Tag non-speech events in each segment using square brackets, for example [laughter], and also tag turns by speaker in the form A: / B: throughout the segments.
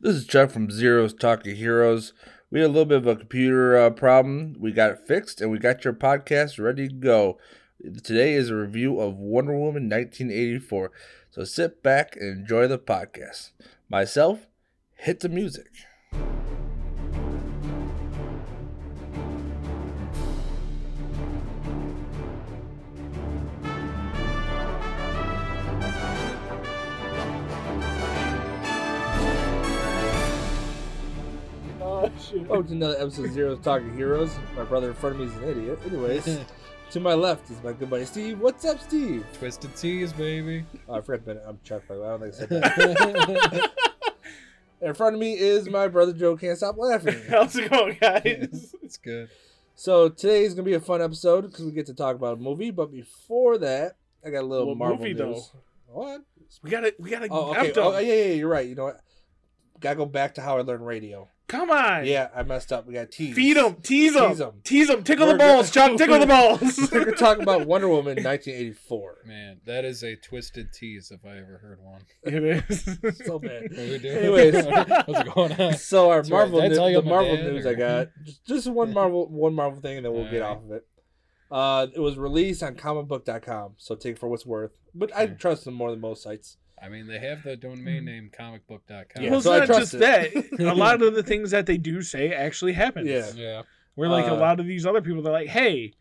A: This is Chuck from Zero's Talk to Heroes. We had a little bit of a computer uh, problem. We got it fixed and we got your podcast ready to go. Today is a review of Wonder Woman 1984. So sit back and enjoy the podcast. Myself, hit the music.
B: Oh shit.
A: Welcome to another episode of Zero's Talk to Heroes. My brother in front of me is an idiot. [laughs] Anyways, to my left is my good buddy Steve. What's up, Steve?
B: Twisted
A: [laughs]
B: teas, baby.
A: Oh, I forgot Bennett. I'm Chuck, by the way. I don't think I said that. [laughs] in front of me is my brother Joe. Can't stop laughing.
C: [laughs]
A: [laughs]
C: How's it going, guys?
B: it's good.
A: So today is gonna be a fun episode because we get to talk about a movie. But before that, I got a little
C: What
A: Marvel
C: movie,
A: news. What?
C: [laughs] We gotta, we gotta.
A: Oh,
C: I'm
A: okay.
C: done.
A: Oh, yeah, yeah, yeah, you're right. You know what? Gotta go back to how I learned radio.
C: Come on.
A: Yeah, I messed up. We got tease.
C: Feed them, tease
A: Tease
C: them,
A: 'em.
C: tease them, tickle the
A: We're gonna-
C: balls, Chuck, tickle
A: [laughs]
C: the
A: We're
C: balls.
A: talking about Wonder Woman [laughs] 1984.
B: Man, that is a twisted tease if I ever heard one.
C: it is.
A: [laughs] So bad.
B: What are we doing? [laughs]
A: Anyways.
B: what's going on?
A: So our
B: That's right.
A: Marvel,
B: Did I
A: news,
B: tell you
A: the
B: I'm a
A: Marvel
B: dad,
A: news
B: or-
A: I got just, just
B: [laughs]
A: one Marvel, one Marvel thing, and then we'll get
B: Alright.
A: off of it. Uh, it was released on comicbook.com, so take it for what's worth. But I
B: Hmm.
A: trust them more than most sites.
B: I mean, they have the domain name comicbook.com.
A: Hmm. Yeah,
C: [laughs] well, it's
A: so I
C: not
A: trust [laughs]
C: just that. A lot of the things that they do say actually happens.
A: Yeah.
B: Yeah.
C: We're like a
A: Uh,
C: lot of these other people. They're like, hey,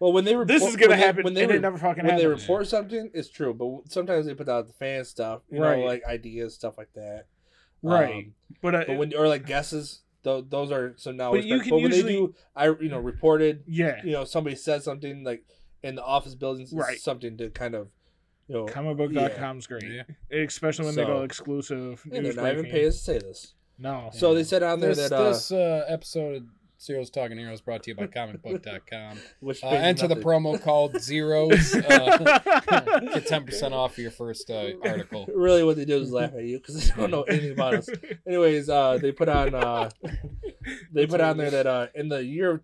A: Well, when they report,
C: this is gonna
A: when they-
C: happen,
A: when they
C: and
A: re-
C: it never fucking
A: when they
C: happens.
B: happens.
A: report something, it's true. But sometimes they put out the fan stuff, you know,
C: Right.
A: like ideas, stuff like that.
C: Right.
A: Um,
C: but, uh,
A: but when or like guesses, tho- those are so now.
C: But
A: it's
C: you
A: like-
C: can
A: but when
C: usually-
A: they do, I you know reported,
C: yeah,
A: you know, somebody said something like in the office buildings, it's
C: Right.
A: Something to kind of, you know,
C: comicbook.com's great,
B: Yeah.
C: especially when they
A: So-
C: go exclusive.
A: and they're
C: news
A: not even
C: breaking.
A: paying us to say this.
C: No,
A: So they said on there
B: This,
A: that uh,
B: this uh, episode of Zero's Talking Heroes brought to you
A: [laughs]
B: by comicbook.com.
A: which
B: Uh,
A: pays
B: enter the
A: nothing.
B: promo called Zero's. Uh,
C: [laughs]
B: get 10% off your first uh,
A: [laughs]
B: article.
A: [laughs] Really, what they do is
B: [laughs]
A: laugh at you because they don't know anything about
C: [laughs]
A: us. Anyways, uh, they put on uh, they put on there that uh, in the year of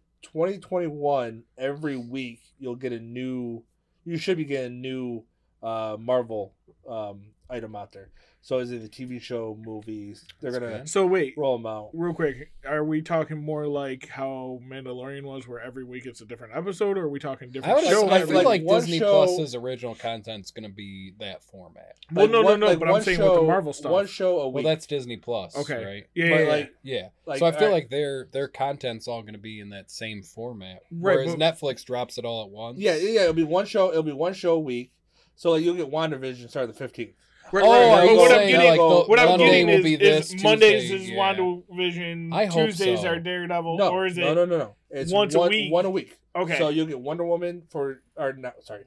A: 2021, every week you'll get a new. You should be getting a new uh, Marvel um, item out there. So is it the TV show, movies? They're
B: That's
A: gonna
B: good.
C: So wait,
A: roll them out.
C: real quick, are we talking more like how Mandalorian was, where every week it's a different episode, or are we talking
B: I,
C: different
B: would,
C: show?
B: I
C: every
B: feel
C: week?
B: like
A: like, one
B: Disney
A: show-
B: Plus's original content's going to be that format.
C: well,
A: Like,
C: no,
A: one-
C: no, no,
A: like,
C: but I'm
A: one
C: saying
A: show-
C: with the Marvel stuff.
A: One show a
B: Well,
A: week.
B: that's Disney Plus,
C: okay,
B: right?
C: yeah,
A: but
C: yeah, yeah.
A: like,
B: Yeah.
A: like
B: so I feel
A: alright,
B: like their their content's all going to be in that same format,
C: Right,
B: whereas
C: but-
B: Netflix drops it all at once.
A: Yeah, yeah, it'll be one show. It'll be one show a week. So like you'll get WandaVision starting the fifteenth.
C: Right,
B: oh,
C: right,
B: are
C: right.
B: you
C: But what I'm
B: saying,
C: getting,
B: like, the-
C: what I'm
B: Monday
C: getting
B: will
C: is,
B: be
C: is
B: this,
C: Mondays
B: Tuesday,
C: is
B: yeah.
C: WandaVision.
B: I hope
C: Tuesdays
B: so.
C: are Daredevil,
A: No,
C: or is it
A: no, no, no, no. It's
C: once a
A: one,
C: week?
A: One a week.
C: okay?
A: So you'll get Wonder Woman for or no, sorry,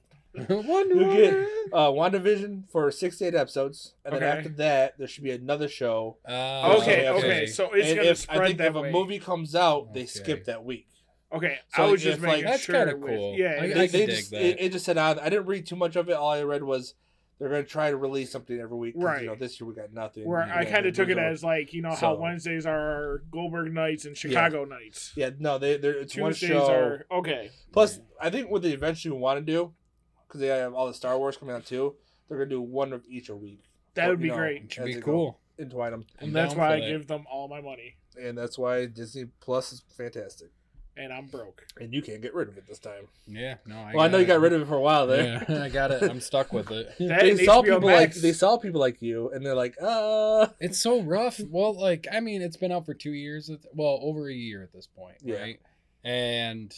B: Wonder
A: You get-
B: Woman.
A: uh, WandaVision for six to eight episodes, and then
C: Okay.
A: after that there should be another show.
B: Ah,
C: okay,
A: Uh,
C: okay, So it's
A: and
C: gonna
A: if
C: spread
A: I think
C: that
A: if
C: way.
A: a movie comes out, they
B: Okay.
A: skip that week.
C: okay,
A: So
C: I was
A: if,
C: just
A: like-
C: making
B: That's
C: sure.
B: kinda
C: with-
B: cool.
C: Yeah,
B: I-
C: it-
A: They,
B: can
A: they
B: dig
A: just
B: that.
A: it, it just said on. I didn't read too much of it. All I read was they're gonna try to release something every week. 'cause,
C: Right.
A: You know, this year we got nothing.
C: where
A: We
C: I
A: got
C: kind of
A: nothing.
C: took it
A: There's no-
C: as like you know how
A: So-
C: Wednesdays are Goldberg nights and Chicago nights.
A: Yeah, no, they they're it's one
C: Tuesdays
A: show.
C: are okay.
A: Plus, I think what they eventually want to do, because they have all the Star Wars coming out too, they're gonna do one of each a week.
C: That
A: Well,
C: would be
A: you know,
C: great.
B: it should
A: as
B: be
A: they go.
B: cool.
A: Entwine them,
B: I'm
C: and that's
B: down
C: why
B: for
C: I
B: that.
C: give them all my money,
A: and that's why Disney Plus is fantastic.
C: and I'm broke.
A: And you can't get rid of it this time.
B: Yeah, no. I
A: well, I know you got rid of it for a while there.
B: Yeah, [laughs] I got
A: [laughs]
B: it. I'm stuck with it.
C: That
A: They
C: and
A: saw
C: HBO
A: people like
C: Max.
A: they saw people like you, and they're like, uh
B: It's so rough. Well, like I mean, it's been out for two years. at- Well, over a year at this point,
A: Yeah.
B: right? And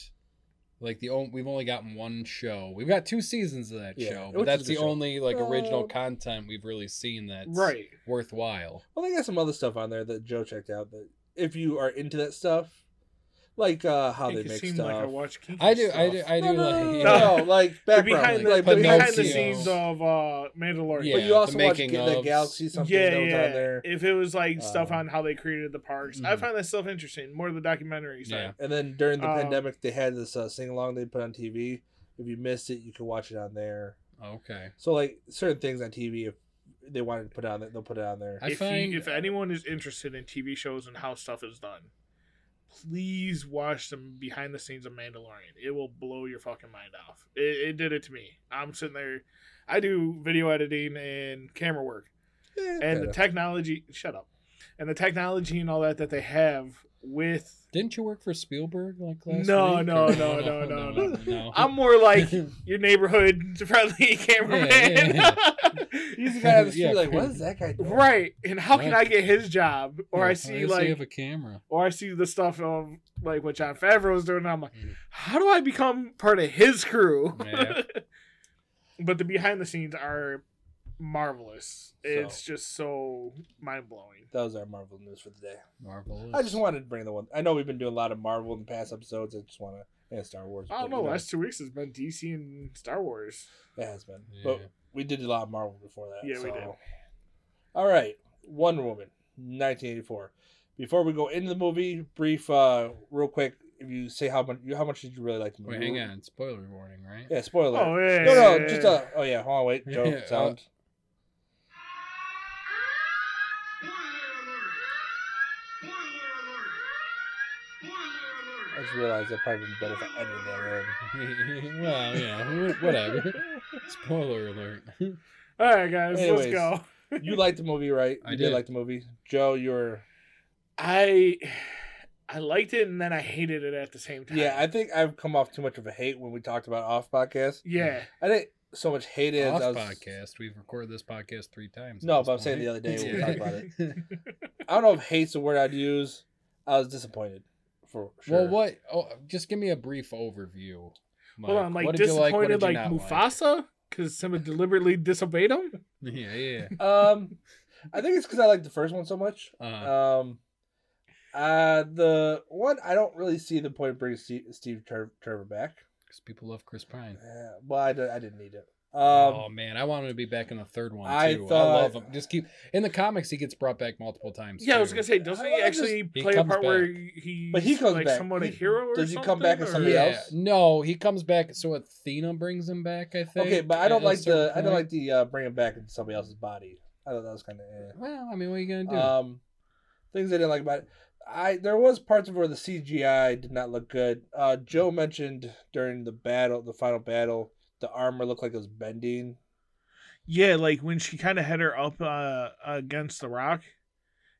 B: like the only we've only gotten one show. We've got two seasons of that
A: Yeah,
B: show,
A: which
B: but
A: is
B: that's
A: a
B: the
A: show.
B: only like original
A: Um,
B: content we've really seen that's
C: right.
B: worthwhile.
A: Well, they got some other stuff on there that Joe checked out. That if you are into that stuff, like uh how
C: Make
A: they
C: it
A: make
C: seem
A: stuff.
C: like I watch kinky
B: I do, I
C: stuff.
B: do, I
A: no,
B: do
A: no,
B: [laughs] like.
A: no,
C: yeah.
A: no, like
C: The
A: background,
C: behind the,
A: like
C: the behind the
B: Pinocchio.
C: scenes of uh, Mandalorian.
B: Yeah,
A: but you also
B: the
A: watch
B: making
A: Get the
C: [laughs]
B: ofs.
A: Galaxy something
C: yeah,
A: that was
C: yeah.
A: on there. mm.
C: If it was like stuff
A: Um,
C: on how they created the parks, I
B: mhm.
C: find that stuff interesting. More of the documentary side.
A: And then during the
C: Um,
A: pandemic, they had this uh, sing along they put on TV. If you missed it, you could watch it on there.
B: Okay.
A: So like certain things on TV, if they wanted to put it on, there, they'll put it on there.
B: I
C: if, you-
B: find-
C: if anyone is interested in TV shows and how stuff is done, please watch some behind the scenes of Mandalorian. It will blow your fucking mind off. It, it did it to me. I'm sitting there. I do video editing and camera work,
A: Eh,
C: and
A: kinda.
C: the technology. Shut up. and the technology and all that that they have
B: [laughs]
C: with.
B: Didn't you work for Spielberg like last
C: No,
B: week?
C: no,
B: Or-
C: no, no, no,
B: no,
A: [laughs]
B: no.
C: I'm more like your neighborhood [laughs] friendly cameraman.
B: yeah,
C: [laughs]
A: He's
B: [laughs]
A: the guy on the street
B: Yeah,
A: like, what
B: fair.
A: is that guy doing?
C: right. And how can
B: Right.
C: I get his job? Or
B: Yeah,
C: I
B: why
C: see
B: does he
C: like
B: have
A: [laughs]
B: a camera.
C: or I see the stuff of like what John Favreau was doing, and I'm like,
B: Mhm.
C: how do I become part of his crew?
B: Yeah.
C: [laughs] but the behind the scenes are marvelous. It's
A: So-
C: just so mind blowing.
A: That was our Marvel news for the day.
B: Marvelous.
A: I just wanted to bring the one. I know we've been doing a lot of Marvel in the past episodes. I just want to and Star Wars.
C: I don't
A: but,
C: know.
A: you
C: Last two weeks has been DC and Star Wars.
A: It has been,
B: Yeah.
A: but we did a lot of Marvel before that.
C: Yeah, we did.
A: All right, Wonder Woman, 1984. Before we go into the movie, brief, uh, real quick, if you say how much, how much did you really like the movie?
B: Wait, hang on. Spoiler warning, right?
A: Yeah, spoiler.
C: Oh yeah.
A: No, no, just uh Oh yeah, hold on, wait. Joe,
B: [laughs] Yeah, uh,
A: sound.
B: uh,
A: I just realized that probably been better if I edited that in.
B: [laughs] well, yeah, wh- whatever.
A: [laughs]
B: Spoiler alert.
C: All right, guys,
A: Anyways.
C: let's go.
A: You liked the movie, right?
B: I
A: you did.
B: did.
A: like the movie. Joe, you were.
C: I I liked it and then I hated it at the same time.
A: Yeah, I think I've come off too much of a hate when we talked about off podcast.
C: yeah.
A: I didn't so much hate it
B: Off
A: as I was.
B: podcast, we've recorded this podcast three times. at
A: No,
B: this
A: but I'm saying the
B: point.
A: other day
C: when
A: we'll
C: we
A: talk
C: talked
A: about it.
B: [laughs]
A: [laughs]
B: Yeah.
A: I don't know if hate's the word I'd use. I was disappointed for sure.
B: Well, what? Oh, just give me a brief overview. Mike.
C: Hold on, like
B: Mm. What did you what
C: disappointed,
B: did you
C: like,
B: not
C: Mufasa, because Simba deliberately disobeyed him.
B: [laughs] Yeah, yeah.
A: [laughs] Um, I think it's because I like the first one so much.
B: Uh,
A: Um, uh, the one I don't really see the point of bringing Steve, Steve Tur- Trevor back.
B: 'cause people love Chris Pine.
A: Yeah, well, I, did, I didn't need it. Um,
B: oh man, I want him to be back in the third one too.
A: I
B: I,
A: thought-
B: love him. Just keep in the comics. He gets brought back multiple times.
C: Yeah, I was
B: too.
C: gonna say, doesn't
A: Well,
C: he actually
B: he
C: play a
B: comes
C: part where
B: back.
C: he?
A: But he comes
C: like
A: back.
C: somewhat a
A: He-
C: hero. Or
A: does he come
C: something,
A: back as
C: or-
A: somebody
B: yeah.
A: else?
B: No, he comes back. So Athena brings him back. I think.
A: okay, but I
B: at
A: don't
B: a
A: like the
B: certain
A: I don't
B: point.
A: like the uh, bringing back into somebody else's body. I thought that was kind of. Eh.
B: Well, I mean, what are you gonna do?
A: Um, things I didn't like about it. I there was parts of where the CGI did not look good. Uh, Joe mentioned during the battle, the final battle, the armor looked like it was bending.
C: Yeah, like when she kind of had her up uh, against the rock.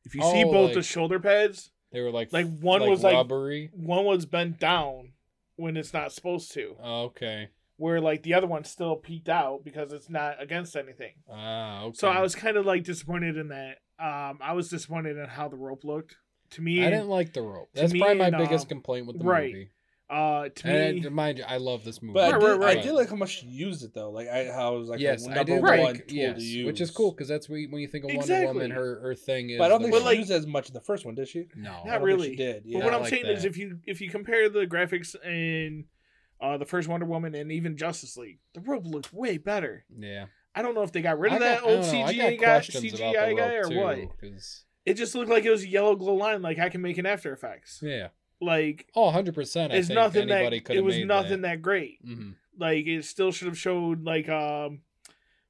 C: If you see
B: Oh,
C: both the
B: like-
C: shoulder pads,
B: they were like
C: like one was like
B: rubbery.
C: one was bent down when it's not supposed to,
B: Oh, okay.
C: where like the other one's still peeked out because it's not against anything.
B: Ah, okay.
C: So I was kind of like disappointed in that. Um, I was disappointed in how the rope looked. To me,
B: I didn't like the rope.
C: to
B: That's
C: me
B: probably my
C: and,
B: biggest
C: um,
B: complaint with the
C: right.
B: movie.
C: uh, to me,
B: And I- mind you, I love this movie.
A: But
C: Right,
A: I,
C: right,
A: did, I
C: right.
A: did like how much she used it though. Like I how it was like
B: yes,
A: the
B: I
A: number
B: did
A: one
C: Right.
B: like.
A: tool
B: Yes,
A: to use,
B: which is cool because that's what you- when you think of Wonder
C: Exactly.
B: Woman, her her thing is.
A: But I don't
B: the
A: think
C: But,
A: she
B: rope.
C: like-
A: used it as much in the first one, did she?
B: [laughs] no.
A: I
C: Not
A: don't think
C: really.
A: She did. Yeah.
C: But what
B: I
C: I'm
B: like
C: saying is,
B: that.
C: if you if you compare the graphics in uh, the first Wonder Woman and even Justice League, the rope looked way better.
B: Yeah.
C: I don't know if they got rid
B: I
C: of that
B: got- I
C: old
B: don't know, I
C: CGI
B: got
C: guy,
B: questions about the
C: CGI guy, or
B: rope,
C: what.
B: too, 'cause-
C: It just looked like it was a yellow glow line, like I can make an After Effects.
B: Yeah.
C: Like
B: Oh, 100%. I
C: it's
B: think
C: nothing that
B: anybody
C: it
B: could have
C: was
B: made
C: nothing
B: that.
C: that. great.
B: Mhm.
C: Like it still should have showed like um,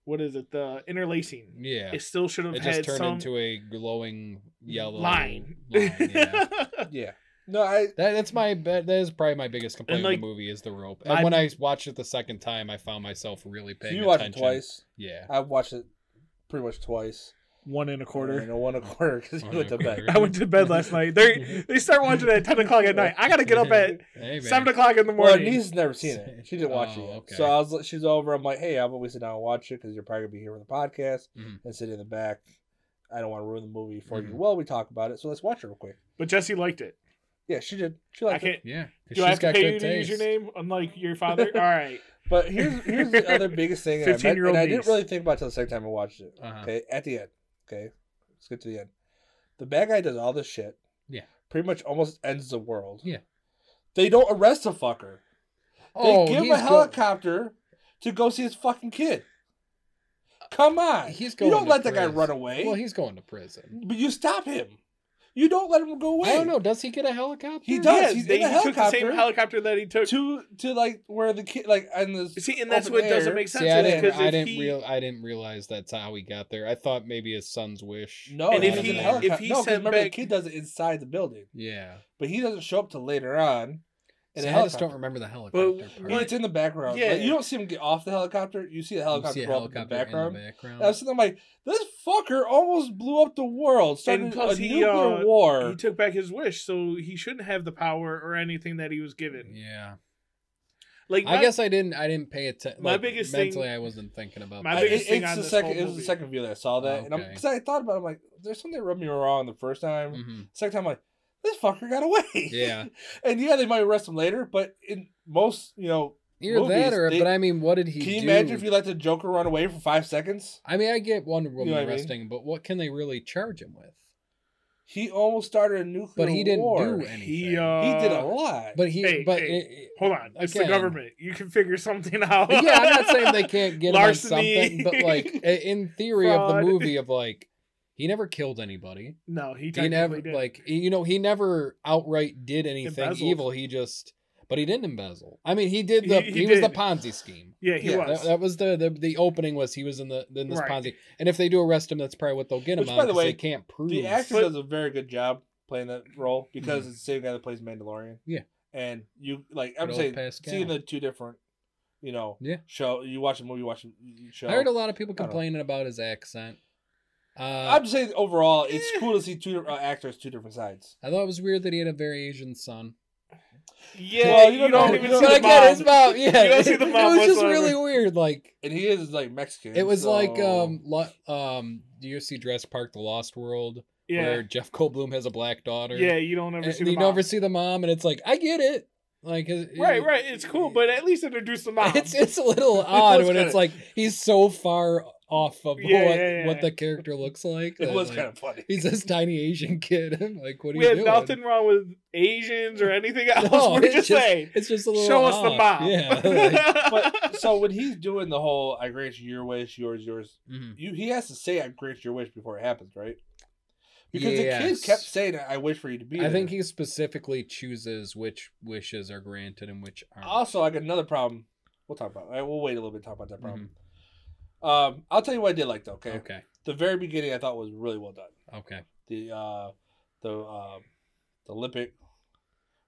C: what is it? The interlacing.
B: Yeah.
C: It still should have
B: It
C: had
B: just turned
C: some
B: into a glowing yellow
C: line.
B: line, yeah.
A: Yeah. No, I
B: That, that's my that that is probably my biggest complaint
C: like,
B: in the movie is the rope. And
C: my-
B: when I watched it the second time, I found myself really
A: so
B: paying
A: you watched
B: attention.
A: it twice.
B: Yeah.
A: I watched it pretty much twice.
C: [laughs] One and a quarter.
A: You know, one a quarter because you
B: One
A: went
B: and
A: to
B: a
A: bed.
B: quarter.
C: I went to bed last night. They they start watching it at ten o'clock at night. I gotta get up at
B: Hey, man.
C: seven o'clock in the
A: Well,
C: morning.
A: niece's never seen it. She didn't watch it.
B: Oh,
A: Yet.
B: okay.
A: So I was, she's over. I'm like, hey, how about we sit down and watch it because you're probably gonna be here with the podcast
B: Mhm.
A: and sit in the back. I don't want to ruin the movie for
B: Mhm.
A: you. Well, we talk about it, so let's watch it real quick.
C: but Jesse liked it.
A: Yeah, she did. She
C: I
A: liked it.
C: can't.
B: Yeah. 'cause
C: Do I
B: she's
C: have to
B: got
C: pay
B: good
C: you to use your
B: taste.
C: name? Unlike your father. All right.
A: But here's here's the other biggest thing that I, meant, and
C: 15-year-old
A: I didn't
C: niece.
A: really think about it till the second time I watched it.
B: Uh-huh.
A: Okay, at the end. Okay, let's get to the end. The bad guy does all this shit.
B: Yeah.
A: pretty much almost ends the world.
B: Yeah.
A: they don't arrest the fucker. They
B: Oh,
A: give him a
B: he's go-
A: helicopter to go see his fucking kid. Come on.
B: He's
A: you
B: going
A: don't
B: to
A: let that guy
B: prison.
A: run away.
B: Well, he's going to prison.
A: but you stop him. You don't let him go away.
B: I don't know. Does [laughs] he get a helicopter?
A: He does.
C: Yes,
A: he's in
C: they,
A: a
C: he took the same
A: helicopter.
C: helicopter that he took.
A: To to like where the kid like and the
C: See, and that's
A: open
C: what doesn't
A: air.
C: make sense.
B: See, I
C: is
B: didn't.
C: 'cause
B: I
C: if
B: didn't
C: he-
B: real. I didn't realize that's how he got there. I thought maybe his son's wish.
A: no.
C: And
A: he
C: if
A: does it
B: got
C: he-
A: in a
B: him there.
A: helicopter.
C: if he
A: no, 'cause
C: sent
A: remember the
C: back-
A: kid does it inside the building,
B: yeah,
A: but he doesn't show up till later on, And a
B: See, I just
A: helicopter.
B: don't remember the helicopter part.
A: Well, it's in the background. Yeah,
C: Yeah.
A: you don't see him get off the helicopter. You see the
B: You
A: helicopter,
B: see a
A: roll up
B: helicopter
A: in the background.
B: in the background.
A: And I was sitting there, I'm like, this fucker almost blew up the world, started
C: And plus
A: a
C: he,
A: nuclear
C: uh,
A: war.
C: He took back his wish, so he shouldn't have the power or anything that he was given.
B: yeah,
C: Like
B: I
C: my-
B: guess I didn't. I didn't pay attention.
C: my
B: like,
C: biggest thing-
B: mentally, I wasn't thinking about.
C: My
A: I-
B: that.
A: it-
C: biggest thing
A: it's
C: on
A: the
C: this
A: second.
C: whole
A: It was the
C: movie.
A: second view that I saw that, and I'm
B: Okay.
A: because I thought about. it, I'm like, there's something that rubbed me wrong the first time.
B: Mhm.
A: Second time, I'm like, this fucker got away.
B: Yeah.
A: [laughs] and yeah, they might arrest him later, but in most, you know,
B: Either that,
A: movies,
B: or
A: they-
B: but I mean, what did he?
A: can you
B: do?
A: imagine if you let the Joker run away for five seconds?
B: I mean, I get Wonder Woman
A: what I mean?
B: arresting, but what can they really charge him with?
A: He almost started a nuclear
B: But he didn't
A: war.
B: do anything.
C: he uh,
A: he did a lot.
B: but he,
C: hey,
B: but
C: hey, [laughs]
B: it- it-
C: Hold on, it's the
B: again,
C: government. You can figure something [laughs] out.
B: yeah, I'm not saying they can't get him on
C: Larceny.
B: something, but
C: [laughs]
B: like i- in theory of the
C: Fraud.
B: movie of like he never killed anybody.
C: [laughs] No, he
B: He
C: technically
B: never
C: did.
B: like you know he never outright did anything
C: Embezzled.
B: evil. He just but he didn't embezzle. I mean, he did the
C: He-
B: he,
C: he
B: was the
C: did.
B: Ponzi scheme.
C: yeah, he
A: yeah,
C: was.
B: That, that was the, the the opening was he was in the in this
C: Right.
B: Ponzi. And if they do arrest him, that's probably what they'll get him
A: Which,
B: on
A: by the
B: 'cause
A: way,
B: they can't prove.
A: the actor
C: But-
A: does a very good job playing that role because it's the same guy that plays Mandalorian.
B: Mm-hmm. Yeah.
A: and you like I'm
B: Good old
A: saying
B: Pascal.
A: seeing the two different, you know,
B: Yeah.
A: show you watch a movie, you watch a show.
B: I heard a lot of people
A: I don't know.
B: complaining about his accent. Uh,
A: I'm just saying overall, it's
C: Eh.
A: cool to see two uh, actors, two different sides.
B: I thought it was weird that he had a very Asian son.
C: yeah,
A: Well,
C: you
A: you
C: don't,
A: don't
B: [laughs]
A: know-
C: even
A: you don't-
C: see
B: but
C: the
A: I
B: again, it's
C: mom.
B: about yeah.
C: You don't see the
B: it
C: mom
B: was just
C: whatsoever.
B: really weird. Like
A: And he is like Mexican.
B: it was like
A: so-
B: um lo- um. Do you see Dress Park: The Lost World,
C: Yeah,
B: where Jeff Goldblum has a black daughter?
C: yeah, you don't ever
B: and
C: see
B: you
C: the
B: never
C: mom.
B: see the mom, and it's like I get it. Like uh, it-
C: Right, right. It's cool, but at least introduce the mom.
B: It's it's
C: [laughs]
B: a little odd
A: was
B: when
A: kinda-
B: it's like he's so far off of
C: Yeah,
B: what,
C: yeah, yeah.
B: what the character looks like.
A: it
B: that,
A: was
B: like,
A: kind of funny.
B: He's this tiny Asian kid. [laughs] I'm like, what are
C: we
B: you
C: have
B: doing?
C: nothing wrong with Asians or
B: [laughs]
C: anything else. We're
B: it's
C: just,
B: just-
C: saying,
B: It's just a little
C: show us the
B: off.
C: mom. [laughs]
B: Yeah. like, [laughs]
A: But so when he's doing the whole "I grant you your wish, yours, yours,"
B: mhm.
A: you he has to say "I grant your wish" before it happens, right? Because the kid
B: Yes.
A: kept saying, "I wish for you to be."
B: I
A: there."
B: think he specifically chooses which wishes are granted and which aren't.
A: Also, I got another problem. We'll talk about. It. We'll wait a little bit to talk about that problem. Um, I'll tell you what I did like though. Okay?
B: Mm-hmm. Okay.
A: the very beginning I thought was really well done.
B: Okay.
A: The uh, the uh, the Olympic,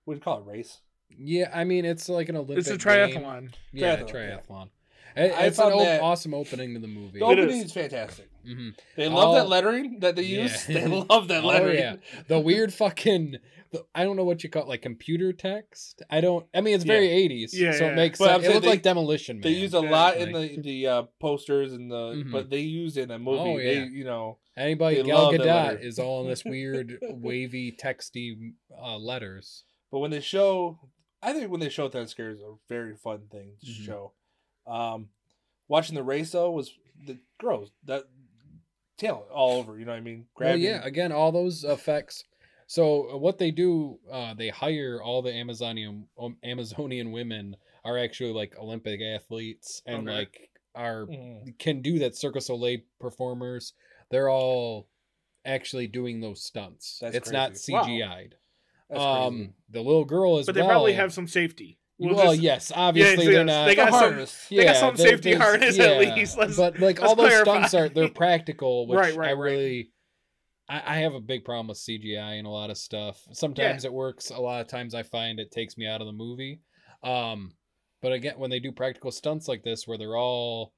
A: what do you call it? Race.
B: Yeah, I mean it's like an Olympic.
C: it's a
B: Game.
C: triathlon.
B: Yeah,
A: Triathlon, yeah.
B: triathlon. It-
A: I
B: it's an
A: found
B: o-
A: that-
B: awesome opening to the movie.
A: The
C: It
A: opening
C: is.
A: is. fantastic.
B: Mhm.
A: They love
B: Oh.
A: that lettering that they
B: Yeah.
A: use. [laughs] They love that
B: Oh,
A: lettering.
B: yeah. the weird fucking the, I don't know what you call it, like computer text. I don't. I mean, it's
A: Yeah.
B: very eighties,
C: Yeah,
B: so
C: yeah.
B: it makes
A: But I'm
B: sense. It
A: saying
B: looked
A: they-
B: like demolition.
A: They
B: Man.
A: use a
C: Yeah,
A: lot in
B: like-
A: the the uh, posters and the,
B: Mhm.
A: but they use it in a movie.
B: Oh, yeah.
A: They you know
B: Anybody
A: they
B: Gal
A: love that
B: Gadot
A: letter.
B: is all in
A: [laughs]
B: this weird wavy texty uh, letters.
A: But when they show, I think when they show Thanksgiving is a very fun thing to
B: Mhm.
A: show. Um, watching the race though was the girls that talent all over. You know what I mean?
B: Well,
A: Grabbing,
B: Oh, yeah, again, all those effects. So uh, what they do, uh, they hire all the Amazonian um, Amazonian women are actually like Olympic athletes and
C: Okay.
B: like are
A: Mhm.
B: can do that Cirque du Soleil performers. They're all actually doing those stunts.
A: That's
B: it's not
A: crazy. Wow.
B: CGI'd.
A: That's crazy.
B: um, the little girl is.
C: But they probably
B: well.
C: have some safety.
B: Well,
C: just-
B: yes, obviously
C: yes,
B: they're not.
C: they
B: [laughs]
C: got
A: The
C: some-
A: harness.
C: they got
B: Yeah,
C: some
B: there-
C: safety
B: there's-
C: harness at least. Let's-
B: but like
C: let's
B: all those
C: clarify.
B: stunts are they're
C: [laughs]
B: practical, which
C: Right, right,
B: I
C: right.
B: really, I, I have a big problem with CGI and a lot of stuff. Sometimes it works. A lot of times I find it takes me out of the movie. Um, but again, when they do practical stunts like this, where they're all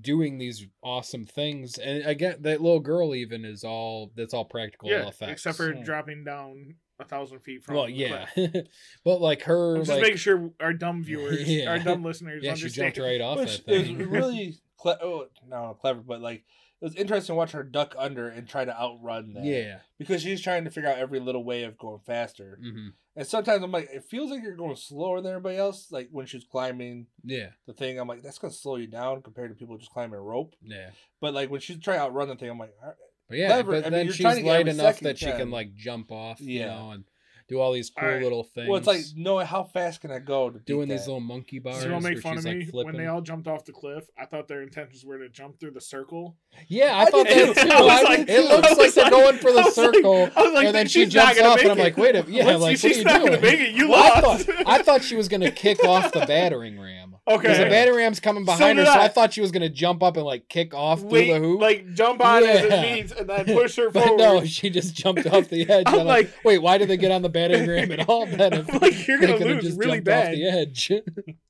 B: doing these awesome things, and again, that little girl even is all that's all practical
C: yeah,
B: effects.
C: except for
A: Hmm.
C: dropping down a thousand feet from.
B: well,
C: the
B: yeah,
C: cliff.
B: [laughs] but like her,
C: I'm just
B: like
C: making sure our dumb viewers,
B: [laughs] Yeah.
C: our dumb listeners,
B: yeah, she
C: understand.
B: jumped right off
A: Which
B: that
A: is
B: thing. [laughs]
A: really cle- oh, no, clever, but like it was interesting to watch her duck under and try to outrun that.
B: yeah.
A: because she's trying to figure out every little way of going faster.
B: hmm
A: And sometimes I'm like, it feels like you're going slower than everybody else. Like when she's climbing
B: Yeah.
A: the thing, I'm like, that's gonna slow you down compared to people just climbing a rope.
B: Yeah.
A: But like when she's trying to outrun the thing, I'm like, "All right."
B: But yeah,
A: Clever. I
B: but
A: mean,
B: then
A: you're trying
B: she's
A: to get
B: light
A: every
B: enough
A: second
B: that she can
A: time.
B: like jump off, you
A: Yeah.
B: know, and do all these cool
C: Alright.
B: little things.
A: well, it's like, no, how fast can I go? To beat
B: doing these
A: that?
B: little monkey bars.
C: So you want to
B: where
C: make fun of
B: she's, like,
C: me? When they
B: flipping.
C: all jumped off the cliff, I thought their intentions were to jump through the circle.
B: Yeah, I,
A: I
C: [laughs]
B: thought
A: did
B: that
A: too. [laughs]
B: too.
A: I was
B: I-
A: like-
B: it
A: I
B: looks
A: was
B: like they're
C: like-
B: going for
C: I
B: the
C: was
A: [laughs]
C: like-
B: circle,
C: I was like,
B: and then she
C: she's not
B: jumps
C: gonna
B: off, and
C: make
B: I'm
C: it.
B: like, wait a yeah,
C: Once you-
B: like what are
C: she's
B: you
C: not
B: doing?
C: gonna make it. You [laughs]
B: Well, I
C: lost.
B: thought I thought she was gonna kick off the battering ram. Because
A: Okay.
B: the battering ram's coming
C: So
B: behind
C: did
B: her, so
C: I.
B: I thought she was gonna jump up and like kick off
C: Wait,
B: through the hoop.
C: like jump on as it
B: Yeah.
C: meets and then push her
B: [laughs] but
C: forward.
B: no, she just jumped off the
A: [laughs]
B: edge.
C: I'm
B: I'm like,
C: like- [laughs]
B: wait, why did they get on the battering ram at all? Then if
C: I'm like, you're
B: [laughs] they
C: gonna
B: could have
C: lose
B: just
C: really
B: jumped off
C: bad.
B: the edge. [laughs]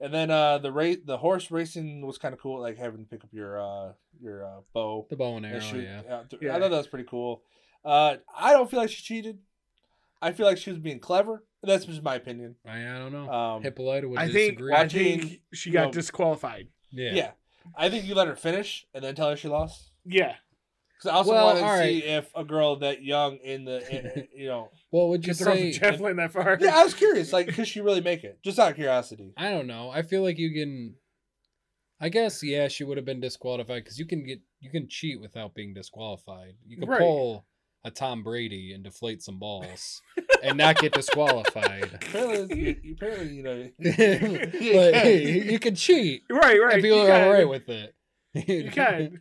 A: And then uh, the race, the horse racing was kind of cool, like having to pick up your uh, your uh, bow.
B: the bow and arrow,
A: and shoot
B: Oh, yeah.
A: out th-
C: Yeah.
A: I thought that was pretty cool. Uh, I don't feel like she cheated. I feel like she was being clever. That's just my opinion.
B: I, I don't know.
A: Um,
B: Hippolyta would
C: I think
B: disagree.
C: I
A: watching-
C: think she got
A: no.
C: disqualified.
A: yeah. I think you let her finish and then tell her she lost.
C: Yeah,
A: Because I also
B: Well,
A: wanted to
B: all
A: see if a girl that young in the,
C: [laughs]
A: in- in- you know,
B: Well, would you
C: just throw the
B: say?
C: javelin that far.
A: yeah, I was curious, like, could she really make it? Just out of curiosity.
B: I don't know. I feel like you can. I guess yeah, she would have been disqualified because you can get you can cheat without being disqualified. You can
C: Right.
B: pull a Tom Brady and deflate some balls and not
C: [laughs]
B: get disqualified.
A: Apparently, you- you, apparently, you know,
B: [laughs] but hey, you can cheat
C: [laughs] right, right.
B: and people
C: you
B: are
C: can.
B: all right with it.
C: You can,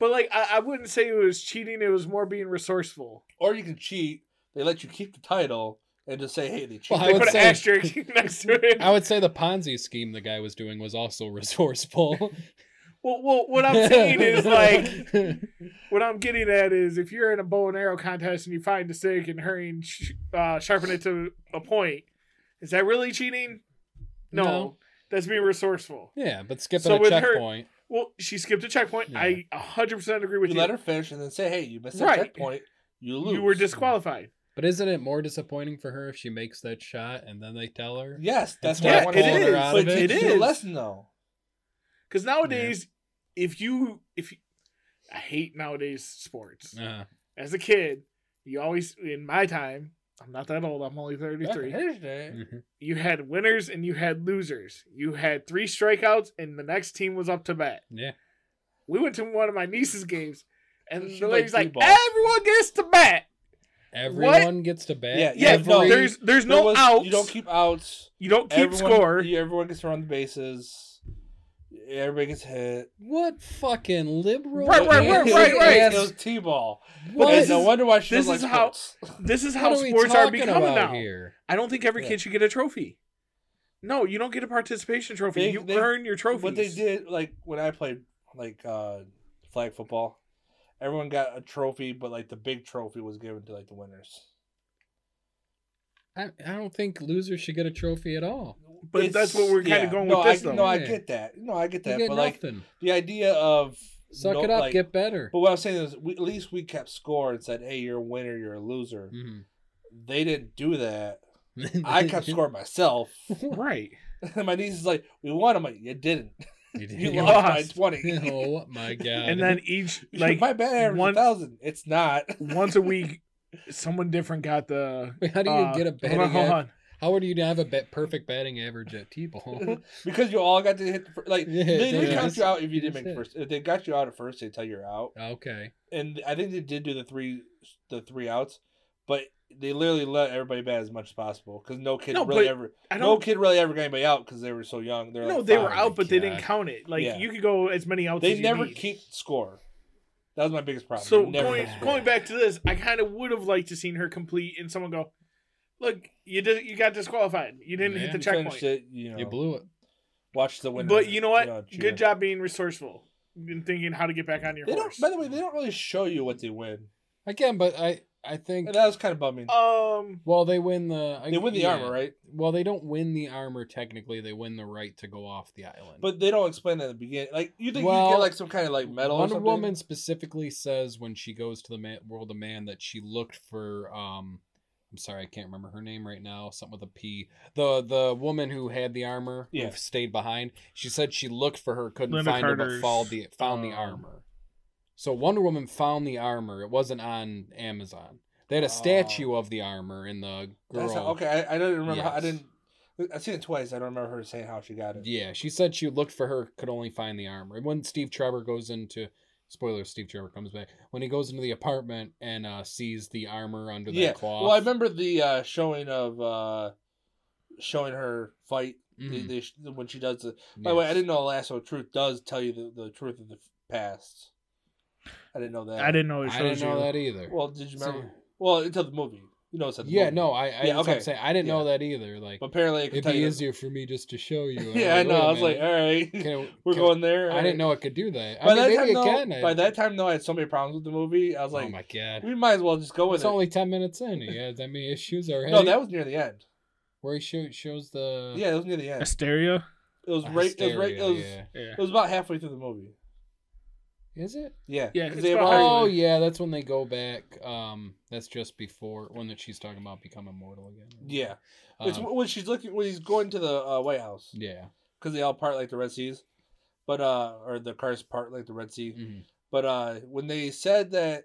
C: but like I, I wouldn't say it was cheating. It was more being resourceful.
A: or you can cheat. They let you keep the title and just say, hey, they cheated.
B: Well, I
C: They
B: would
C: put an
B: say-
C: asterisk [laughs] next to it.
B: [laughs] I would say the Ponzi scheme the guy was doing was also [laughs] resourceful.
C: well, well, what I'm saying is like what I'm getting at is if you're in a bow and arrow contest and you find a stick and hurry and sh- uh, sharpen it to a point, is that really cheating? No,
B: No.
C: that's being resourceful.
B: [laughs] yeah, but skipping
C: So
B: a
C: with her-
B: checkpoint.
C: Well, she skipped a checkpoint.
B: Yeah.
C: I 100% agree with
A: you
C: you.
A: let her finish and then say, hey, you missed that
C: Right.
A: checkpoint. You lose.
C: you were disqualified.
B: But isn't it more disappointing for her if she makes that shot and then they tell her?
A: Yes, that's
B: It's
A: what I
C: not
A: wanted
C: pulling
A: to
C: her
A: do.
C: out
A: But
C: of it.
A: teach
C: It
A: you a
C: is.
A: lesson, though.
C: Because nowadays, if you if you, I hate nowadays sports.
B: Uh,
C: As a kid, you always in my time. I'm not that old. I'm only 33.
B: mhm.
C: You had winners and you had losers. You had three strikeouts, and the next team was up to bat.
B: Yeah.
C: we went to one of my niece's games, and
A: She
C: the lady's
A: played
C: like,
A: t-ball.
C: "Everyone gets to bat."
B: Everyone gets to bat.
A: Yeah,
C: Yeah,
A: Every- no,
C: there's there's no outs.
A: You don't keep outs.
C: you don't keep
A: everyone,
C: score.
A: you- everyone gets to run the bases. Everybody gets hit.
B: What fucking liberal?
C: Right, right, right,
B: ass-
C: right, right.
A: It was t-ball.
B: What?
A: And no wonder why she
C: this
A: doesn't
C: is
A: like
C: how-
A: sports.
C: This is
B: what
C: how
B: are we
C: sports are
B: talking
C: becoming
B: about
C: now.
B: here?
C: I don't think every
A: Yeah.
C: kid should get a trophy. No, you don't get a participation trophy.
A: They-
C: you
A: they-
C: earn your trophies.
A: What they did, like when I played like uh flag football, everyone got a trophy, but like the big trophy was given to like the winners.
B: I, I don't think losers should get a trophy at all.
C: but
A: It's-
C: that's what we're kind
A: yeah.
C: of going
A: no,
C: with this,
A: I,
C: though.
A: No, I
B: Yeah.
A: get that. No, I get
B: You
A: that.
B: get
A: But like
B: nothing.
A: the idea of
B: Suck
A: no-
B: it up,
A: like,
B: get better.
A: But what I'm saying is, we, at least we kept score and said, "Hey, you're a winner, you're a loser."
B: Mhm.
A: They didn't do that.
B: Mm-hmm.
A: I
B: [laughs]
A: kept score
C: [laughs]
A: myself. [laughs]
C: Right.
A: And my niece is like, "We won." I'm like, "You didn't.
B: You, did-
A: You
B: you
A: lost by
C: lost. [laughs]
A: 20."
B: [laughs] Oh my god!
C: And then each
A: Like
C: like
A: my bet average one
C: one-
A: thousand. It's not.
C: [laughs] once a week, someone different got the.
B: [laughs] Wait, how do you
C: uh, [laughs]
B: get a
C: hold
B: batting?
C: on, hold
B: average?
C: on.
B: How would you have a bet perfect batting average at T-ball?
A: [laughs]
C: [laughs]
B: [laughs]
A: because you all got to hit the fir- like
B: Yeah,
A: they didn't
B: yeah,
A: count
B: that's-
A: you out if you didn't
B: that's
A: make
B: it.
A: first. If they got you out at first, they tell you're out.
B: okay.
A: And I think they did do the three the three outs, but they literally let everybody bat as much as possible because no kid
C: No,
A: really
C: but
A: ever
C: I
A: no
C: don't.
A: kid really ever got anybody out because they were so young. They're
C: No,
A: like
C: they
A: five.
C: were out, but they didn't
B: God.
C: count it. Like
A: Yeah.
C: you could go as many outs. as
A: They
C: you
A: never
C: need.
A: keep score. That was my biggest problem.
C: So
A: They never
C: going,
A: kept score.
C: going back to this, I kind of would have liked to seen her complete and someone go, "Look, you did you got disqualified. You didn't
B: Yeah.
C: hit the
A: You finished
C: checkpoint."
A: it, you, know,
B: You blew it.
A: Watch the winner.
C: But you know what?
A: cheer.
C: Good job being resourceful and thinking how to get back on your
A: They
C: horse.
A: don't. By the way, they don't really show you what they win,
B: Again, but I I think
A: and that was kind of bumming.
C: um,
B: well they win the I-
A: they win the
B: Oh, yeah.
A: armor, right?
B: Well, they don't win the armor technically. They win the right to go off the island.
A: But they don't explain that at the beginning. Like you think you
B: Well,
A: get like some kind of like medal or
B: Wonder
A: something.
B: Woman specifically says when she goes to the man, world of man that she looked for. Um, I'm sorry, I can't remember her name right now. Something with a P. The the woman who had the armor, who
A: Yeah.
B: stayed behind. She said she looked for her, couldn't
C: Linda
B: find her,
C: Carter's,
B: but found the found
A: uh,
B: the
C: um,
B: armor. So Wonder Woman found the armor. It wasn't on Amazon. They had a statue of the armor in the girl.
A: Ah. That's not- okay, I, I don't remember. How, I
B: Yes.
A: didn't. I've seen it twice. I don't remember her saying how she got it.
B: Yeah, she said she looked for her, could only find the armor. And when Steve Trevor goes into spoiler, Steve Trevor comes back when he goes into the apartment and uh, sees the armor under
A: Yeah,
B: that cloth.
A: Well, I remember the uh, showing of uh, showing her fight
B: Mm, Mm-hmm.
A: the, the, sh- when she does the. By the way, I didn't know Lasso of Truth does tell you the, the truth of the past. I didn't know that.
C: I didn't know it
B: I
C: shows
B: didn't know
C: you.
B: that either.
A: Well, did you
B: So-
A: remember? Well, until the movie. You know, it's a
B: yeah,
A: movie.
B: no, I, I
A: Yeah,
B: that's what
A: okay.
B: I'm saying I didn't know
A: Yeah.
B: that either. Like
A: But apparently, it could
B: it'd
A: tell
B: be
A: you.
B: easier for me just to show you.
A: yeah, I know. I was like, all right,
B: [laughs] Can,
A: we're
B: can-
A: going there.
B: I didn't know it could do that. I
A: By
B: mean,
A: that
B: maybe
A: time,
B: it
A: though,
B: can. I-
A: by that time, though, I had so many problems with the movie. I was
B: oh
A: like,
B: my god,
A: we might as well just go with
B: it's
A: it.
B: only ten minutes in. He has that many issues already.
A: no, that was near the end.
B: where he show, shows the
A: Yeah, it was near the end.
C: Asteria.
A: It was
B: the
A: right. It was right. It
B: hysteria,
A: was.
C: Yeah.
A: It was about halfway through the movie.
B: yeah. Is it?
A: Yeah.
C: Yeah,
A: 'cause
C: it's
A: they
C: about
A: have already-
B: Oh
C: Anyway.
B: yeah, that's when they go back. Um, that's just before when that she's talking about becoming mortal again.
A: Yeah.
B: Um,
A: it's when she's looking when he's going to the uh, White House
B: yeah.
A: because they all part like the Red Seas, but uh, or the cars part like the Red Sea.
B: Mhm.
A: But uh, when they said that,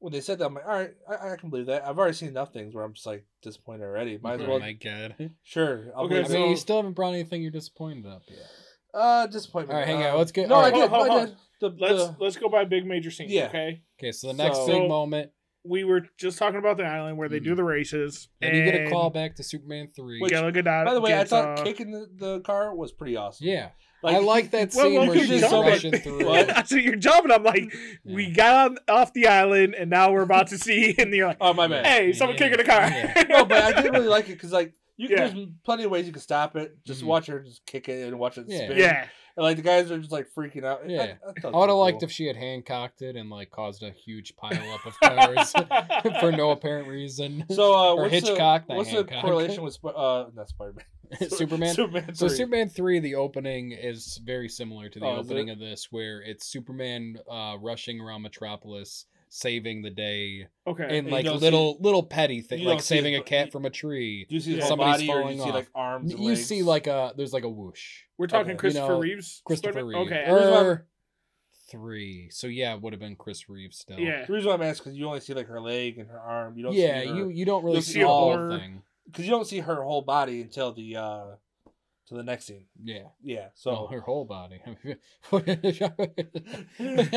A: when they said that, I'm like, all right, I, I can believe that. I've already seen enough things where I'm just like disappointed already. Might as
B: Oh
A: well, [laughs]
B: my god.
A: sure. I'll
C: Okay,
A: believe
B: I mean, you
C: so-
B: still haven't brought anything you're disappointed about yet.
A: it. Uh, disappointment.
B: All right, hang
A: uh,
B: on, let's get-
A: No,
B: all
A: I
B: right.
A: did.
C: Hold on,
A: no, I
C: hold
A: did. The,
C: Let's
A: the-
C: let's go by big major scenes.
A: Yeah.
C: Okay.
B: Okay, so the next
A: So-
B: big moment,
C: We were just talking about the island where they do
A: Hmm.
B: Mhm.
C: the races,
B: and, you get a call back to Superman three.
A: Which-
C: Gal Gadot
A: by the way, I
C: gets,
A: thought
C: uh,
A: kicking the, the car was pretty awesome.
B: yeah, I
A: [laughs]
B: like that
C: Well,
B: scene
C: well,
B: where
A: you
B: she's
A: just saw
C: [laughs]
A: [laughs]
B: rushing
A: that-
B: through.
A: What?
C: so you're jumping. I'm like, we got on, off the island, and now we're about to see. [laughs] And you're like,
A: Oh my bad.
C: hey, someone
B: Yeah.
C: kicking a car.
B: Yeah.
A: no,
C: [laughs]
A: but I did really like it because like you,
C: Yeah.
A: there's plenty of ways you can stop it. Just
B: Mhm.
A: watch her just kick it and watch it
B: Yeah.
A: spin.
C: yeah.
A: And like the guys are just like freaking out.
B: Yeah.
A: I,
B: I would have liked if she had handcocked it and like caused a huge pile up of
A: [laughs]
B: [laughs] cars for no apparent reason.
A: So uh,
B: or
A: what's
B: Hitchcock,
A: The,
B: not
A: what's the
B: Hancock.
A: correlation with Sp- uh, not Spider Man?
C: [laughs]
B: [laughs] Superman.
A: Superman.
B: So
A: 3.
B: Superman three, the opening is very similar to the
A: Oh, is
B: opening of this, where it's Superman uh, rushing around Metropolis, saving the day
C: [laughs] Okay.
B: in
A: you
B: like
A: don't see-
B: little little petty things,
A: you
B: like
A: don't see
B: saving
A: it,
B: a
A: but
B: cat
A: you-
B: from a tree.
A: Do you see his
C: Yeah.
A: whole
B: Somebody's
A: body, or do you
B: falling
A: see
B: off.
A: like arms?
B: You see like a there's like a whoosh,
C: We're talking
A: Okay.
C: Christopher
B: You know,
C: Reeves.
B: Christopher
C: Spider-Man?
B: Reeve,
C: Okay.
A: Here's what I'm-
B: or three. So yeah, it would have been Chris Reeve still.
C: yeah.
A: The reason why I'm asking because you only see like her leg and her arm. You don't.
B: yeah.
A: see
B: You you don't really
A: You'll
B: see
A: see
B: the
A: a
B: whole
C: blur.
B: thing.
A: because you don't see her whole body until the uh, to the next scene.
B: Yeah.
A: Yeah. So
B: So Oh, her whole body. [laughs] All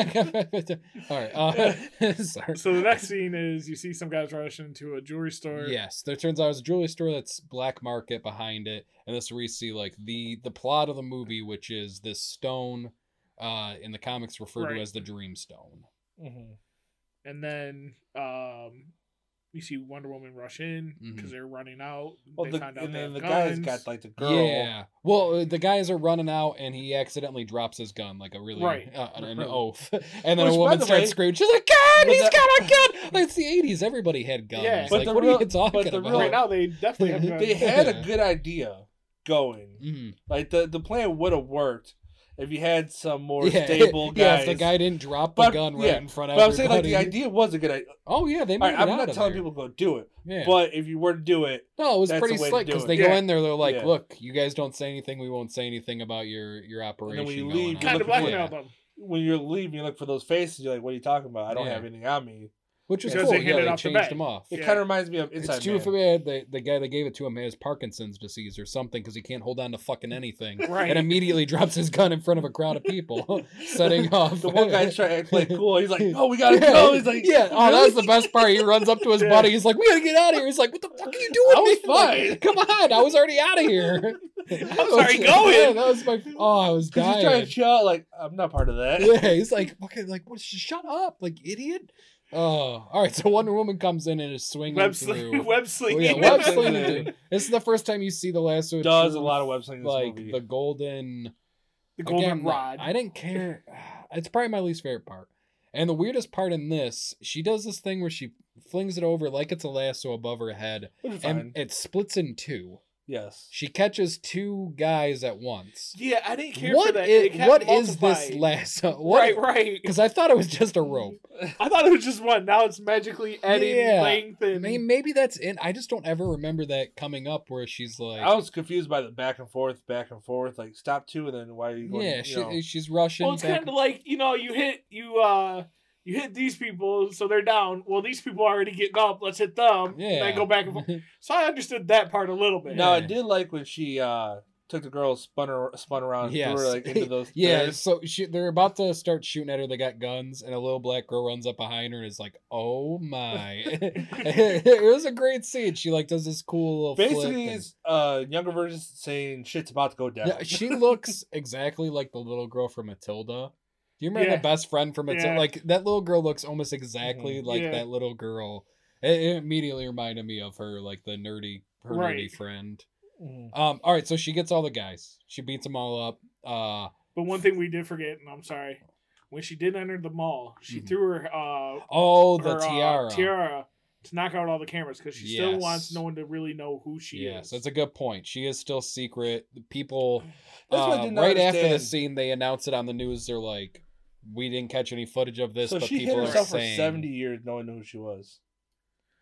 B: right.
A: [laughs]
B: Uh, [laughs] sorry.
C: So the next scene is you see some guys rush into a jewelry store.
B: Yes, there turns out it's a jewelry store that's black market behind it, and this is where you see like the the plot of the movie, which is this stone, uh, in the comics referred
C: Right.
B: to as the Dream Stone.
C: Mm-hmm.
A: mhm.
C: And then um you see Wonder Woman rush in
B: Mhm.
C: because they're running out.
A: Well,
C: they
A: the,
C: find out
A: and
C: they
A: then the
C: have
A: guy's
C: guns.
A: got like the girl.
B: Yeah. Well, uh, the guys are running out, and he accidentally drops his gun like a really
C: Right.
B: uh, an,
A: [laughs]
B: an oath, and
A: Which,
B: then a
A: by
B: woman
A: the
B: starts
A: way-
B: screaming. She's like, "God,
A: But
B: he's
A: the-
B: got a
A: [laughs]
B: gun!" Like it's the '80s. Everybody had guns.
C: Yeah. But
B: like,
A: the
B: what
A: real-
B: are you talking
A: but the
B: about?
A: real-
C: Right now they definitely
B: [laughs]
C: have guns.
A: They had
B: Yeah.
A: a good idea going.
B: [laughs] Mhm.
A: Like the the plan would have worked if you had some more
B: yeah, [laughs]
A: stable guys.
B: Yeah, if the guy didn't drop the
A: But-
B: gun right
A: yeah,
B: in front of
A: but I'm saying like
B: everybody.
A: the idea was a good idea.
B: Oh yeah, they made
A: All right,
B: it
A: I'm
B: out
A: not
B: of
A: telling
B: there.
A: people to do it,
B: Yeah.
A: but if you were to do it,
B: no, it was
A: that's
B: pretty
A: the way to
B: slick
A: do
B: because
A: it.
B: they go
C: Yeah.
B: in there. They're like,
A: Yeah.
B: "Look, you guys don't say anything. We won't say anything about your your operation."
A: then when you
B: going
A: leave,
B: on."
A: you're
C: kind
A: looking
C: of blackmail
B: Yeah.
C: them.
A: when you're leaving, you look for those faces. You're like, "What are you talking about? I don't
B: Yeah.
A: have anything on me."
B: which is
C: Because
B: cool.
C: they
B: Yeah,
C: handed
B: they
C: off the
B: changed
C: bag.
B: him off.
A: It
C: Yeah.
A: kind of reminds me of Inside
B: It's too
A: Man.
B: bad the, the guy that gave it to him has Parkinson's disease or something because he can't hold on to
A: [laughs]
B: fucking anything.
C: Right.
B: [laughs] And immediately drops his gun in front of a crowd of people, setting off.
A: The one
B: [laughs]
A: guy's trying to act like cool. He's like, "No, we gotta go." [laughs] He's like,
B: yeah. Oh, that's the best part. He runs up to
A: [laughs]
B: his
C: Yeah.
B: buddy. He's like, "We gotta get out of here." He's like, "What the fuck are you doing?"
A: I was
B: man?" Like,
A: fine.
B: Come on, I was already
A: [laughs]
B: out of here.
A: "Really?"
C: I'm sorry,
B: [laughs] Yeah,
C: going.
B: that was my. Oh, I
A: [laughs] [laughs]
B: was
A: 'Cause he's trying
B: dying.
A: to chill. Like, I'm not part of that. [laughs]
B: Yeah, he's like, "Fucking like, what, shut up, like idiot." Oh, all right. So Wonder Woman comes in and is swinging
C: Web
B: through. [laughs]
C: sling. Web
B: Oh,
C: sling.
B: yeah,
A: slinging.
B: web
A: Web [laughs] slinging.
B: slinging. dude. This is the first time you see the lasso. of
A: Does a
B: truth,
A: lot of web slinging in this
B: like
A: movie.
B: the golden,
C: The golden
B: again,
C: rod.
B: I didn't care. [sighs] It's probably my least favorite part. And the weirdest part in this, she does this thing where she flings it over like it's a lasso above her head,
A: Which is
B: and
A: fine.
B: it splits in two.
A: yes.
B: She catches two guys at once.
C: yeah, I didn't care for
B: What
C: that.
B: is
C: It kept
B: what is this
C: multiplying.
B: lasso?
C: Right,
B: What?
C: right. [laughs]
B: Because I thought it was just a rope.
C: I thought it was just one. Now it's magically adding
B: Yeah.
C: length
B: I
C: and
B: mean, maybe that's in. I just don't ever remember that coming up where she's like,
A: I was confused by the back and forth, back and forth. Like, stop two, and then why are you going?
B: yeah,
A: you
B: she,
A: know.
B: she's rushing.
C: Well, it's
B: back
C: kind of like you know, you hit you uh you hit these people, so they're down. Well, these people are already getting up. Let's hit them.
B: yeah.
C: And I go back and forth. So I understood that part a little bit.
B: [laughs]
A: Now I
B: Yeah.
A: did like when she uh took the girl, spun her, spun around, and
B: Yes.
A: threw her like into those.
B: [laughs] [laughs] Yeah,
A: stairs.
B: so she, they're about to start shooting at her. They got guns, and a little black girl runs up behind her and is like, "Oh my!" [laughs] it was a great scene. She like does this cool little flip
A: Basically,
B: and-
A: it's uh younger version saying shit's about to go down.
B: Yeah,
A: [laughs]
B: she looks exactly like the little girl from Matilda. Do you remember
C: Yeah.
B: the best friend from Matilda?
C: Yeah. Mm-hmm.
B: Like that little girl looks almost exactly like
C: Yeah.
B: that little girl It, it immediately reminded me of her, like the nerdy, her
C: Right.
B: nerdy friend.
A: Mhm.
B: Um, all right, so she gets all the guys. She beats them all up. Uh,
C: [laughs] But one thing we did forget, and I'm sorry, when she did enter the mall, she
B: Mhm.
C: threw her uh
B: oh, the
C: her, uh,
B: tiara.
C: tiara to knock out all the cameras because she still
B: Yes.
C: wants no one to really know who she
B: yes,
C: is.
B: that's a good point. She is still secret. The People,
A: That's what I
B: uh,
A: did not
B: right after the
A: understand.
B: scene, they announce it on the news. They're like, "We didn't catch any footage of this,
A: so
B: but
A: she hid
B: people are
A: herself for
B: saying."
A: 70 years no one knew who she was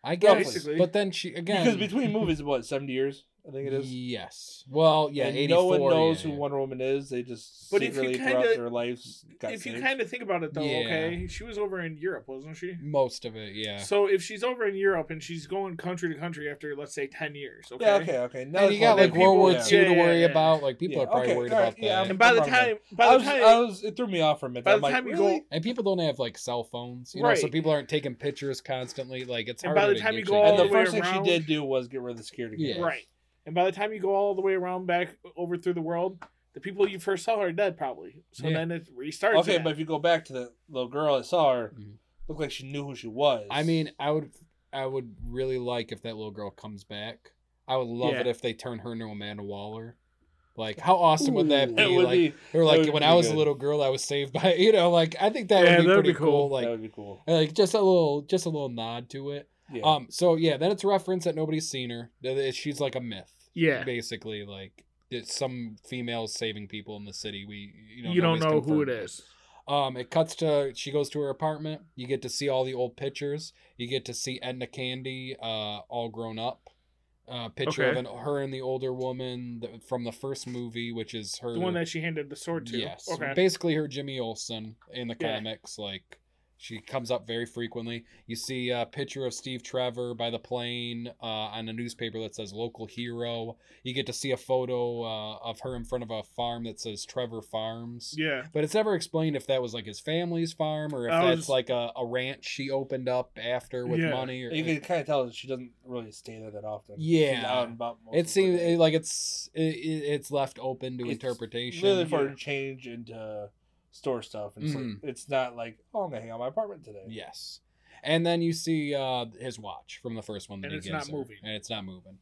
B: I guess,
C: Basically.
B: but then she again
A: because
B: [laughs]
A: between movies what 70 years i think it is
B: Yes. Well, yeah.
A: and
B: 84,
A: no one knows
B: yeah,
A: who
B: yeah.
A: Wonder Woman is. They just
C: But if you
A: secretly
C: kinda-
A: throughout their lives got
C: if you
A: saved.
C: kind of think about it though,
B: Yeah.
C: okay, she was over in Europe, wasn't she?
B: Most of it, yeah.
C: So if she's over in Europe and she's going country to country after let's say ten years, okay.
A: yeah, okay, okay. Now
B: and
A: it's
B: you got
A: more
B: like
A: than
B: World War
A: people-
B: II
C: Yeah,
B: to
C: yeah,
B: worry
C: yeah.
B: about. Like people
A: Yeah,
B: are probably
A: okay,
B: worried
A: all right,
B: about
A: yeah,
B: that.
C: And by the
A: I'm wrong
C: time,
A: I
C: by the
A: was,
C: time,
A: I was, it threw me off for a minute.
C: by
A: I'm
C: the
A: like,
C: time you
A: really?
C: go,
B: and people don't have like cell phones, you know, so
C: Right.
B: people aren't taking pictures constantly. Like it's
C: And
B: hard.
C: by the time you go all
A: and
C: the
A: the
C: way
A: first thing she
C: around-
A: did do was get rid of the security.
B: Yeah.
A: cameras.
C: right, and by the time you go all the way around back over through the world, the people you first saw are dead probably. So
B: Yeah.
C: then it restarts.
A: Okay,
C: again.
A: but if you go back to the little girl that saw her,
B: Mhm.
A: looked like she knew who she was.
B: I mean, I would, I would really like if that little girl comes back. I would love
C: Yeah.
B: it if they turn her into Amanda Waller. Like, how awesome would that
A: Ooh.
B: be?
A: It would
B: like,
A: be-
B: or like
A: would be
B: when I was a
A: good.
B: little girl, I was saved by [laughs] you know. Like, I think that
C: Yeah,
B: would be
C: that'd
B: pretty
C: be cool.
B: cool. Like,
A: that would be cool.
B: like just a little, just a little nod to it.
A: Yeah.
B: Um. So yeah, then it's referenced that nobody's seen her. That it- She's like a myth.
C: Yeah.
B: Basically, like it's some females saving people in the city. We you know
C: you don't know
B: nobody's
C: who it
B: confirmed
C: is.
B: Um. It cuts to she goes to her apartment. You get to see all the old pictures. You get to see Edna Candy, uh, all grown up. Uh, picture
C: Okay.
B: of an, her and the older woman th- from the first movie, which is her
C: The one that she handed the sword to.
B: Yes.
C: Okay.
B: Basically her Jimmy Olsen in the
C: Yeah.
B: comics, like she comes up very frequently. You see a picture of Steve Trevor by the plane uh, on a newspaper that says local hero. You get to see a photo uh, of her in front of a farm that says Trevor Farms.
C: Yeah.
B: But it's never explained if that was like his family's farm or if
C: I
B: that's
C: was-
B: like a, a ranch she opened up after with
C: Yeah.
B: money. Or,
A: you can kind of tell that she doesn't really stay there that often. She's
B: Yeah.
A: out and about most of
B: it
A: the
B: seems
A: day.
B: it, like it's it, it- it's left open to
A: It's
B: interpretation.
A: literally for
C: Yeah.
A: a change into store stuff. It's,
B: Mhm.
A: like, it's not like, oh, I'm gonna hang out in my apartment today. [laughs]
B: Yes. And then you see uh, his watch from the first one that
C: And
B: he
C: it's
B: gives
C: not
B: her,
C: moving.
B: and it's not moving.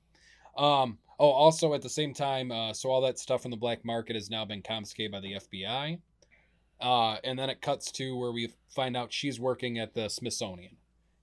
B: Um. Oh, also at the same time, uh, so all that stuff from the black market has now been confiscated by the FBI. Uh, and then it cuts to where we find out she's working at the Smithsonian,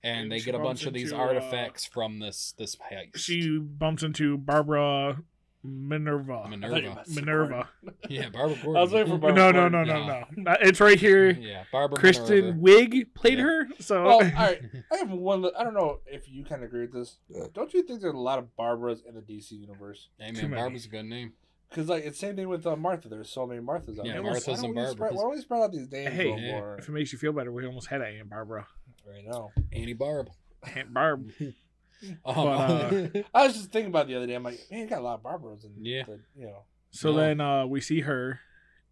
B: and,
C: And
B: they
C: she
B: get a
C: bumps
B: bunch of these
C: into, uh,
B: artifacts from this this heist.
C: She bumps into Barbara Minerva.
A: I thought you
B: Minerva.
A: meant
C: Minerva.
B: Yeah, Barbara Gordon.
A: I was waiting for Barbara
C: No, no, no, no,
B: Yeah.
C: no. Uh, It's right here.
B: Yeah, Barbara.
C: Kristen
B: Minerva.
C: Wiig played
B: Yeah.
C: her. So [laughs]
A: Well, all right. I have one. li- I don't know if you kind of agree with this. Don't you think there's a lot of Barbaras in the DC universe?
B: Hey
C: Too
B: man,
C: many.
B: Barbara's a good name.
A: Because like it's same thing with uh, Martha. There's so many Marthas out
B: Yeah,
A: there.
B: Marthas
A: Why don't
B: and
A: we spread-
B: Barbaras.
A: why don't we spread out these names
C: Hey,
A: a little
B: yeah.
A: more
C: if it makes you feel better, we almost had Aunt Barbara.
A: right now?
B: Annie Barb.
C: Aunt Barb.
B: Um, [laughs]
C: uh,
A: I was just thinking about it the other day. I'm like, man, you got a lot of Barbaras in
B: Yeah.
A: the, you know.
C: So
B: Yeah.
C: then uh, we see her.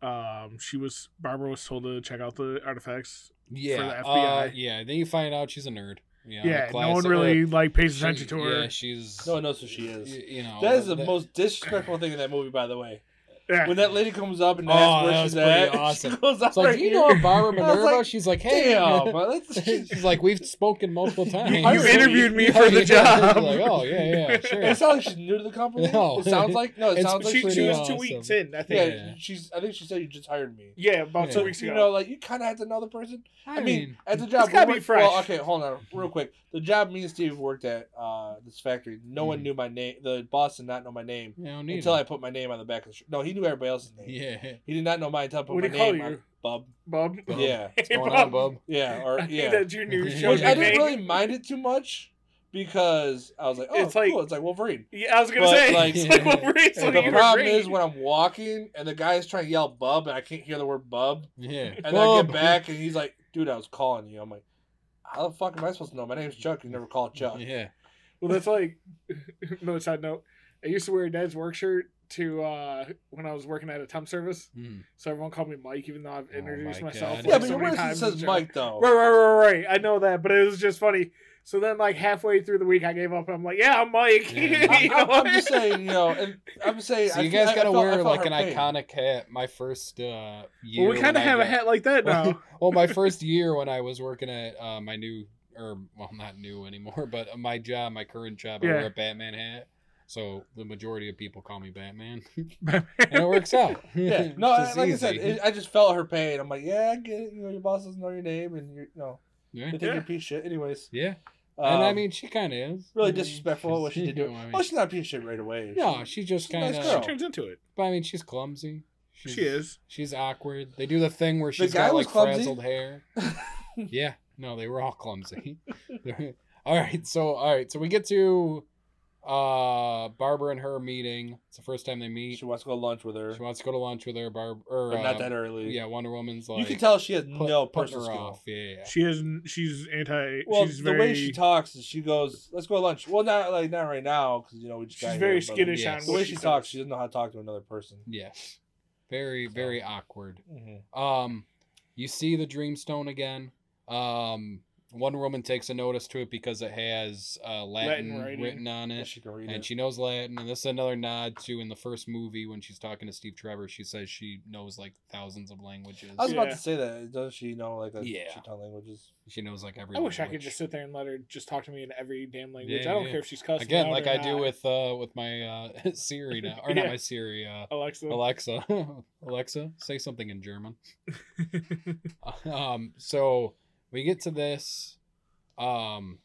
C: Um, she was Barbara was told to check out the artifacts.
B: yeah,
C: the
B: uh,
C: FBI.
B: yeah. Then you find out she's a nerd. You know,
C: yeah, no one
B: classic- uh,
C: really like pays
B: She-
C: attention to her.
B: Yeah, she's
A: No one knows who she is.
B: y- You know,
A: That is the most disrespectful thing in that movie, by the way.
C: Yeah.
A: When that lady comes up and
B: Oh,
A: asks
B: that
A: where
B: was
A: she's
B: pretty
A: at, [laughs]
B: awesome.
A: she goes up
B: It's like
A: right
B: you
A: here.
B: know, Barbara
A: [laughs] I was
B: Minerva.
A: like,
B: she's like, hey,
A: Damn, but let's-
B: [laughs] she's like, we've spoken multiple times.
C: [laughs] you
A: Really?
C: interviewed me
B: Yeah,
C: for the
B: yeah.
C: job.
B: Like, oh yeah,
C: [laughs]
B: yeah, sure.
A: It sounds like she's new to the company.
B: No.
A: It sounds like no. It
B: It's-
A: sounds like
C: she,
A: she's
B: pretty
C: she was
B: awesome.
C: two weeks in, I [laughs]
A: yeah,
C: think.
B: Yeah.
A: She's. I think she said you just hired me.
C: Yeah, about
B: Yeah.
C: two weeks
A: You
C: ago.
A: know, like you kind of had to know the person. I mean, at the job,
C: it's gotta
A: we
C: be
A: worked- well,
C: fresh.
A: okay, hold on, real quick. The job me and Steve worked at uh, this factory. No one
B: Mhm.
A: knew my name. The boss did not know my name
B: you don't need
A: until
B: it.
A: I put my name on the back of the shirt. No, he knew everybody else's name. [laughs]
B: yeah.
A: He did not know mine until I put
C: What'd
A: my
C: he call
A: name
C: you?
A: on Bub.
C: Bub.
B: Bub.
A: Yeah,
C: Hey,
B: What's going
C: Bub. [laughs]
B: on, bub?
A: yeah, or
C: I think
A: yeah. [laughs]
C: that junior
B: Which
C: showed
A: Which
C: your
A: I didn't
C: name.
A: really mind it too much because I was like, oh,
C: It's like-
A: cool. It's like Wolverine.
C: Yeah, I was gonna
A: But, [laughs]
C: say.
A: like,
C: it's [laughs] like Wolverine. So
A: the
C: you were
A: problem
C: great.
A: is when I'm walking and the guy's trying to yell Bub and I can't hear the word Bub.
B: [laughs] Yeah.
A: And then I get back and he's like, dude, I was calling you. I'm like, how the fuck am I supposed to know? My name's Chuck. You never called Chuck.
B: Yeah.
C: Well, that's like [laughs] another side note. I used to wear Dad's work shirt to uh, when I was working at a temp service,
B: Mm.
C: so everyone called me Mike, even though I've
B: Oh
C: introduced
B: my
C: myself.
B: God.
C: like,
A: Yeah, but
C: so
A: your
C: many
A: worst
C: times in
A: says
C: the
A: Mike though.
C: joke. Right, right, right, right. I know that, but it was just funny. So then, like halfway through the week, I gave up. I'm like, yeah, I'm Mike.
B: Yeah.
C: [laughs] You
A: I,
C: know?
A: am just [laughs] saying, you know, and I'm saying,
B: So
A: I
B: you
A: feel-
B: guys
A: I- I
B: gotta
A: felt- I
B: wear
A: felt
B: like
A: her
B: an
A: pain.
B: iconic hat. My first uh, year.
C: well, we kind
B: when
A: [laughs]
B: I
C: of have a
B: got- [laughs]
C: hat like that now.
B: well, my first year when I was working at uh, my new or well, not new anymore, but my job, my current job, I
C: Yeah.
B: wear a Batman hat. So the majority of people call me Batman, [laughs] and it works out.
A: [laughs] Yeah, no,
B: It's just
A: like I said,
B: easy.
A: it, I just felt her pain. I'm like, yeah, I get it. You know, your boss doesn't know your name, and you're, you know,
B: yeah,
A: they think you're
C: Yeah.
A: a piece of shit. Anyways,
B: yeah. And I
A: um,
B: mean, she kind of is
A: really disrespectful what she did
B: You
A: do.
B: know what I mean?
A: Well, she's not a piece of shit right away.
B: no, she just
A: She's a nice
B: kind of.
A: girl.
C: [laughs] She turns into it.
B: But I mean, she's clumsy. She's,
C: She is.
B: She's awkward. They do the thing where she's
A: guy
B: got
A: was
B: like
A: clumsy.
B: frazzled hair.
A: [laughs]
B: yeah. No, they were all clumsy. [laughs] all right. So all right. So we get to uh Barbara and her meeting. It's the first time they meet.
A: she
B: She,
A: wants to go to lunch with her,
B: wants to go to lunch with her. Barb or
A: but not
B: uh,
A: that early.
B: Yeah, Wonder Woman's like
A: you can tell she has
B: put-
A: no
B: putting her
A: personal skill.
B: off. Yeah, yeah, yeah.
C: She is. She's anti.
A: Well,
C: she's
A: the
C: very.
A: way she talks is she goes, "Let's go to lunch." Well, not like not right now because you know we just
C: she's
A: got
C: very
A: here, but
C: skittish
B: yeah.
C: on
A: The
C: what
A: way
C: she
A: she talks, she doesn't know how to talk to another person.
B: Yes. Very very awkward.
A: Mhm.
B: Um, you see the Dreamstone again. Um, Wonder Woman takes a notice to it because it has uh,
C: Latin
B: Latin,
C: writing.
B: written on
A: And
B: it,
A: she can read
B: and
A: it.
B: she knows Latin. And this is another nod to in the first movie when she's talking to Steve Trevor, she says she knows like thousands of languages.
A: I was about
C: Yeah.
A: to say that. Doesn't she know like a
B: Yeah.
A: shit ton of languages?
B: She knows like every.
C: I wish I could
B: language.
C: just sit there and let her just talk to me in every damn language.
B: Yeah,
C: I don't
B: yeah.
C: care if she's cussing
B: again
C: me out
B: like
C: or
B: I do
C: not.
B: with uh with my uh [laughs] Siri now or not
C: Yeah.
B: my Siri uh
C: Alexa.
B: Alexa, [laughs] Alexa, say something
C: [laughs]
B: in German. um, so we get to this. Um,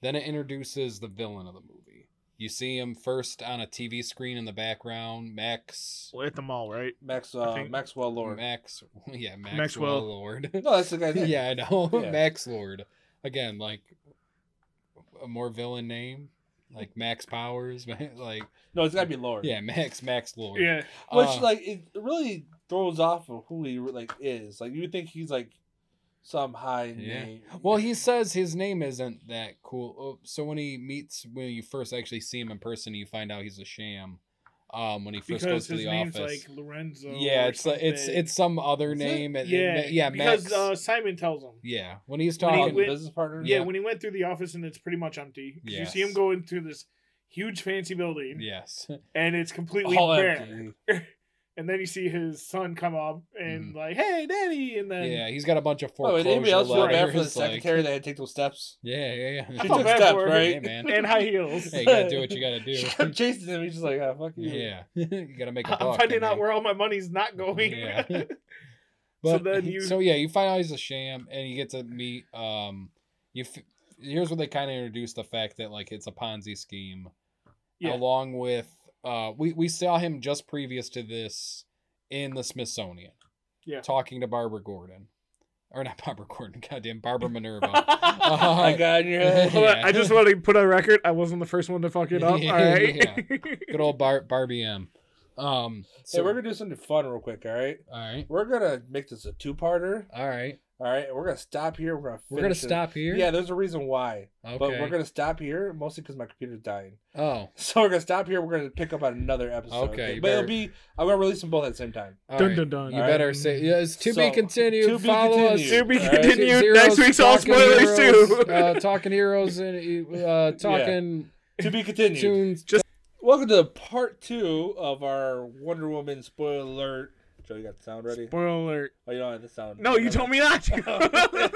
B: then it introduces the villain of the movie. You see him first on a TV screen in the background, Max.
C: Well, at the mall, right?
A: Max uh,
C: think-
A: Maxwell Lord.
B: Max, [laughs] yeah, Maxwell,
C: Maxwell. [laughs]
B: Lord.
A: no, that's the guy's name.
B: [laughs] yeah, I know,
A: Yeah.
B: [laughs] Max Lord. Again, like a more villain name, like Max Powers, [laughs] like
A: No, it's got to be Lord.
B: yeah, Max Max Lord.
C: Yeah.
A: which
B: Uh,
A: like it really throws off of who he like is. Like you would think he's like some high
B: Yeah.
A: name.
B: Well, he says his name isn't that cool. Oh, So when he meets, when you first actually see him in person, you find out he's a sham. Um, when he first
C: Because
B: goes to
C: his
B: the
C: name's
B: office,
C: like Lorenzo.
B: yeah,
C: or
B: it's like it's
C: something.
B: it's some other
A: Is it?
B: name. and- and
C: yeah,
B: ma- yeah,
C: because
B: Max.
C: uh, Simon tells him.
B: yeah, when he's
C: when he
B: talking,
A: Talking
C: went-
A: uh, business partner.
C: Yeah,
B: uh, Yeah.
C: when he went through the office and it's pretty much empty. 'Cause You see him
B: Yes.
C: go into this huge fancy building
B: yes,
C: and it's completely
A: all
C: bare.
A: empty.
C: And then you see his son come up and like, "Hey, daddy!" And then
B: yeah, he's got a bunch of
A: Oh, and
B: foreclosure
A: anybody else feel bad
B: letters.
A: for the
B: like-
A: secretary that had to take those steps?
B: yeah, yeah, yeah.
A: She
B: [laughs]
C: felt
A: took
C: bad
A: steps,
C: for her.
A: right?
B: Hey, man.
C: [laughs]
A: [laughs]
C: and high heels.
B: Hey, you gotta do what you gotta
A: She [laughs]
B: do.
A: kept chasing him. He's just like, ah, fuck you.
B: [laughs] yeah, you gotta make a
C: [laughs]
B: buck.
C: I'm
B: I
C: finding out
B: mean.
C: where all my money's not going.
B: Yeah.
C: [laughs] So
B: But so
C: then you-
B: yeah, you find out he's a sham, and you get to meet. Um, you f- here's where they kind of introduce the fact that like it's a Ponzi scheme,
C: Yeah.
B: along with uh, we we saw him just previous to this in the Smithsonian,
C: Yeah.
B: talking to Barbara Gordon, or not [laughs] Barbara Gordon, goddamn Barbara Minerva.
A: [laughs]
B: Uh, Uh-huh.
A: I got
B: [laughs]
A: in your head.
C: Hold on,
B: Yeah.
C: I just want to put on record. I wasn't the first one to fuck
B: [laughs]
C: it up. All right.
B: Yeah.
C: [laughs]
B: Good old Bar- Barbie M. Um,
A: Hey,
B: so
A: we're gonna do something fun real quick. All right,
B: all right,
A: we're gonna make this a two-parter.
B: all right,
A: All right, and we're gonna stop here. We're gonna.
B: we're gonna
A: finish it.
B: stop here.
A: Yeah, there's a reason why,
B: okay.
A: but we're gonna stop here mostly because my computer's dying.
B: oh,
A: So we're gonna stop here. We're gonna pick up on another episode.
B: Okay, you
A: but
B: better-
A: it'll be I'm gonna release them both at the same time.
B: all
C: Dun
B: right.
C: dun dun.
B: You
A: All right.
B: better say yes. To be
A: So,
B: continued.
A: to be
B: Follow us.
A: continued.
C: To be
A: All right.
C: continued.
B: Zeros,
C: Next week's all
B: Talking
C: spoilers
B: Heroes,
C: too. [laughs]
B: uh, talking heroes and uh, talking
A: To
B: [laughs]
A: be continued.
B: tunes.
A: Welcome to part two of our Wonder Woman spoiler alert. Joe, you got the sound ready?
C: Spoiler alert.
A: Oh, you don't have the sound.
C: No, you told me not. to.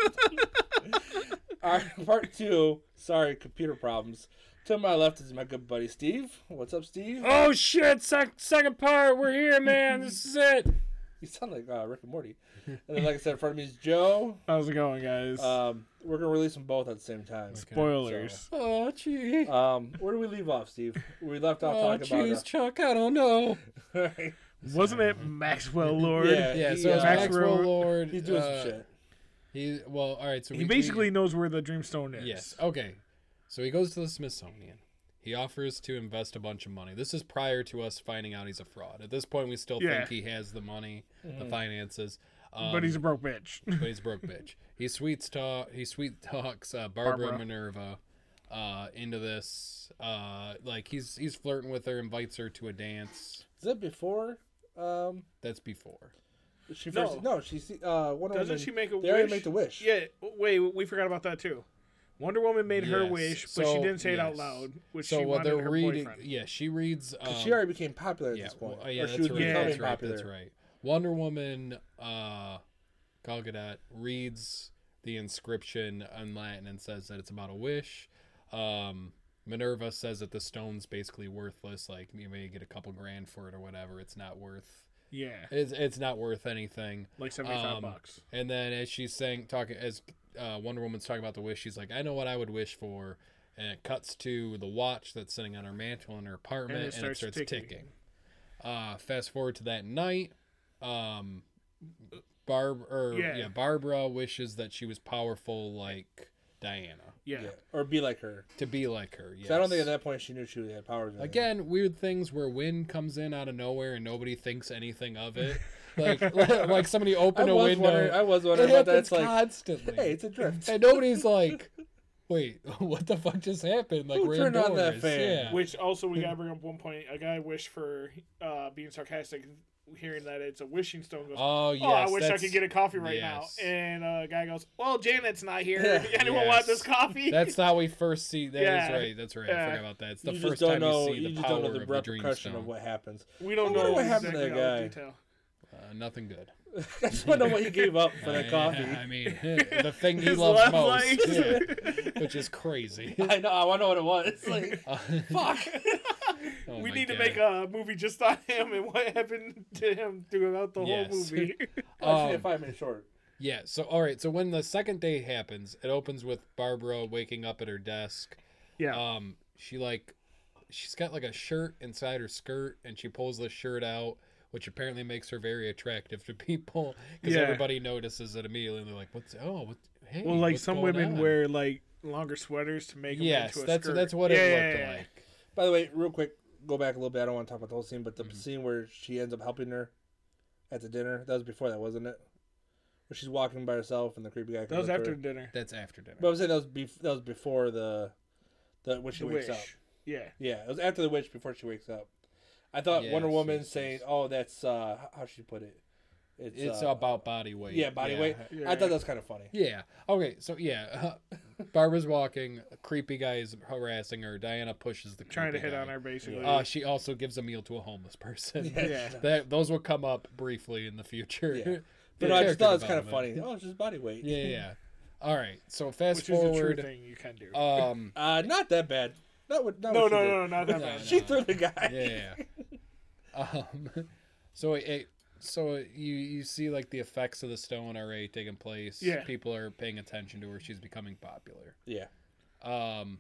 A: All right, part two. Sorry, computer problems. To my left is my good buddy Steve. What's up, Steve?
B: [laughs] Oh shit! Sec- second part. We're here, man. This is it.
A: You sound like uh, Rick and Morty. And then, like I said, in front of me is Joe.
C: How's it going, guys?
B: Uh,
A: Um, we're gonna release them both at the same time.
C: Spoilers.
B: Oh gee.
A: Um, where do we leave off, Steve? We left off
B: Oh
A: talking
B: jeez, Chuck. I don't know.
A: about. Uh,
C: Wasn't it Maxwell
A: [laughs]
C: Lord?
A: Yeah.
B: Yeah.
A: he,
B: So it's
A: uh,
B: Maxwell
C: Maxwell-
B: Lord.
A: [laughs] He's doing
B: uh,
A: some shit.
B: He well. All right. So
C: He
B: we- we-
C: basically knows where the Dreamstone is.
B: Yes. Okay. So he goes to the Smithsonian. He offers to invest a bunch of money. This is prior to us finding out he's a fraud. At this point, we still
C: Yeah.
B: think he has the money, the
A: Mhm.
B: finances. Um,
C: But he's a broke bitch.
B: but he's a broke bitch. He sweets talk. He sweet talks uh, Barbara,
C: Barbara.
B: Minerva uh, into this. Uh, like he's he's flirting with her, invites her to a dance.
A: Is that before? Um,
B: That's before.
A: she
C: No.
A: first. No, she see. Uh, Wonder
C: Doesn't
A: Woman-
C: she make a
A: They already
C: wish?
A: make the wish.
C: Yeah, wait, we forgot about that too. Wonder Woman made her
B: Yes,
C: wish, but she
B: so-
C: didn't say it out
B: yes.
C: loud, which
B: so
C: she
B: what
C: wanted
B: they're
C: her
B: reading,
C: boyfriend.
B: yeah, she reads. Um,
A: 'Cause she already became popular at
B: yeah,
A: this point.
B: well, uh, yeah,
A: or she
B: that's
A: was
B: right.
A: becoming
B: That's right.
A: popular.
B: That's right. Wonder Woman, uh, Gal Gadot reads the inscription in Latin and says that it's about a wish. Um, Minerva says that the stone's basically worthless. Like you may get a couple grand for it or whatever. It's not worth.
C: Yeah,
B: It's, it's not worth anything.
C: like seventy five
B: Um,
C: bucks.
B: And then as she's saying, talking as uh, Wonder Woman's talking about the wish, she's like, "I know what I would wish for." And it cuts to the watch that's sitting on her mantle in her apartment, and it starts, ticking. Uh, fast forward to that night. Um, Barb or
C: Yeah.
B: yeah. Barbara wishes that she was powerful like Diana
C: Yeah,
A: Or be like her.
B: to be like her.
A: 'Cause
B: Yes.
A: I don't think at that point she knew she had powers. or anything.
B: Again, weird things where wind comes in out of nowhere and nobody thinks anything of it. Like [laughs] like somebody
A: I
B: opened a
A: was wondering.
B: window.
A: I was
B: It
A: wondering about
B: happens
A: that. It's like,
B: constantly.
A: hey, it's a drift.
B: and nobody's like, wait, [laughs] what the fuck just happened? Like
A: Who
B: we're
A: turned
B: indoors.
A: on that fan?
B: Yeah.
C: Which also
B: [laughs]
C: we gotta bring up one point. A guy wished for uh, being sarcastic, hearing that it's a wishing stone. Goes, oh,
B: Oh yes.
C: I wish I
B: that's-
C: could get a coffee right
B: yes.
C: now. And a guy goes, "Well, Janet's not here.
B: [laughs]
C: [laughs]
A: Yeah.
C: Anyone
B: Yes.
C: want this coffee?"
B: That's
A: [laughs]
B: how we first see. That is
C: Yeah.
B: right. That's right. I
C: Yeah.
B: forgot about that. It's the
A: you
B: first
A: just don't
B: time
A: know.
B: you see the
A: just
B: power
A: don't know the
B: of the dream
A: repercussion
B: stone.
A: of what happens. [laughs]
C: we don't
A: I wonder
C: know
A: what happened to
C: exactly
A: that
C: all the
A: guy.
C: detail.
B: Uh, nothing good.
A: I just want to know what he gave up for that
B: [laughs] I-
A: coffee. [laughs]
B: I mean, the
C: [laughs]
B: thing he
C: His
B: loves
C: left
B: most,
C: leg.
A: [laughs]
B: yeah, which is crazy. [laughs]
A: I know. I want to know what it was. [laughs] It's like,
B: Uh,
A: fuck.
C: [laughs]
B: oh
C: we
B: my
C: need to
B: God.
C: make a movie just on him and what happened to him throughout the
B: Yes.
C: whole
B: [laughs]
C: movie.
A: Actually,
B: Um,
A: five minutes short.
B: Yeah. So, all right. So when the second day happens, it opens with Barbara waking up at her desk.
C: Yeah.
B: Um, she like, she's got like a shirt inside her skirt, and she pulls the shirt out, which apparently makes her very attractive to [laughs] people because
C: Yeah.
B: everybody notices it immediately. And they're like, "What's oh, what, hey?"
C: well, like
B: what's
C: some
B: going
C: women
B: on?"
C: wear like longer sweaters to make them
B: Yes,
C: into a
B: that's
C: skirt.
B: that's what
C: Yeah,
B: it
C: yeah,
B: looked
C: yeah.
B: like.
A: By the way, real quick, go back a little bit. I don't want to talk about the whole scene, but the
B: Mhm.
A: scene where she ends up helping her at the dinner. That was before that, wasn't it? Where she's walking by herself and the creepy guy.
C: That was
A: comes up to
C: after
A: her.
C: dinner.
B: That's after dinner.
A: But I'm saying that was bef- that was before the, the when she
C: the
A: wakes
C: wish.
A: up.
C: Yeah.
A: Yeah, it was after the witch before she wakes up. I thought Wonder
B: Yes,
A: Woman
B: yes,
A: saying,
B: yes.
A: "Oh, that's uh, h- how she put it." It's,
B: it's
A: uh,
B: about body weight.
A: yeah, body weight.
C: yeah.
A: I thought that was kind of
B: [laughs]
A: funny.
B: Yeah. Okay. So yeah, [laughs] Barbara's walking. A creepy guy is harassing her. Diana pushes the
C: Trying to
B: creepy
C: hit on
B: guy.
C: her basically.
B: Uh, she also gives a meal to a
A: [laughs]
B: homeless person.
C: Yeah.
B: that those will come up briefly in the future.
A: Yeah.
B: [laughs]
A: But
B: For
A: no, I just
B: character
A: thought it was kind of funny.
B: development.
A: Oh, it's just body weight.
B: Yeah, yeah. All right. So fast
C: which is a true
B: forward.
C: thing you can do.
B: Um.
A: Uh, not that bad. Not what. Not
C: no, no,
A: what she
C: no,
A: did.
C: no, not that
B: [laughs] No,
C: bad.
A: She threw the guy.
B: Yeah. um. So it- it. So you you see like the effects of the stone already taking place.
C: Yeah.
B: People are paying attention to her. She's becoming popular.
A: Yeah.
B: Um,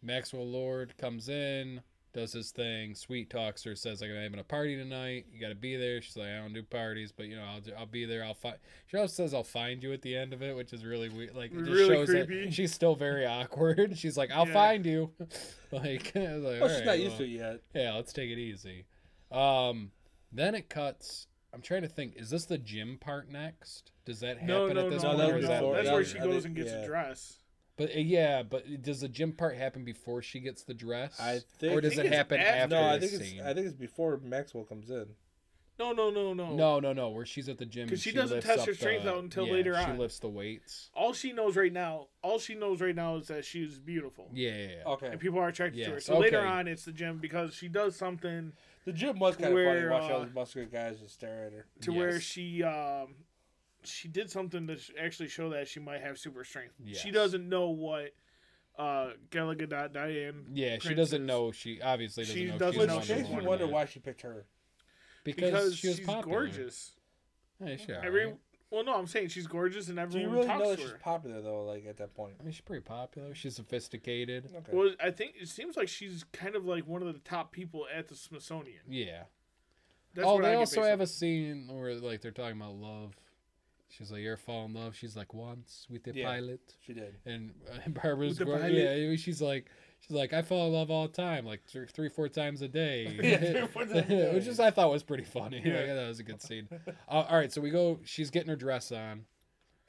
B: Maxwell Lord comes in, does his thing, sweet talks her, says like I'm having a party tonight. You got to be there. She's like I don't do parties, but you know I'll do, I'll be there. I'll find. She also says I'll find you at the end of it, which is really weird. Like it just
C: Really
B: shows
C: creepy.
B: that she's still very [laughs] awkward. She's like I'll
C: Yeah.
B: find you. [laughs] like, I was like
A: [laughs] Well,
B: "All
A: she's
B: right,
A: not used
B: well."
A: to it yet.
B: Yeah, let's take it easy. Um, then it cuts. I'm trying to think. Is this the gym part next? Does that happen
C: no, no,
B: at this
C: no,
A: one,
B: point?
C: no,
B: or
A: was
B: is
C: no.
B: that
A: before-
C: That's
B: later?
A: that
C: where
A: was-
C: she
A: I
C: goes
A: think-
C: and gets
A: yeah.
C: a dress.
B: But uh, yeah, but does the gym part happen before she gets the dress?
A: I think-
B: or does
C: I think
B: it
C: it's
B: happen after,
C: after.
A: No, I
B: the
A: think it's.
B: scene?
A: I think it's before Maxwell comes in.
C: No, no, no, no.
B: no, no, no. Where she's at the gym
C: 'Cause
B: and
C: she doesn't
B: lifts
C: test
B: up
C: her strength
B: the-
C: out until
B: yeah,
C: later
B: she
C: on.
B: lifts the weights.
C: All she knows right now, all she knows right now is that she's beautiful.
B: Yeah, yeah, yeah.
A: Okay.
C: And people are attracted to her.
B: Yes,
C: So later
B: okay.
C: on, it's the gym because she does something
A: The gym was kind of funny.
C: Where,
A: Watch all
C: uh,
A: those muscular guys just stare at her.
C: to where
B: Yes.
C: she um she did something to sh- actually show that she might have super strength. She
B: Yes.
C: doesn't know what uh Galaga Di- Diane
B: Yeah, she
C: Princess.
B: doesn't know. She obviously doesn't
C: She
B: know.
C: doesn't
A: Which
B: she's
C: know
B: Wonder
C: she's
A: makes me
B: Woman
A: wonder
C: Wonder
B: yet.
A: why she picked her.
B: Because,
C: because
B: she was
C: she's
B: popular.
C: gorgeous.
B: Yeah, she alright.
C: Every well, no, I'm saying she's gorgeous and
A: Do you
C: everyone
A: really
C: talks
A: know that
C: to
A: she's
C: her.
A: popular though? Like at that point.
B: I mean, she's pretty popular. She's sophisticated.
A: Okay.
C: Well, I think it seems like she's kind of like one of the top people at the Smithsonian.
B: Yeah.
C: That's
B: oh,
C: what
B: they
C: I
B: also have
C: a
B: a scene where like they're talking about love. She's like, "You're fall in love." She's like, "Once with the
A: Yeah.
B: pilot."
A: she did.
B: and uh, [laughs] Barbara's
C: the
B: going,
C: pilot.
B: yeah, I mean, she's like, she's like, I fall in love all the time, like three, three four times a day,
A: [laughs] Yeah, three, four times a
B: [laughs] which
A: day.
B: is I thought was pretty funny.
C: Yeah.
B: Like, that was a good scene. Uh, all right, so we go. She's getting her dress on.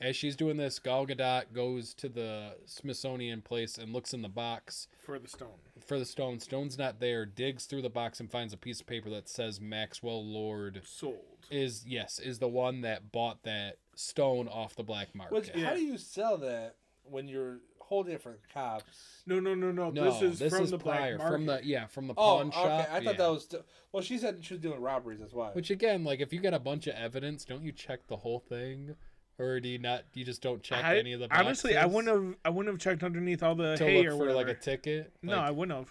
B: As she's doing this, Gal Gadot goes to the Smithsonian place and looks in the box
C: for the stone.
B: for the stone. Stone's not there. Digs through the box and finds a piece of paper that says Maxwell Lord
C: Sold.
B: is yes is the one that bought that stone off the black market.
A: Which,
C: Yeah.
A: How do you sell that when you're holding it for the cops?
C: No, no, no, no.
B: No,
C: this is from the
B: prior,
C: black market.
B: from the yeah, from the
A: Oh,
B: pawn
A: okay.
B: shop.
A: I thought
B: yeah.
A: that was. Still... Well, she said she was doing robberies. That's why.
B: Which again, like if you got a bunch of evidence, don't you check the whole thing? or do you not? You just don't check
C: I-
B: any of the boxes?
C: Honestly, I wouldn't have. I wouldn't have checked underneath all the
B: to
C: hay
B: look
C: or
B: for
C: whatever.
B: like a ticket.
C: no, I
B: Like,
C: wouldn't have.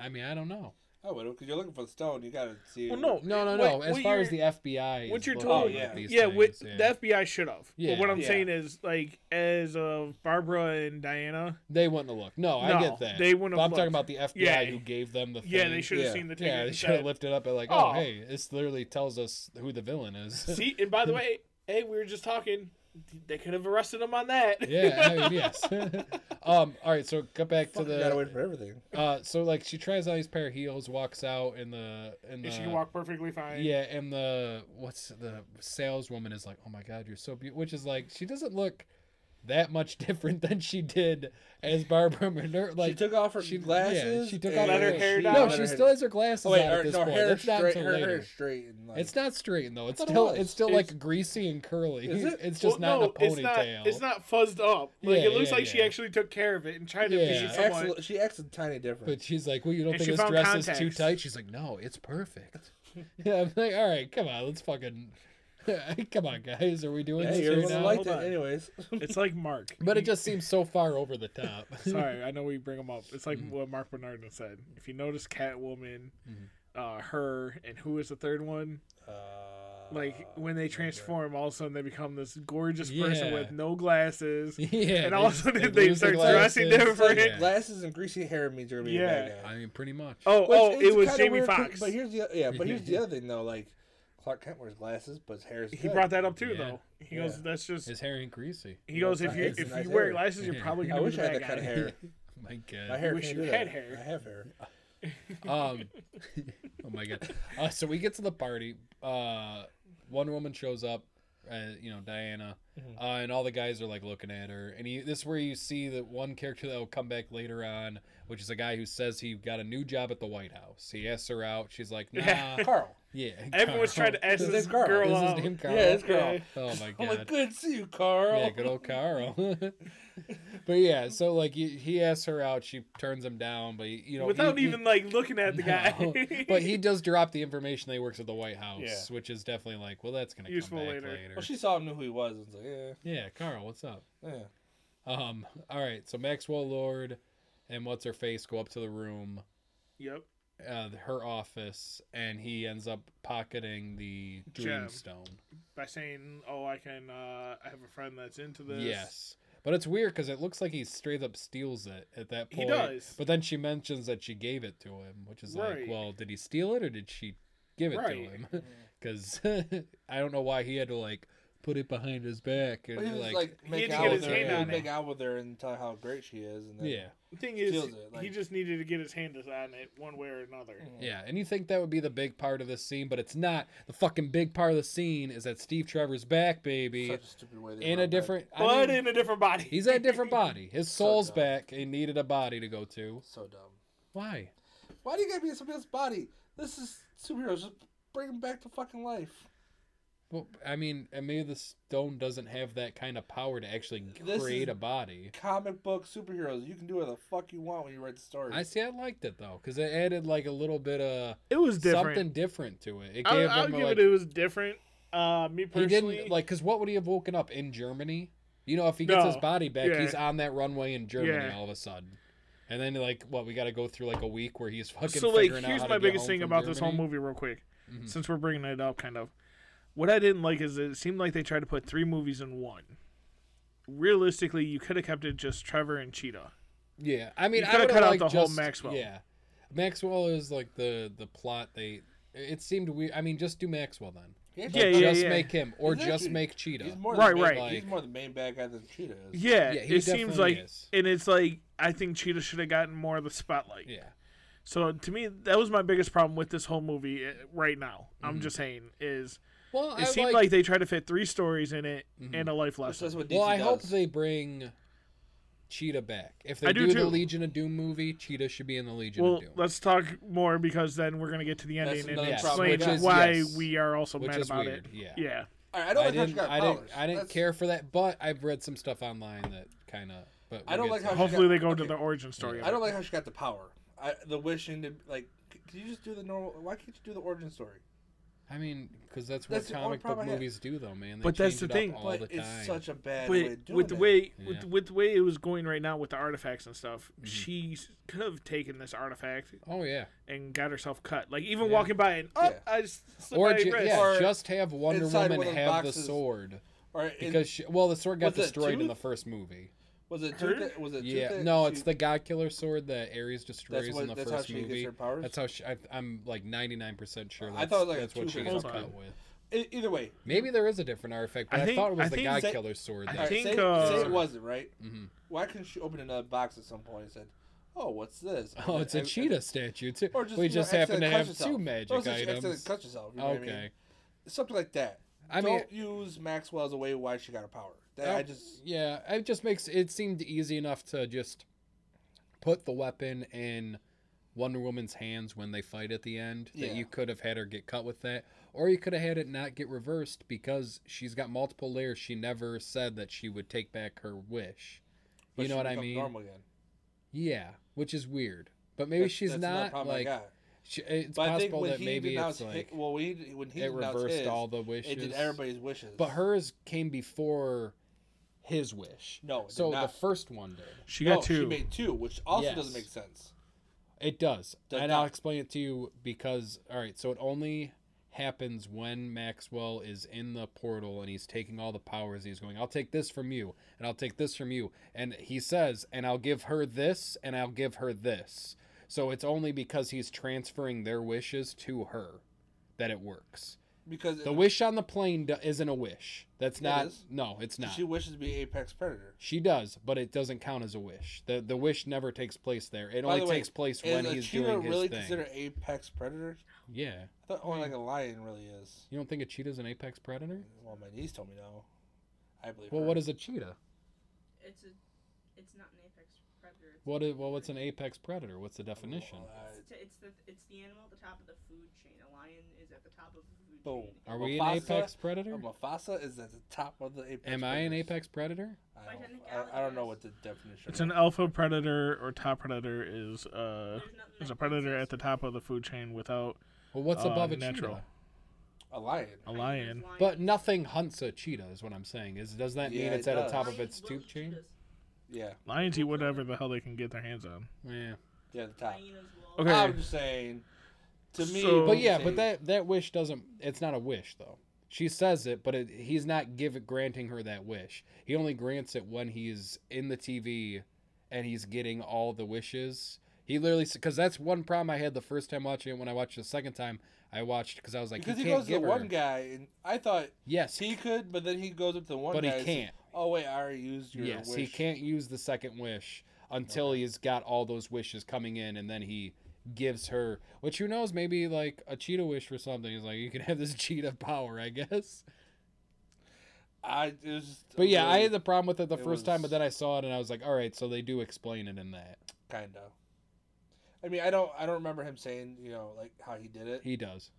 B: I mean I don't know.
A: Oh, but because you're looking for the stone, you gotta see.
C: Well, no,
B: No, no,
C: what-
B: no. as
C: what
B: far
C: you're-
B: as the FBI,
C: what
B: is
C: you're
B: looking
A: told-
B: at
A: yeah.
B: these
C: yeah, with
B: things, yeah.
C: the FBI should have.
B: Yeah.
C: But what I'm
A: Yeah.
C: saying is, like, as of Barbara and Diana,
B: they wouldn't have looked. No, I
C: No,
B: get that.
C: they wouldn't
B: But
C: have
B: I'm talking
C: looked.
B: about the FBI
C: Yeah.
B: who gave them the. Thing.
C: yeah, they should have
A: yeah.
C: seen the ticket.
B: Yeah, they
C: and
B: should have [laughs]
C: said,
B: lifted up at like, oh,
C: Oh.
B: hey, this literally tells us who the villain is.
C: [laughs] See, and by the way, hey, we were just talking. They could have arrested him on that.
B: [laughs]
C: [laughs]
B: yeah, I mean, yes. [laughs] um, all right, so cut back to
A: Fuck,
B: the.
A: you gotta wait for everything.
B: Uh, so like she tries on these pair of heels, walks out, and the and the
C: And she can walk perfectly fine.
B: uh, yeah, and the what's the saleswoman is like, oh my god, you're so beautiful, which is like she doesn't look that much [laughs] different than she did as Barbara Minerva. Like
A: she took off her
B: she- yeah,
A: glasses.
B: she took
A: and
B: off
C: Let her hair
A: she-
C: down.
B: no,
A: let
B: she
A: her
B: still
A: hair-
B: has her glasses
A: Oh wait,
B: on
A: her,
B: at this
A: no, her
B: point.
A: hair
B: That's not
A: straight.
B: until
A: Her
B: later.
A: hair straight and like.
B: It's not straight though. It's
A: I thought it
B: still
A: was.
B: it's still
A: It's-
B: like greasy and curly.
A: Is it?
B: It's just
C: Well,
B: not in a
C: It's not,
B: ponytail.
C: it's not fuzzed up. Like
B: Yeah,
C: it looks
B: yeah,
C: like she
B: yeah.
C: actually took care of it and tried to
B: Yeah.
C: be
A: She
C: someone.
A: acts, she acts a tiny different.
B: But she's like, "Well, you don't
C: And she
B: think this
C: found
B: dress is too
C: contacts.
B: tight?" She's like, "No, it's perfect." [laughs] yeah, I'm like, "All right, come on, let's fucking [laughs] come on, guys. Are we doing
A: hey,
B: this
A: you're
B: right
A: the one that
B: now?"
A: liked
C: Hold
A: it,
C: on.
A: anyways.
C: It's like Mark.
B: But it just seems so far over the top. [laughs]
C: Sorry, I know we bring them up. It's like
A: Mm-hmm.
B: Mhm.
C: what Mark Bernardino said. If you notice Catwoman,
B: Mhm.
C: uh, her, and who is the third one? Like
A: Uh,
C: when they transform, all of a sudden they become this gorgeous person
B: Yeah.
C: with no glasses.
B: yeah,
C: And all of a
B: just-
C: sudden they
B: lose their
C: start dressing
B: glasses.
C: different. [laughs]
B: Yeah.
A: Glasses and greasy hair means you're gonna be a
C: Yeah.
A: bad guy.
B: I mean, pretty much.
C: Oh,
A: Which
C: oh,
A: it's
C: it was
A: kinda
C: Jamie
A: weird, 'cause-
C: Foxx.
A: But here's the yeah, but here's the other thing though, like Clark Kent wears glasses, but his hair's
C: He brought that up too,
B: Yeah.
C: though. He goes,
A: Yeah.
C: "That's just."
B: His hair ain't greasy.
C: He goes, "If
A: It's
C: you
A: nice-
C: if
A: nice
C: you wear
A: hair.
C: glasses, you're
B: Yeah.
C: probably
A: I
C: gonna be
A: wish
C: the
A: I had
C: bad
A: that kind
C: guy."
A: of hair.
B: [laughs] My God.
A: My hair
C: wish
A: can't
C: you
A: do that.
C: had hair.
A: I have hair. Uh,
B: um oh my god uh, so we get to the party uh one woman shows up uh, you know diana
A: Mhm.
C: Mm-hmm.
B: uh, and all the guys are like looking at her and he, this is where you see that one character that will come back later on which is a guy who says he got a new job at the white house he asks her out she's like nah
C: Yeah. [laughs]
B: yeah,
A: Carl.
C: Everyone's
B: Carl.
C: trying to ask
A: This
C: this,
A: is
C: girl,
A: Carl.
B: this is
C: out.
B: his name Carl.
A: Yeah, it's Carl.
C: Okay.
B: oh
C: [laughs]
B: my
A: I'm
B: god
A: like, good to see you, Carl.
B: yeah, good old Carl. [laughs] but yeah, so like he, he asks her out, she turns him down, but you know he-
C: without
B: he-
C: even like looking at the
B: No.
C: guy. [laughs]
B: but he does drop the information that he works at the White House,
A: Yeah.
B: which is definitely like, well, that's gonna
C: Useful
B: come back
C: later.
B: later.
A: Well, she saw him, knew who he was, and was like, yeah,
B: Yeah, Carl, what's up?
A: yeah.
B: Um, all right, so Maxwell Lord and what's her face go up to the room,
C: yep.
B: uh, her office, and he ends up pocketing the
C: Gem.
B: Dreamstone.
C: By saying, "Oh, I can. Uh, I have a friend that's into this."
B: Yes. But it's weird because it looks like he straight up steals it at that
C: He
B: point.
C: does.
B: But then she mentions that she gave it to him, which is
C: Right.
B: like, well, did he steal it or did she give it
C: Right.
B: to him? [laughs] Because I don't know why he had to like put it behind his back and
A: But he was
B: like,
A: like, make
C: to
A: out
B: get
A: with
B: his
A: her,
B: hand
A: yeah,
B: on
A: make
C: it.
A: out with her, and tell her how great she is, and then,
B: yeah,
C: The thing is,
A: Steals it, like-
C: he just needed to get his hand on it one way or another.
B: yeah. And you think that would be the big part of this scene, but it's not. The fucking big part of the scene is that Steve Trevor's back, baby,
A: Such a stupid way. they
B: in
A: wrote
B: a
A: that.
B: different. I
C: But
B: mean,
C: in a different body.
B: he's at a different body.
A: [laughs]
B: His
A: So
B: soul's
A: dumb.
B: back. He needed a body to go to.
A: So dumb.
B: Why?
A: Why do you gotta be in somebody else's body? This is superheroes. Just bring them back to fucking life.
B: Well, I mean, and maybe the stone doesn't have that kind of power to actually
A: This
B: create
A: is-
B: a body.
A: Comic book superheroes. You can do whatever the fuck you want when you write the story.
B: I see. I liked it though, because it added like a little bit of
C: [laughs] It was
B: something different to it. It
C: I,
B: gave
C: I
B: him
C: would
B: a,
C: give
B: like,
C: it. It was different. Uh, me
B: he
C: personally,
B: didn't like because what would he have woken up in Germany? You know, if he gets his
C: No.
B: body back,
C: Yeah.
B: he's on that runway in Germany
C: Yeah.
B: all of a sudden. And then like what we got to go through like a week where he's fucking.
C: so like
B: figuring out
C: here's
B: how to
C: my
B: get
C: biggest
B: home
C: thing
B: from
C: about this whole
B: Germany.
C: movie real quick
B: Mhm.
C: since we're bringing it up kind of what i didn't like is it seemed like they tried to put three movies in one realistically you could have kept it just trevor and cheetah
B: Yeah, I mean,
C: You
B: I
C: coulda
B: would
C: cut out
B: like
C: the whole
B: just,
C: Maxwell.
B: Yeah, Maxwell is like the the plot. They it seemed weird. I mean, just do Maxwell then.
A: yeah,
B: Like,
C: yeah,
B: just
C: yeah.
B: make him, or just
A: Exactly.
B: make Cheetah.
A: He's more
C: Right,
A: the main,
C: right.
A: He's more the main bad guy than Cheetah is.
C: yeah,
B: yeah, he
C: it seems
B: definitely
C: like
B: is.
C: and it's like i think cheetah should have gotten more of the spotlight
B: Yeah,
C: so to me that was my biggest problem with this whole movie eh, right now
A: Mm-hmm.
C: i'm just saying is
B: well,
C: it
B: I
C: seemed like,
B: like.
C: they tried to fit three stories in it and a life
A: Mm-hmm. That's,
C: lesson
A: that's what DC
B: well, I hope
A: does.
B: they bring Cheetah back. If they
C: I do
B: do, the
C: too.
B: Legion of Doom movie, Cheetah should be in the Legion
C: well
B: of Doom.
C: let's talk more because then we're going to get to the
A: That's
C: ending and
A: another
B: problem.
C: explain
B: Which is-
C: why
B: yes.
C: we are also
B: Which
C: mad
B: is
C: about
B: weird.
C: it
B: Yeah.
C: yeah
A: All right, I don't
B: I
A: like how she
B: didn't.
A: got
B: I
A: powers.
B: didn't. I didn't
A: That's-
B: care for that, but I've read some stuff online that kind of. But
A: I don't
B: we'll
A: like
B: get
A: how
B: to
A: she
B: that.
C: Hopefully they go to
A: Okay.
C: the origin story.
A: I don't like how she got the power. I, the wishing to like. c- Can you just do the normal? Why can't you do the origin story?
B: I mean, because that's what
A: That's the only
B: comic book
A: problem I have.
B: movies do, though, man. They
C: But that's
B: change
C: the
B: it up
C: thing.
B: all
A: But
B: the time.
A: it's such a bad way of
C: But
A: doing
C: with the
A: it.
C: way
B: Yeah.
C: with, with the way it was going right now with the artifacts and stuff,
A: Mm-hmm.
B: Mhm.
C: she could have taken this artifact
B: oh yeah,
C: and got herself cut. Like even
B: Yeah.
C: walking by and oh,
A: Yeah.
C: I just slipped
B: or
C: my
B: ju-
C: wrist.
B: yeah,
A: Or
B: just have Wonder
A: inside
B: Woman
A: one of the
B: have the
A: boxes.
B: sword
A: Or in-
B: because she, well, the sword got
A: Was it
B: destroyed in
A: tooth?
B: the first movie.
A: was it
C: her?
A: two that was it two
B: Yeah,
A: that
B: no,
A: she-
B: it's the God Killer sword that Ares destroys
A: that's what
B: in the
A: that's how
B: first
A: she gets
B: movie.
A: her powers.
B: That's how she, I, I'm like 99 percent sure.
A: I
B: That's,
A: thought it was like a
B: that's what she
A: tooth
C: or
B: gets
C: something.
B: cut with.
A: E- either way,
B: Maybe there is a different artifact, but
C: I
B: I,
C: think-
B: thought it was
C: I
B: the
C: think
B: God
A: that-
B: Killer sword.
C: I
A: All
B: that-
A: right,
C: think,
A: say,
C: uh,
A: say it wasn't right.
B: Mhm.
A: Why couldn't she open another box at some point and said, "Oh, what's this?" And
B: [laughs] [laughs] Oh,
A: then
B: it's a
A: ev-
B: cheetah statue too.
A: Or just,
B: we
A: you know,
B: just happen to
A: accidentally
B: have
A: cut
B: two
A: yourself.
B: magic
A: Or it's just you
B: items.
A: accidentally cut yourself. You know what I mean?
B: Okay,
A: something like that.
B: I mean,
A: don't use Maxwell as a way why she got her power. That I
B: Oh.
A: just
B: Yeah, it just makes it seemed easy enough to just put the weapon in Wonder Woman's hands when they fight at the end.
A: Yeah.
B: That you could have had her get cut with that, or you could have had it not get reversed because she's got multiple layers. She never said that she would take back her wish.
A: but
B: you
A: she
B: know what I
A: becomes
B: mean?
A: Normal again.
B: Yeah, which is weird. But maybe
A: That's-
B: she's
A: that's another
B: not
A: problem I
B: like.
A: got.
B: She, it's
A: But I think
B: possible
A: when
B: that
A: he
B: maybe
A: denounced
B: it's
A: hi-
B: like
A: well, when he, when he
B: it
A: denounced
B: reversed
A: his,
B: all the wishes.
A: It did everybody's wishes.
B: But hers came before his wish.
A: No, it did
B: so the
A: not.
B: first one did.
C: She
A: no,
C: got two.
A: She made two, which also
B: Yes.
A: doesn't make sense.
B: It does.
A: Does
B: and
A: not.
B: I'll explain it to you because all right, so it only happens when Maxwell is in the portal and he's taking all the powers. He's going, "I'll take this from you, and I'll take this from you." And he says, "And I'll give her this, and I'll give her this." So it's only because he's transferring their wishes to her that it works.
A: Because
B: The wish on the plane do- isn't a wish. That's
A: It
B: not
A: is.
B: No, it's not.
A: she wishes to be Apex Predator.
B: She does, but it doesn't count as a wish. The the wish never takes place there. It
A: By
B: only
A: the way,
B: takes place
A: Is
B: when
A: a
B: he's
A: cheetah
B: doing his
A: really
B: thing.
A: considered Apex Predator?
B: yeah.
A: I thought
C: Hmm.
A: only like a lion really is.
B: You don't think a cheetah's an apex predator?
A: Well, my niece told me no. I believe.
B: Well,
A: her.
B: what is a cheetah?
D: It's a, it's not an apex predator. It's
B: What is well? What's an apex predator? What's the definition?
A: Uh,
D: It's, it's the it's the animal at the top of the food chain. A lion is at the top of the food
A: Boom.
D: chain.
B: Are we an
A: Mufasa?
B: apex predator?
A: a Mufasa is at the top of the Apex.
B: Am I an
A: Predators.
B: apex predator?
A: I
D: Why
A: don't,
D: didn't
A: I, I don't know
D: Gallagher
A: what the definition.
C: It's an alpha predator or top predator is uh
D: There's nothing
C: is a
D: that
C: predator
D: counts
C: at the top of the food chain without
B: Well, what's
C: Uh,
B: above a
C: natural.
B: cheetah?
A: a lion.
C: a
D: as-
C: lion.
B: But nothing hunts a cheetah. Is what I'm saying. Is does that mean
A: Yeah,
B: it's
A: it
B: at the
A: does.
B: top of
D: Lions
B: its
D: will
B: tube
D: eat
B: chain?
D: cheetahs.
A: Yeah,
C: Lions eat whatever the hell they can get their hands on.
B: Yeah.
A: yeah, the top.
D: Hyenas will.
C: Okay.
A: I'm just saying. To me,
C: So-
B: But yeah,
A: say-
B: but that that wish doesn't. It's not a wish though. She says it, but it, he's not give granting her that wish. He only grants it when he's in the TV, and he's getting all the wishes. He literally because that's one problem I had the first time watching it. When I watched it the second time, I watched because I was like,
A: because
B: he
A: he,
B: can't
A: goes to the
B: give her.
A: one guy, and I thought
B: Yes,
A: he could, but then he goes up to the one
B: but
A: guy.
B: he
A: and says,
B: can't.
A: Oh wait, I already used your
B: Yes,
A: wish.
B: he can't use the second wish until he's got all those wishes coming in, and then he gives her, which who knows, maybe like a cheetah wish or something. He's like, you can have this [laughs] cheetah power, I guess.
A: I it was just
B: But yeah, I
A: really
B: had the problem with it the
A: It
B: first time, but
A: was-
B: then I saw it and I was like, all right, so they do explain it in that.
A: kinda. I mean, I don't, I don't remember him saying, you know, like how he did it. He
B: He does.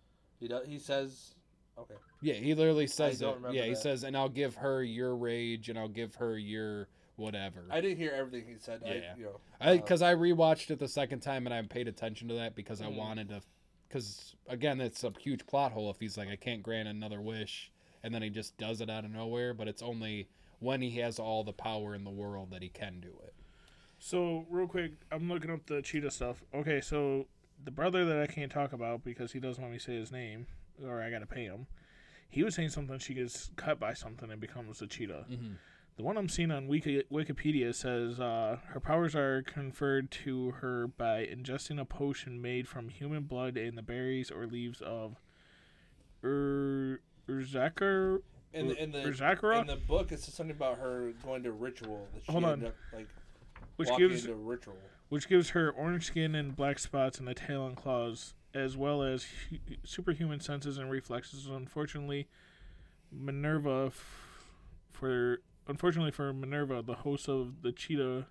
A: does, he says, okay,
B: Yeah, he literally says
A: don't
B: it.
A: remember
B: Yeah, he
A: that.
B: says, and I'll give her your rage and I'll give her your whatever.
A: I didn't hear everything he said.
B: Yeah.
A: I, you know,
B: I
A: uh,
B: because I rewatched it the second time and I paid attention to that because I
A: Mm.
B: wanted to. Because again, that's a huge plot hole. If he's like, I can't grant another wish, and then he just does it out of nowhere, but it's only when he has all the power in the world that he can do it.
C: So real quick, I'm looking up the cheetah stuff. Okay, so the brother that I can't talk about because he doesn't let me say his name, or I gotta pay him. He was saying something. She gets cut by something and becomes a cheetah.
B: Mm-hmm.
C: The one I'm seeing on Wiki- Wikipedia says uh, her powers are conferred to her by ingesting a potion made from human blood and the berries or leaves of Ur- Urzakar.
A: in the in the
C: Urzakara,
A: in the book, it's something about her going to ritual. That she
C: Hold on.
A: ended up, like
C: which
A: walking
C: gives
A: into ritual.
C: which gives her orange skin and black spots on the tail and claws, as well as hu- superhuman senses and reflexes. Unfortunately, Minerva, f- for unfortunately for Minerva, the host of the cheetah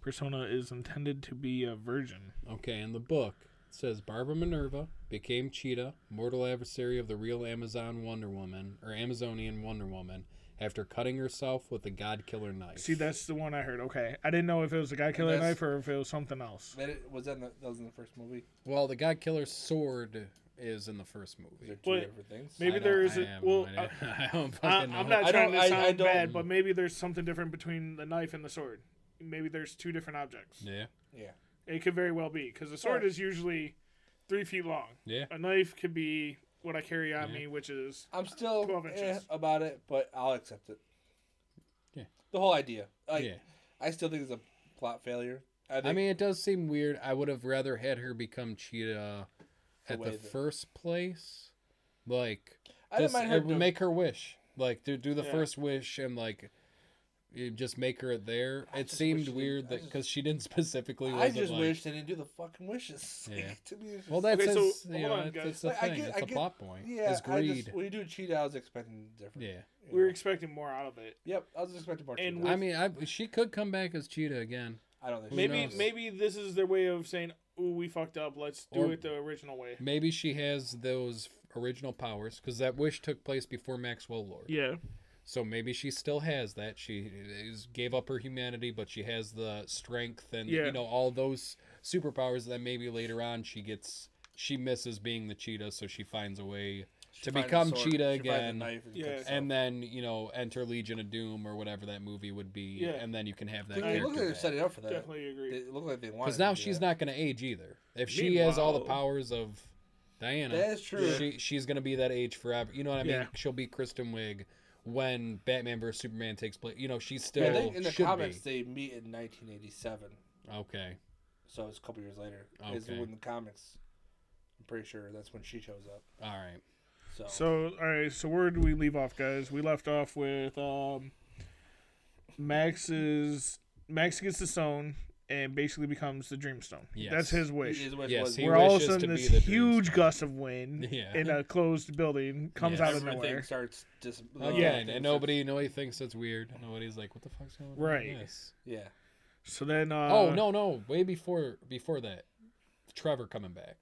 C: persona is intended to be a virgin.
B: Okay, in the book it says Barbara Minerva became Cheetah, mortal adversary of the real Amazon Wonder Woman or Amazonian Wonder Woman, after cutting herself with a god killer knife.
C: See, that's the one I heard. Okay, I didn't know if it was the guy killer
A: That's-
C: knife or if it was something else.
A: That it, was that in the, that was in the first movie.
B: well, the god killer sword is in the first
A: They're
B: movie.
A: two
C: Well,
A: different things.
C: maybe
B: I don't-
C: there is
B: I
C: a-
B: have
C: well,
B: no idea. [laughs] I don't
C: I,
B: fucking know.
C: I'm not
A: uh, I don't-
C: trying to
A: I- I
C: sound
A: don't-
C: bad, but maybe there's something different between the knife and the sword. Maybe there's two different objects.
B: [laughs] Yeah,
A: yeah.
C: It could very well be because the sword is usually three feet long.
B: yeah.
C: A knife could be what I carry on
B: Yeah.
C: me, which is
A: I'm still
C: 12
A: eh
C: inches.
A: about it, but I'll accept it.
B: Yeah.
A: The whole idea. Like,
B: yeah.
A: I still think it's a plot failure.
B: I
A: think-
B: mean, it does seem weird. I would have rather had her become Cheetah
A: The
B: at the
A: way that-
B: first place. Like,
A: I
B: this,
A: didn't mind her
B: it would
A: doing-
B: make her wish. Like, to do the
C: Yeah.
B: first wish and, like, you just make her there.
A: I
B: it
A: just wish she
B: seemed
A: didn't- I
B: weird that
A: just-
B: because she didn't [laughs] specifically.
A: I
B: wasn't,
A: just
B: like-
A: wish they didn't do the fucking wishes. [laughs] Like,
B: Yeah.
A: to me, it's just-
B: Well, that's
C: Okay, so,
B: his- you
C: hold
B: know,
C: on,
B: that's,
C: guys.
B: that's the
A: Like, I
B: thing.
A: get-
B: That's
A: I
B: the
A: get-
B: plot
A: [laughs]
B: point.
A: yeah,
B: is
A: I
B: greed.
A: just, when you do cheat, I was expecting different.
B: yeah.
A: you
C: we were
A: know.
C: expecting more out of it.
A: Yep, I was expecting more.
C: And
A: cheetahs.
C: with-
B: I mean, I, she could come back as Cheetah again.
A: I don't think
B: Who
A: she-
C: Maybe
B: knows?
C: maybe this is their way of saying, "Ooh, we fucked up. Let's do
B: Or-
C: it the original way."
B: Maybe she has those original powers because that wish took place before Maxwell Lord.
C: Yeah,
B: So maybe she still has that. She is, gave up her humanity, but she has the strength and
C: Yeah.
B: you know all those superpowers that maybe later on she gets. She misses being the cheetah, so she finds a way,
A: she
B: to
A: finds a
B: become
A: sword, she
B: cheetah
A: finds a
B: again,
A: knife and
C: Yeah.
A: cuts herself.
B: and then you know enter Legion of Doom or whatever that movie would be,
C: Yeah.
B: and then you can have that.
A: Look, it looked like
B: character
A: they're setting up for that.
C: definitely agree.
A: It looked like they wanted.
B: Because now
A: to do
B: she's
A: that.
B: not going to age either. If she has all the
C: Meanwhile-
B: powers of Diana,
A: That's true.
B: She she's going to be that age forever. You know what I mean?
C: Yeah.
B: She'll be Kristen Wiig when Batman vs Superman takes place. You know, she's still
A: I think in the
B: should
A: comics
B: be.
A: they meet in 1987,
B: Okay. so
A: so it's a couple years later. Is
B: Okay.
A: when the comics. I'm pretty sure that's when she shows up.
B: All right.
A: So,
C: So all right, so where do we leave off, guys? We left off with um, Max is Max gets the stone and basically becomes the Dreamstone.
B: Yes.
C: That's his
A: It
C: wish.
A: is what it
B: Yes,
A: was.
B: he
C: Where all of a
B: wishes to
C: sudden
B: be
C: this
B: the
C: huge
B: Dreamstone.
C: gust of wind
B: [laughs] Yeah.
C: in a closed building comes
B: Yes.
C: out of
A: Everything
C: nowhere.
A: starts dis-
B: yeah, and, and nobody nobody thinks it's weird. Nobody's like, what the fuck's going on? with
C: Right.
B: this?"
A: Yeah.
C: So then, uh,
B: oh no no way before before that, Trevor coming back.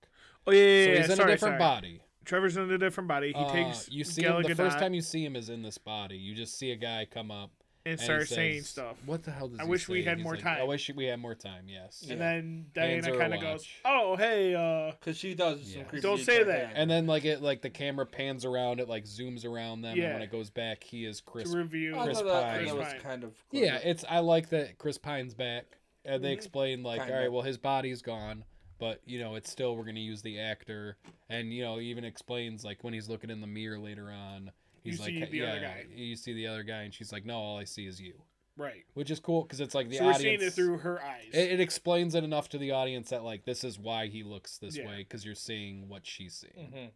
C: oh yeah, yeah,
B: so
C: yeah,
B: he's in
C: sorry,
B: a different
C: sorry.
B: body.
C: Trevor's in a different body. He
B: Uh,
C: takes
B: you see him, the
C: Galaga
B: first
C: Dot
B: time you see him is in this body. You just see a guy come up.
C: and
B: he
C: starts
B: says-
C: saying stuff.
B: What the hell does
C: I
B: he
C: wish we
B: say?
C: had
B: He's
C: more
B: like, I
C: time.
B: wish we had more time. Yes.
A: Yeah.
C: And then
B: Hands
C: Diana
B: her a
C: kind of goes,
B: watch.
C: "Oh hey, uh,
A: Because she does some
B: Yeah.
A: creepy
C: Don't
A: shit
C: say
A: like
C: that.
B: And then like it like the camera pans around, it like zooms around them, and
C: Yeah.
B: when it goes back, he is Chris.
C: to review."
A: I
B: Chris
A: thought that,
B: Pine.
A: that was
C: Chris Pine.
A: kind of
B: yeah, it's I like that Chris Pine's back, and they
C: Mhm.
B: explain like,
A: Kinda.
B: all right, well his body's gone, but you know it's still we're gonna use the actor, and you know he even explains like when he's looking in the mirror later on, he's like,
C: see the
B: yeah,
C: other guy.
B: you see the other guy, and she's like, no, all I see is you,
C: Right.
B: which is cool because it's like the
C: so
B: audience.
C: we're seeing it through her eyes.
B: It, it explains it enough to the audience that like this is why he looks this way
C: Yeah.
B: way because you're seeing what she's seeing,
C: Mm-hmm.
A: Mhm.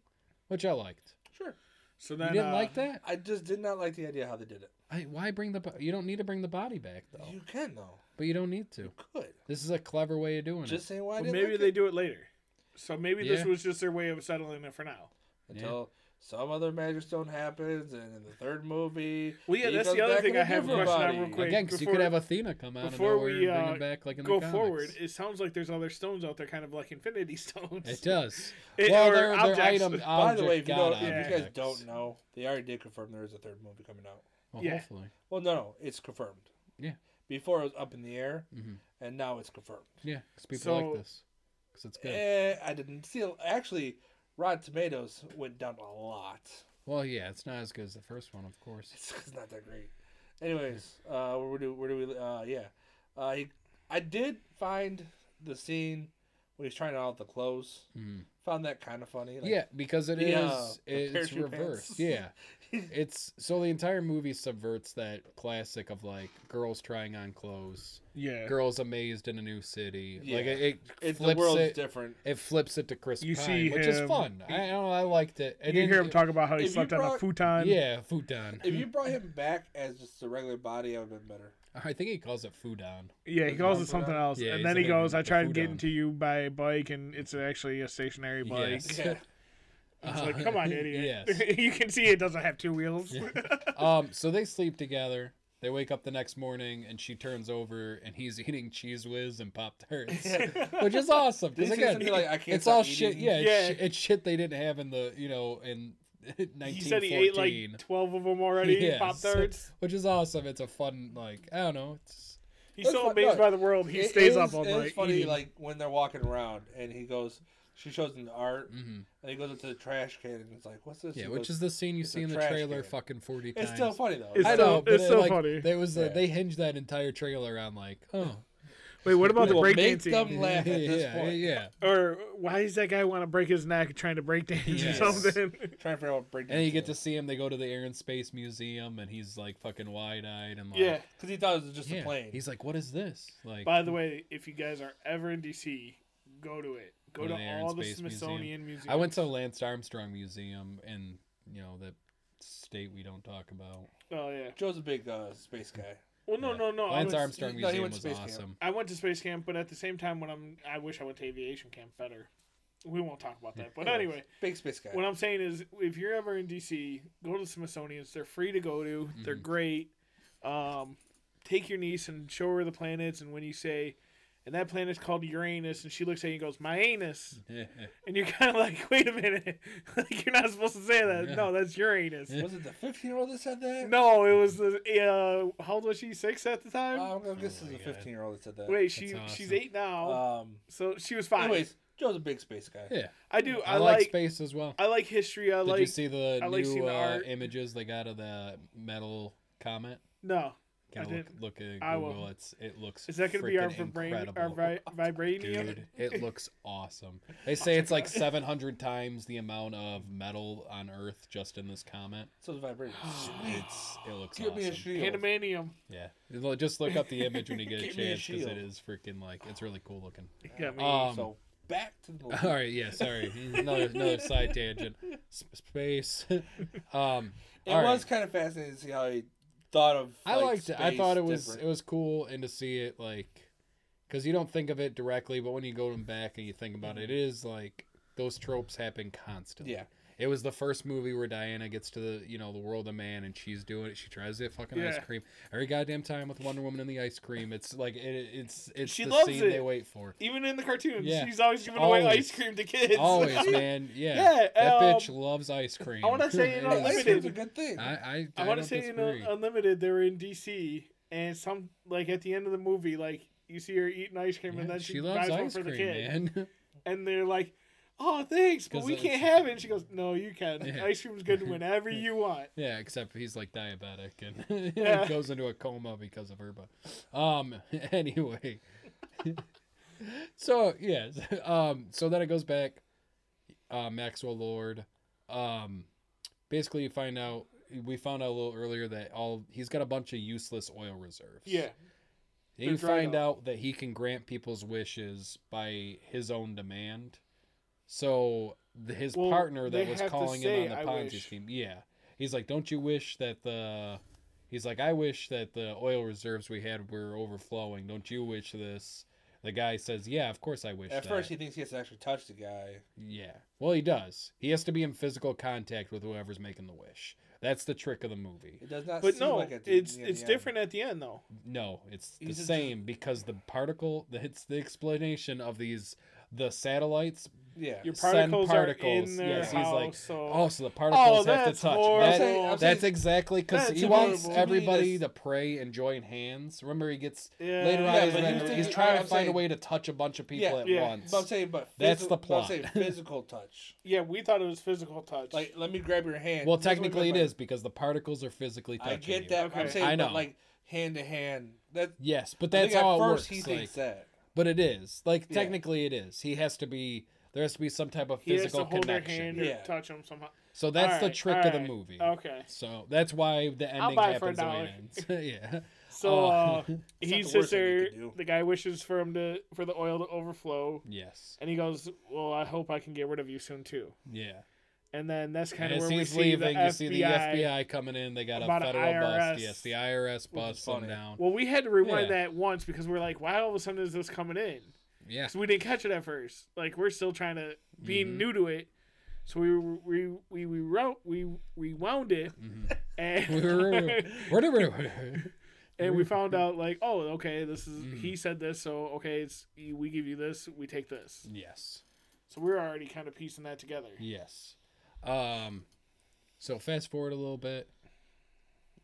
B: which I liked.
A: Sure.
C: so
B: You
C: then
B: didn't
C: uh,
B: like that?
A: I just did not like the idea how they did it.
B: I, why bring the bo- you don't need to bring the body back though,
A: You can though.
B: but you don't need
A: You
B: to.
A: could.
B: This is a clever way of doing
A: Just saying why I
C: Well,
A: didn't.
C: maybe
A: like
C: they
A: it.
C: do it later. So maybe this
B: Yeah. Oh
C: was just their way of settling it for now.
A: until some other magic stone happens, and in the third movie.
C: Well, yeah,
A: he
C: that's
A: comes
C: the other
A: back in
C: thing
A: a
C: I have a
A: different
C: question on
A: body.
C: real
B: it
C: quick.
B: again because you could
C: before-
B: have Athena come out of
C: before
B: nowhere
C: we,
B: and bring
C: uh,
B: him back like in
C: Go
B: the comics.
C: forward. It sounds like there's other stones out there, kind of like Infinity [laughs] Stones.
B: It does.
C: [laughs] It-
B: well,
C: or
B: they're, they're
C: objects.
B: item, object,
A: By the way, if you,
B: god
A: don't, if you guys
B: objects.
A: don't know, they already did confirm there is a third movie coming out.
B: well,
C: Yeah.
B: hopefully,
A: Well, no, no, it's confirmed.
B: Yeah.
A: Before it was up in the air,
B: Mhm.
A: and now it's confirmed.
B: yeah, because people
C: So-
B: like this because it's good.
A: Eh, I didn't see. Actually, Rotten Tomatoes went down a lot. [laughs]
B: well, yeah, it's not as good as the first one, of course.
A: It's, it's not that great. Anyways, uh, where do where do we? Uh, yeah, uh, he, I did find the scene when he's trying on all the clothes.
B: Mhm.
A: Found that kind of funny. like,
B: yeah, because it is
A: the, uh, the
B: it's
A: parachute [laughs]
B: reversed.
A: pants.
B: Yeah, it's so the entire movie subverts that classic of like girls trying on clothes.
C: [laughs] yeah.
B: girls amazed in a new city. Like
A: Yeah.
B: it, it
A: it's the
B: flips
A: world's
B: it.
A: different.
B: it flips it to Chris
C: You
B: Pine,
C: see
B: which is
C: him-
B: fun. I know I liked it. It
C: you
B: didn't-
C: hear him talk about how he
A: if you
C: slept on a
A: brought-
C: futon.
B: Yeah, futon.
A: If you brought him back as just a regular body, I would have been
B: [laughs]
A: better. [laughs]
B: I think he calls it futon.
C: Yeah, he
A: Is
C: calls
A: one
C: it
A: for
C: something
A: that?
C: else,
B: Yeah,
C: and
B: he's
C: then he
B: like,
C: goes, "I
B: the
C: tried
B: food
C: getting
B: on.
C: to you by bike, and it's actually a stationary bike."
B: Yes. [laughs]
A: Yeah.
C: It's like, "Come on, idiot! [laughs]
B: Yes.
C: you can see it doesn't have two wheels." [laughs]
B: Yeah. Um. So they sleep together. They wake up the next morning, and she turns over, and he's eating cheese whiz and pop tarts, which is awesome.
A: This [laughs]
B: Because
A: is
B: again,
A: something like, I can't
B: it's all
A: stop
B: shit.
A: eating.
B: Yeah, it's
C: Yeah.
B: shit- it's shit they didn't have in [laughs] the you know in 1914.
C: He said he ate like 12 of them
B: [laughs]
C: already,
B: Yeah,
C: Pop
B: so-
C: Tarts.
B: which is awesome. It's a fun like I don't know. It's
C: He's
A: That's
C: so
A: fun-
C: amazed
A: look,
C: by the world, he
A: It
C: stays
A: is-
C: up all
A: it is
C: night.
A: funny,
C: [laughs] eating.
A: like when they're walking around, and he goes. She shows him the art,
B: mhm.
A: and he goes into the trash can, and it's like, "What's this?"
B: yeah,
A: He
B: which
A: goes-
B: is the scene you
A: it's
B: see
A: a
B: in the
A: trash
B: trailer
A: can.
B: fucking forty times.
A: It's still funny though.
C: It's
B: I
A: I
C: still-
A: know.
B: know, but
C: it's
B: it,
C: so
B: like,
C: funny.
B: There was a,
A: Yeah.
B: they hinged that entire trailer on like, oh,
E: Wait, what about the
A: Well, make
E: breakdancing?
B: [laughs]
A: them laugh at this
B: yeah,
A: point.
B: yeah.
C: or why does that guy want to break his neck trying to break dance
B: Yes.
C: or something?
A: Trying to figure out what break.
B: And you get to see him. They go to the Air and Space Museum, and he's like fucking wide eyed and like,
C: yeah.
A: because he thought it was just
B: yeah.
A: a plane.
B: He's like, what is this? Like,
C: By the way, if you guys are ever in DC, go to it. Go
B: Go
C: to
B: to the Air and
C: all the
B: Space Museum.
C: Smithsonian museums.
B: I went to Lance Armstrong Museum in you know that state we don't talk about.
C: Oh yeah.
A: Joe's a big uh, space guy.
C: Well, no,
B: Yeah.
C: no, no. I
B: Lance
C: went,
B: Armstrong
A: Oh, no, he
B: Museum
A: went
B: was
A: space camp.
B: awesome.
C: I went to space camp, but at the same time, when I'm, I wish I went to aviation camp better. We won't talk about that. But anyway,
A: Big space guy.
C: what I'm saying is, if you're ever in DC, go to the Smithsonian's. They're free to go to. They're
B: Mhm.
C: great. Um, take your niece and show her the planets. And when you say, and that planet's called Uranus, and she looks at you and goes, "My anus," and you're kind of like, [laughs] "Wait a minute, like you're not supposed to say that.
B: Yeah.
C: No, that's Uranus."
B: Yeah.
A: Was it the 15 year old that said that?
C: No, it was the uh, how old was she? Six at the time.
A: Uh, I'm gonna guess this
B: Oh my
A: is a
B: God.
A: 15 year old that said that.
C: Wait, she
B: That's
C: she's
B: awesome. Uh,
C: eight now,
A: Um.
C: so she was five.
A: Anyways, Joe's a big space guy.
B: Yeah.
C: I do.
B: I,
C: I,
B: like,
C: like.
B: space as well.
C: I like history. I
B: Did
C: like.
B: you see the
C: I like seeing
B: new
C: the
B: uh,
C: art.
B: images they got of the metal comet?
C: No,
B: Gotta
C: I
B: look, look at
C: I
B: Google.
C: will.
B: It's it looks.
C: is that gonna be our
B: frickin'
C: vibranium? Our
B: incredible. [laughs]
C: vi- vibranium?
B: Dude,
C: [laughs]
B: it looks awesome. They say it's like 700 times the amount of metal on Earth just in this
A: [gasps]
B: comet.
A: So does
B: [gasps]
A: vibrating.
B: It's it looks
A: Give me a
B: awesome.
A: shield.
C: Panamanium.
B: Yeah, Lo- just look up the image when
A: [laughs]
B: you get a
A: Give me a
B: chance because it
A: shield.
B: is freaking like it's really cool
C: [laughs]
B: looking.
C: Got me.
B: Um,
A: so back to the movie.
B: [laughs] All right, yeah, sorry, another another side tangent. S- space. [laughs] um,
A: It
B: all
A: was
B: right.
A: kind of fascinating to see how he thought of.
B: I
A: like,
B: liked it. I
A: space
B: thought it was
A: different.
B: it was cool and to see it like because you don't think of it directly, but when you go back and you think about it, it is like those tropes happen constantly.
A: Yeah.
B: It was the first movie where Diana gets to the you know the world of man and she's doing it. She tries to get fucking ice
C: Yeah.
B: cream every goddamn time with Wonder Woman and the ice cream. It's like it, it's it's
C: She
B: the
C: loves
B: scene
C: it.
B: they wait for.
C: Even in the cartoons,
B: Yeah.
C: she's always giving away
B: Always.
C: ice cream to kids. [laughs]
B: Always, man. Yeah.
C: Yeah,
B: that
C: um,
B: bitch loves ice cream.
C: I wanna say,
B: [laughs]
C: you know,
B: It
A: Ice
B: is-
C: limited.
A: cream's a good thing.
B: I I,
C: I
B: I
C: want
B: don't
C: to say in uh,
B: disagree.
C: Unlimited, they were in DC, and some like at the end of the movie, like you see her eating ice cream,
B: Yeah,
C: and then she,
B: she
C: buys
B: loves
C: one
B: ice
C: for the
B: cream,
C: kid,
B: man. [laughs]
C: and they're like. Oh, thanks, but
B: 'Cause
C: we
B: it's-
C: can't have it. And she goes, "No, you can.
B: Yeah.
C: Ice cream's
B: [laughs]
C: good whenever you want."
B: Yeah, except he's like diabetic and [laughs]
C: Yeah.
B: goes into a coma because of her. But um, [laughs] anyway, so yes, um, so then it goes back. Uh, Maxwell Lord, um, basically you find out we found out a little earlier that all he's got a bunch of useless oil reserves.
C: Yeah,
B: Then
C: They're
B: you
C: dried
B: find
C: up.
B: out that he can grant people's wishes by his own demand. So the, his
C: Well,
B: partner
C: they
B: that was
C: have to
B: calling
C: say,
B: in on
C: "I
B: the Ponzi
C: wish."
B: scheme, yeah, he's like, "Don't you wish that the?" He's like, "I wish that the oil reserves we had were overflowing. Don't you wish this?" The guy says, "Yeah, of course I wish."
A: At
B: that.
A: first, he thinks he has to actually touch the guy.
B: Yeah. Well, he does. He has to be in physical contact with whoever's making the wish. That's the trick of the movie.
A: It does not.
C: but
A: seem
C: no,
A: like at the-
C: it's
A: yeah,
C: it's
A: yeah.
C: different at the end though.
B: No, it's the
A: He's just-
B: same because the particle. It's the explanation of these the satellites.
A: Yeah.
C: Your
B: Send
C: particles, are in
B: particles.
C: their
B: Yes, he's
C: house,
B: like,
C: so
B: Oh, so the particles have to
C: that's
B: touch.
C: horrible.
B: That-
A: I'm saying- I'm
B: that's exactly because
C: That's
B: he wants
C: horrible.
B: everybody
A: Yes.
B: to pray and join hands. Remember, he gets
C: yeah,
B: later on.
A: Yeah,
B: he's,
A: but
B: like-
A: he's
B: he's
A: thinking-
B: trying
A: I'm
B: to find a
A: saying-
B: way to touch a bunch of people
A: Yeah,
B: at
C: yeah.
B: once.
A: But I'm saying, but
B: That's
A: physi-
B: the
A: but I'm saying
B: plot.
A: physical
B: [laughs]
A: touch.
C: Yeah, we thought it was physical touch.
A: Like, let me grab your hand.
B: well,
A: That's what I
B: technically, it
A: meant by-
B: is because the particles are physically touching.
A: I get
B: you.
A: that.
C: Okay.
A: I'm saying,
B: I know.
A: But like hand to hand. That
B: Yes, but
A: I
B: that's
A: think at
B: how it
A: first
B: works.
A: he
B: like-
A: thinks that.
B: But it is like
A: Yeah.
B: technically it is. He has to be. There has to be some type of
C: he has to
B: physical
C: hold their
B: connection.
C: hand
A: Yeah.
C: or touch them somehow.
B: So that's the
C: Alright,
B: trick of the
C: alright.
B: movie.
C: Okay,
B: So that's why the
C: I'll
B: ending
C: buy it for a
B: happens the way it ends. [laughs] yeah.
C: so
B: Oh.
C: uh,
A: not
C: he
A: the
C: sits
A: worst thing you
C: there.
A: could do.
C: The guy wishes for him to for the oil to overflow,
B: [laughs] Yes.
C: and he goes, "Well, I hope I can get rid of you soon too."
B: Yeah.
C: And then that's kind
B: And
C: of
B: as
C: where we
B: he's
C: see
B: leaving,
C: the
B: you
C: FBI.
B: see the FBI coming in. They got a
C: about a
B: federal bus.
C: IRS,
B: Yes, the IRS busts them
A: funny.
B: down.
C: Well, we had to rewind
B: Yeah.
C: that once because we're like, "Why all of a sudden is this coming in?"
B: Yeah.
C: So we didn't catch it at first. Like we're still trying to being
B: Mhm.
C: new to it. So we we we we wrote we rewound it
B: Mhm. [laughs] We
C: and
B: were- Where [laughs] do we-
C: [laughs] and we found out like oh okay this is
B: Mhm.
C: he said this so okay it's we give you this we take this
B: Yes.
C: so we're already kind of piecing that together.
B: Yes. Um, So fast forward a little bit.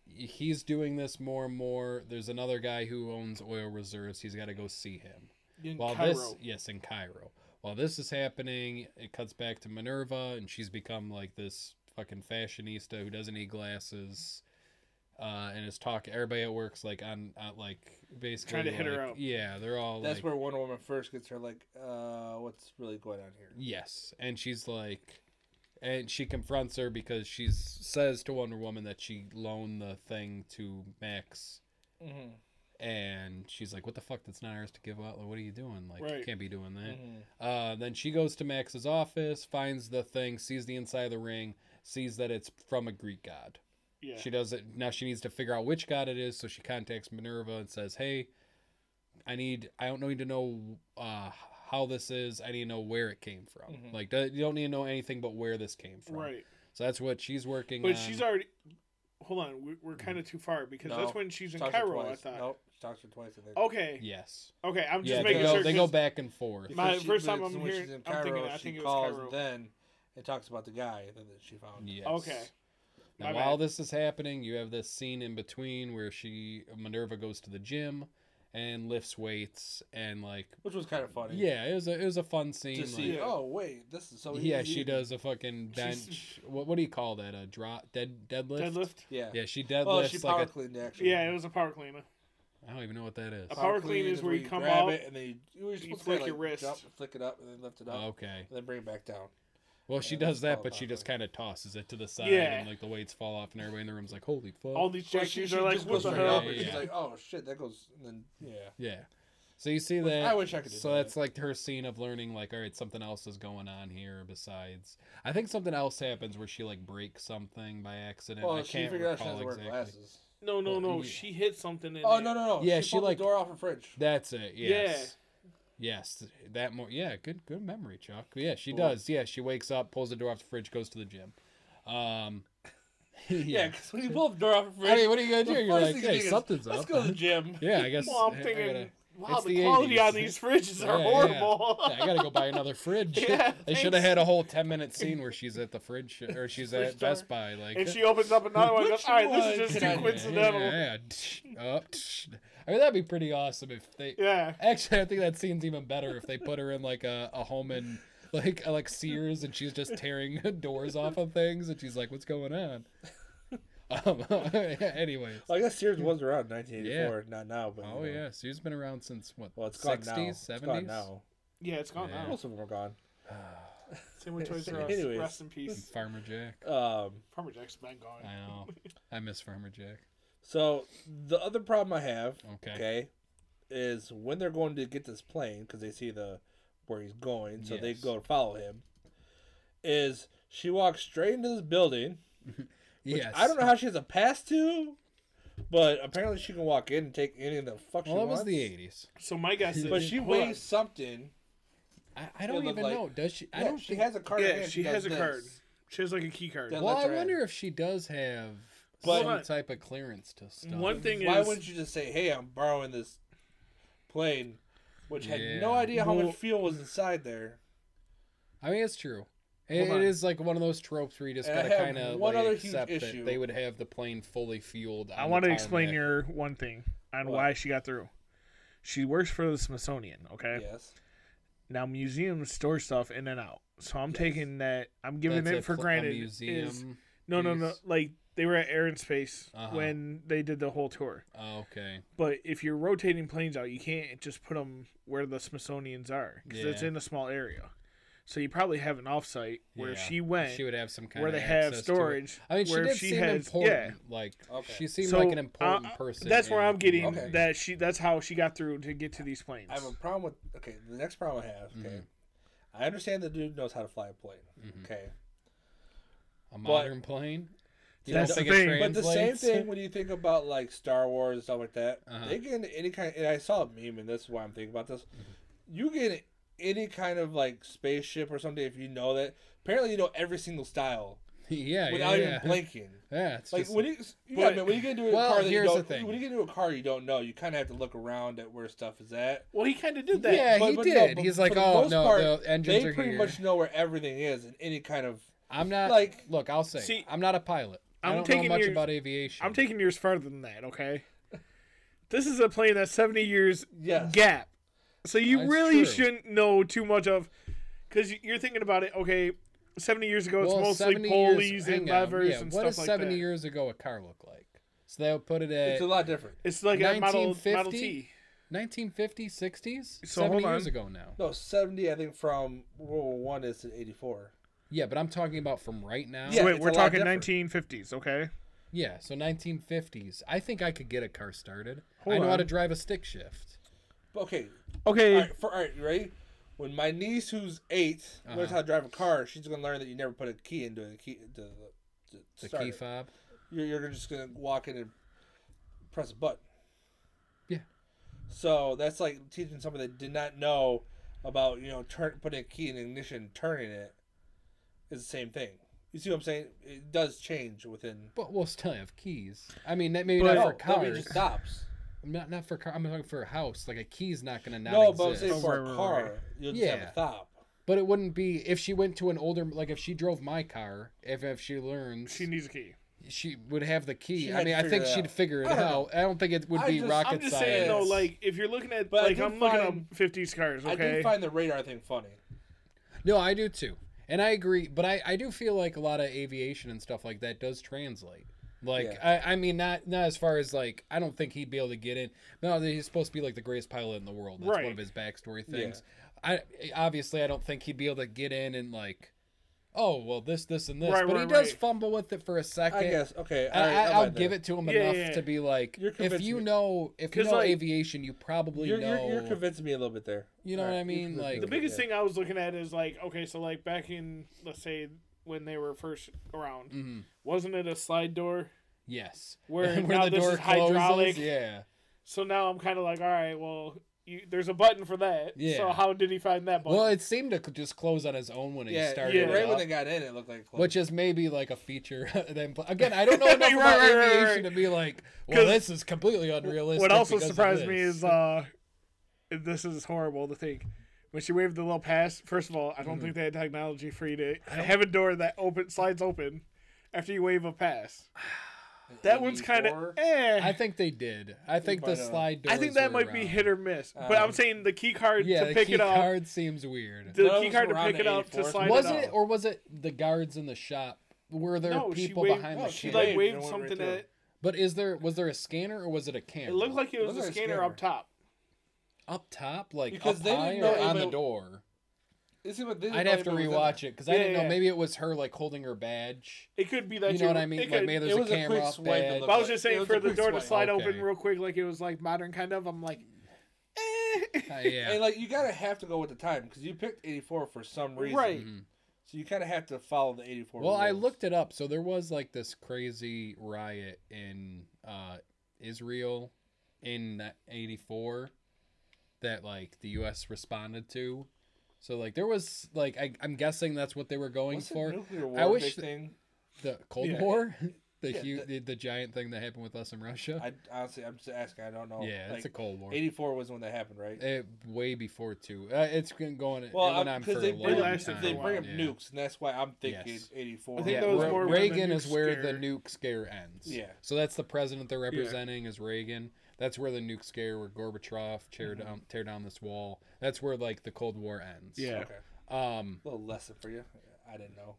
B: He's doing this more and more. There's another guy who owns oil reserves. He's got to go see him.
C: In
B: While
C: Cairo.
B: this, yes, in Cairo. While this is happening, it cuts back to Minerva, and she's become like this fucking fashionista who doesn't need glasses, uh, and is talking. Everybody at work's like on, on like basically
C: Trying to hit her
B: like-
C: up.
B: Yeah, they're all
A: That's
B: like,
A: where Wonder Woman first gets her like, uh, what's really going on here?
B: Yes, and she's like, and she confronts her because she says to Wonder Woman that she loaned the thing to Max,
A: Mm-hmm.
B: and she's like, "What the fuck? That's not ours to give out. Like, what are you doing? Like, you
C: Right.
B: can't be doing that."
C: mm-hmm.
B: Uh, then she goes to Max's office, finds the thing, sees the inside of the ring, sees that it's from a Greek god.
C: Yeah.
B: She does it now. She needs to figure out which god it is, so she contacts Minerva and says, "Hey, I need. I don't need to know uh, how this is. I need to know where it came from.
A: Mhm.
B: Like do- you don't need to know anything but where this came from.
C: Mm-hmm. Right.
B: So that's what she's working.
C: But
B: on.
C: she's already. Hold on, we- we're kind of too far because
A: No.
C: that's when she's in
A: Talks her
C: Cairo. I
A: twice.
C: thought. Oh,
A: Nope, she talks her twice. And then
C: Okay.
B: yes.
C: Okay. I'm just
B: yeah, they
C: making
B: go,
C: sure.
B: they go
C: 'cause-
B: back and forth.
A: Because
C: My-
A: she-
C: first
A: but
C: time
A: it's
C: I'm
A: when
C: hearing-
A: she's in
C: I'm thinking-
A: Cairo,
C: I
A: she
C: think it was
A: calls
C: Cairo.
A: then and talks about the guy that that she found.
B: Yes.
C: Okay.
B: Now,
C: My
B: while
C: bad.
B: this is happening, you have this scene in between where she Minerva goes to the gym and lifts weights and like
A: which was kind of funny.
B: yeah, it was a it was a fun scene.
A: to
B: like,
A: see.
C: Yeah.
A: Oh wait, this is so.
B: yeah,
A: easy.
B: she does a fucking
C: She's-
B: bench. What what do you call that? A drop dead deadlift.
C: Deadlift.
A: Yeah.
B: Yeah, she
A: Oh,
B: deadlifts
A: she power
B: like
A: cleaned actually.
C: Yeah, it was a power cleaner.
B: I I don't even know what that is.
C: A power clean is where you come
A: grab
C: up,
A: it and then you, you were supposed
C: flick
A: to like,
C: your wrist.
A: jump, flick it up, and then lift it up,
B: Oh, okay.
A: and then bring it back down.
B: Well, she
A: Yeah, that's
B: does that,
A: all
B: but she
A: about
B: just kind of tosses it to the side,
C: Yeah.
B: and like the weights fall off, and everybody in the room's like, "Holy fuck!"
C: All these
A: Well,
C: jack dudes are like,
A: just
C: what
A: goes
C: the
A: straight
C: hell?
A: up, and
B: Yeah,
A: She's
B: yeah.
A: like, oh shit, that goes. And then yeah,
B: yeah. So you see
A: Which
B: that.
A: I wish I could do
B: So
A: that.
B: that's like her scene of learning, like, all right, something else is going on here besides. I think something else happens where she like breaks something by accident.
A: well,
B: I
A: she
B: can't
A: figured out she has
B: recall
A: to wear
B: exactly.
A: glasses.
C: No, no,
B: Well,
C: no.
B: yeah.
C: She hit something in
A: Oh
C: there.
A: no,
C: [laughs]
A: no, no.
B: Yeah, she,
A: pulled
B: like-
A: the door off her fridge.
B: That's it.
C: Yeah.
B: Yes. Yes, that more. Yeah, good, good memory, Chuck. Yeah, she
A: Cool.
B: does. Yeah, she wakes up, pulls the door off the fridge, goes to the gym. Um, [laughs]
A: Yeah, [laughs]
B: yeah.
A: because when you pull the door off her fridge,
B: I mean, what are you gonna do?
A: the
B: You're
A: first
B: like,
A: thing you
B: hey,
A: think is,
B: something's
A: let's
B: up.
A: go to the
B: [laughs]
A: gym.
B: yeah,
A: [laughs]
B: I guess.
C: Well,
B: I-
C: I'm
B: I
C: thinking,
B: gotta-
C: wow,
B: it's
C: the,
B: the
C: quality
B: 80s.
C: on these fridges are
B: Yeah, yeah.
C: horrible.
B: [laughs] yeah, I gotta go buy another fridge.
C: [laughs] Yeah,
B: they should have
C: thanks.
B: had a whole ten minute scene where she's at the fridge
C: [laughs]
B: or she's
C: Fridge
B: at Best
C: door.
B: Buy. Like, [laughs]
C: and she opens up another one. and goes,
A: Which
C: All right,
A: one
C: this is just
A: can I
C: too
A: do?"
C: coincidental. Yeah.
B: Yeah, yeah. Oh, I mean, that'd be pretty awesome if they. Actually, I think that scene's even better if they put her in like a, a home and like like Sears, and she's just tearing [laughs] doors off of things, and she's like, "What's going on?" [laughs] Um, [laughs] anyway,
A: Well, I guess Sears was around 1984, not now, but
B: oh
A: you know.
B: yeah, Sears been around since what?
A: Well, it's gone
B: 60s,
A: now. It's gone
B: 70s.
A: now.
C: Yeah, it's gone
B: Yeah.
C: now.
A: Most of them are gone.
C: Same with Toys R Us.
A: Anyways.
C: Rest in peace.
B: [sighs] Farmer Jack.
A: Um,
C: Farmer Jack's been gone. [laughs]
B: I know. I miss Farmer Jack.
A: so the other problem I have,
B: Okay.
A: okay, is when they're going to get this plane because they see the where he's going, so they
B: Yes.
A: go follow him. Is she walks straight into this building? Which
B: Yes.
A: I don't know how she has a pass to, but apparently she can walk in and take any of the fuck she
B: Well, that was
A: wants.
B: the '80s.
C: So my guess is,
A: But she
C: hold on.
A: weighs something.
B: I, I don't
A: looked
B: even
A: like-
B: know. Does she? I
A: Yeah,
B: don't.
A: she
B: think,
A: has a card. in
C: Yeah,
A: hand,
C: she has
A: does
C: a card.
A: this.
C: She has like a key card.
A: Yeah,
B: Well,
A: that's
B: I
A: right.
B: wonder if she does have
A: But-
B: some type of clearance to stuff.
C: One thing
A: Why
C: is,
A: wouldn't you just say, "Hey, I'm borrowing this plane," which had no
B: Yeah.
A: idea how
C: Well-
A: much fuel was inside there.
B: I mean, it's true. It,
A: Hold on.
B: it is like one of those tropes where you just
A: And I
B: gotta
A: have
B: kind of
A: one
B: like,
A: other huge
B: accept that
A: issue.
B: they would have the plane fully fueled.
C: I
B: on the
C: want to
B: tarmac.
C: explain your one thing on
A: What?
C: why she got through. She works for the Smithsonian, okay?
A: Yes.
C: Now museums store stuff in and out, so I'm taking that. I'm giving
B: That's
C: it
B: a
C: for
B: pl- a
C: granted. is-
B: museum.
C: no, no, no.
B: piece.
C: Like they were at Air and Space
B: Uh-huh.
C: when they did the whole tour.
B: Oh, okay.
C: But if you're rotating planes out, you can't just put them where the Smithsonian's are because it's
B: Yeah.
C: in a small area. So you probably have an offsite where
B: Yeah.
C: she went,
B: She would have some kind
C: where
B: of
C: they have
B: access to it.
C: storage.
B: I mean, she
C: where
B: did
C: she
B: seem
C: has, Yeah.
B: important. Like
A: Okay.
B: she seemed
C: So,
B: like an important
C: uh, uh,
B: person.
C: That's where
B: in-
C: I'm getting
A: Okay.
C: that she. That's how she got through to get to these planes.
A: I have a problem with. Okay, the next problem I have. Okay,
B: Mm-hmm.
A: I understand the dude knows how to fly a plane.
B: Mm.
A: Okay,
B: a modern plane. You
C: That's
B: don't
C: the
B: think it
C: thing.
A: but the same
B: translates?
A: thing when you think about like Star Wars and stuff like that.
B: Uh-huh.
A: They get into any kind. and I saw a meme, and this is why I'm thinking about this.
B: Mm-hmm.
A: You get in any kind of like spaceship or something if you know that. Apparently, you know every single style
B: [laughs] yeah, yeah,
A: without
B: yeah.
A: even
B: [laughs]
A: blinking.
B: yeah, it's
A: Like
B: just-
A: when you, yeah,
C: But-
A: man, when you get into a
B: Well,
A: car that you
B: here's
A: don't,
B: the thing.
A: when you get into a car you don't know, you kind of have to look around at where stuff is at.
C: well, he kind of did that.
B: Yeah, he
A: but no,
B: did.
A: but
B: He's
A: for
B: like,
A: the
B: oh
A: most
B: no,
A: part,
B: the engines
A: they
B: are
A: pretty
B: here.
A: much know where everything is in any kind of
B: I'm not like
A: Like-
B: look. I'll say
C: See,
B: I'm not a pilot. I
C: I'm
B: don't know
C: taking
B: much
C: your-
B: about aviation.
C: I'm taking yours farther than that, okay? [laughs] This is a plane that's 70 years
A: Yes.
C: gap. So you
B: That's
C: really
B: true.
C: shouldn't know too much of because you're thinking about it, okay, 70 years ago, it's
B: Well,
C: mostly
B: 70
C: pulleys
B: years-
C: and
B: hang on,
C: levers
B: yeah,
C: and
B: what
C: stuff
B: does
C: like
B: 70
C: that.
B: years ago a car look like? So they'll put it at
A: It's a lot different.
C: it's like a model, model
B: 1950?
C: T.
B: 1950s, 60s,
C: So,
B: 70
C: hold
B: years
C: on.
B: ago now.
A: No, seventy. I think from World War One is to eighty four.
B: Yeah, but I'm talking about from right now.
A: Yeah,
C: so wait,
A: it's
C: we're
A: a lot
C: talking
A: different.
C: 1950s, okay?
B: Yeah, so 1950s. I think I could get a car started. I
C: Hold
B: know how
C: on.
B: to drive a stick shift.
A: Okay,
C: Okay,
A: all right, for, all right, you ready? When my niece, who's 8 learns
B: Uh-huh.
A: how to drive a car, she's gonna learn that you never put a key into the key to, to,
B: The
A: start
B: key
A: it.
B: fob.
A: You're, you're just gonna walk in and press a button.
B: Yeah.
A: So that's like teaching someone that did not know about you know turn putting a key in the ignition, turning it is the same thing. You see what I'm saying? It does change within.
B: But we'll still have keys. I mean, that maybe
C: But-
B: not
A: No,
B: for
A: that means it
B: cars.
A: just stops.
B: Not not for car. I'm talking for a house. Like a key's not gonna not
A: no, but I'm
B: exist.
A: saying for
C: Oh, right,
A: a
C: right,
A: car,
C: right.
A: you'll just have
B: Yeah.
A: a stop.
B: But it wouldn't be if she went to an older like if she drove my car. If if she learns,
C: she
B: she,
C: needs a key.
B: would have the key.
A: She
B: I
A: had
B: mean,
A: to
B: I
A: figure
B: think
A: it
B: she'd
A: out.
B: figure it
A: I don't
B: out. I don't think it would
A: I
B: be
A: just- I'm
B: rocket
C: I'm just
B: science.
C: saying, though, like, if you're looking at,
A: But I
C: like,
A: do
C: I'm looking up
A: find-
C: 50s cars,
A: I
C: okay?
A: did find the radar thing funny.
B: No, I do too. And I agree, but I, I do feel like a lot of aviation and stuff like that does translate. Like I, I mean not not as far as like I don't think he'd be able to get in. No, he's supposed to be like the greatest pilot in the world. That's one
C: Right.
B: of his backstory things. I obviously I don't think he'd be able to get in and like oh well this this and this.
C: Right,
B: but he
C: right,
B: does
C: right.
B: fumble with it for a second.
A: I guess okay.
B: I,
A: all right,
B: I,
A: I'll
B: I'll
A: buy that.
B: give it to him
C: Yeah,
B: enough
C: yeah, yeah.
B: to be like,
A: You're
B: if
A: convincing
B: you
A: me.
B: know, if you
C: 'Cause,
B: know
C: like,
B: aviation, you probably
A: You're,
B: know.
A: you're, you're convincing me a little bit there.
B: You know
A: All
B: what I
A: you're
B: mean?
A: convincing
B: Like-
A: me
C: The
A: a little
C: biggest
A: bit,
C: thing I was looking at is like, okay, so like back in let's say when they were first around,
B: Mhm.
C: wasn't it a slide door?
B: Yes. [laughs]
C: Where now this is hydraulic.
B: Yeah.
C: So now I'm kind of like, all right, well, you, there's a button for that. So
B: Yeah.
C: how did he find that button?
B: Well, it seemed to just close on his own when he
A: Yeah,
B: started.
A: yeah,
B: it
A: right
B: up,
A: when they got in, it looked like close.
B: which is maybe like a feature. [laughs] of them. Again, I
C: [laughs]
B: don't know enough
C: Right,
B: about
C: right, right,
B: aviation
C: right.
B: to be like, well,
C: 'Cause
B: this is completely unrealistic.
C: what also
B: because of
C: surprised me
B: this.
C: is uh, [laughs] this is horrible to think. When she waved the little pass, first of all, I don't
B: Mm-hmm.
C: think they had technology for you to have a door that open slides open after you wave a
B: [sighs]
C: pass. That one's kind
A: Or-
C: of eh.
B: I think they did. I think the
A: might not.
B: slide.
C: uh, I think
B: doors
C: that
B: were
C: might be
B: around.
C: hit or miss. But
A: Um,
C: I'm saying the key card
B: Yeah,
C: to
B: the
C: pick
B: key
C: it up.
B: card seems weird.
C: the
A: None of
C: key
A: us
C: card
A: were
C: to
A: on
C: pick
A: the
C: it up to
A: 84th.
C: slide
B: was
C: it up.
B: it or was it the guards in the shop? Were there
C: no, she
B: people
C: waved,
B: behind
C: no,
B: the
C: she
B: ship?
C: like
A: waved.
C: waved
A: It went right
C: something
A: through.
C: that
B: But is there was there a scanner or was it a camera?
C: it looked like it
A: It
C: was
A: looked
C: a
A: like a
C: scanner
A: scanner.
C: up top.
B: up top, like
A: Because
B: up
A: they
B: high
A: didn't
B: or
A: know
B: on the
A: about-
B: door.
A: You see what- they didn't
B: I'd
A: know
B: have to
A: anybody was in
B: rewatch it because I
C: Yeah,
B: didn't know.
C: yeah.
B: Maybe it was her like holding her badge.
C: It could be that
B: you know what I
C: it
B: mean? Like
C: could-
B: maybe
A: it
B: there's a
A: was a quick
B: camera up
A: swipe and
B: badge.
A: look
C: But I was
A: But
C: just
A: it
C: saying
A: was
C: for
A: a
C: the
A: quick
C: door to
A: swipe.
C: slide
B: Okay.
C: open real quick, like it was like modern kind of. I'm like, eh.
B: [laughs] Uh,
A: there.
B: yeah.
A: And like you gotta have to go with the time because you picked eighty four for some reason,
C: Right.
B: Mhm.
A: So you kind of have to follow the eighty four.
B: [laughs] Well, I looked it up. So there was like this crazy riot in uh, Israel in '84 that like the U.S. responded to. So like there was like I, I'm guessing that's what they were going
A: What's the
B: for
A: nuclear war
B: I wish
A: big
B: that-
A: thing.
B: the Cold
A: [laughs]
C: Yeah.
B: War, [laughs] the,
A: Yeah,
B: hu-
A: the-
B: the the giant thing that happened with us in Russia.
A: I honestly, I'm just asking. I don't know.
B: yeah, it's a
A: like,
B: Cold War.
A: eighty four was when that happened, right?
B: It, way before too. Uh, it's been going. it
A: Well,
B: went on for
A: because they
B: a
A: bring
B: long
A: up,
C: lasted
B: time.
A: they bring up
B: yeah.
A: nukes, and that's why I'm thinking
B: Yes.
A: eighty four.
C: I think
B: Yeah,
C: that was
B: Re-
C: more when the
B: Reagan
C: nuke
B: is where
C: scare-
B: the nuke scare ends.
A: Yeah.
B: So that's the president they're representing is Reagan. That's where the nuke scare, where Gorbachev tear
C: Mm-hmm.
B: down tear down this wall. That's where like the Cold War ends.
C: Yeah.
A: Okay,
B: Um.
A: a little lesson for you. I didn't know.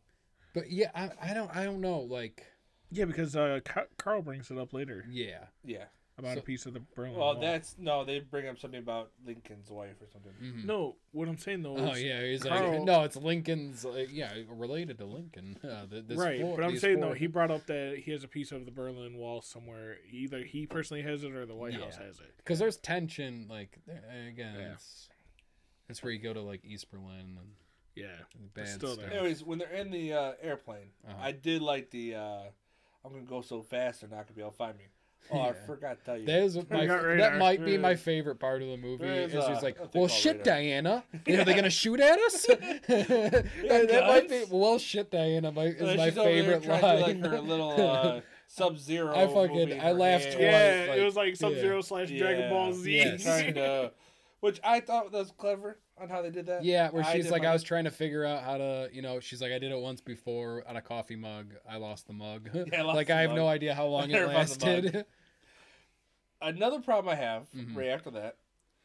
B: But yeah, I, I don't I don't know like
C: Yeah, because uh, Ca- Carl brings it up later
B: yeah
A: Yeah.
C: about
B: So-
C: a piece of the
B: Oh,
C: Berlin
A: Well,
E: Oh.
C: Wall.
A: that's no. They bring up something about Lincoln's wife or something.
B: mhm.
C: Hmm. no. What I'm saying though,
B: Oh
C: is,
B: yeah, he's like
C: Carl-
B: no, it's Lincoln's. Uh, yeah, related to Lincoln. Uh, th- this
C: right.
B: floor-
C: but I'm
B: these
C: saying
B: floor-
C: though, he brought up that he has a piece of the Berlin Wall somewhere. Either he personally has it or the White
B: Yeah.
C: House has it.
B: because there's tension. Like there- again,
C: Yeah.
B: it's that's where you go to like East Berlin and
C: Yeah.
B: bad
C: still
B: stuff.
C: there.
A: Anyways, when they're in the uh, airplane,
B: Uh-huh.
A: I did like the. Uh, I'm gonna go so fast, they're not gonna be able to
B: [laughs]
A: find me. Oh, I
B: Yeah.
A: forgot to tell you.
B: That is my,
C: got
B: that
C: radar.
B: might be
C: Yeah.
B: my favorite part of the movie.
A: There
B: Is,
A: is,
B: he's
A: uh,
B: like,
A: a thing
B: well,
A: called
B: shit,
A: radar." [laughs]
B: Diana. Are they gonna shoot at us? that might be.
A: guns?
B: Well, shit, Diana. My, is
A: Uh,
B: my
A: she's over there
B: favorite
A: trying
B: line.
A: To do, like her
B: [laughs]
A: little uh, Sub Zero.
B: I fucking- I laughed twice.
C: Yeah,
B: like-
C: it was like Sub Zero
B: yeah.
A: [laughs]
C: slash Dragon Ball Z.
B: Yes.
A: trying to, which I thought was clever. on how they did that?
B: Yeah, where
A: I
B: she's
A: did
B: like,
A: mine.
B: I was trying to figure out how to, you know, she's like, I did it once before on a coffee mug. I lost the mug.
A: [laughs] Yeah, I lost
B: like,
A: the
B: I have
A: mug.
B: no idea how
A: [laughs]
B: long it
A: Never found the mug.
B: lasted.
A: Another problem I have
B: Mhm.
A: right after that,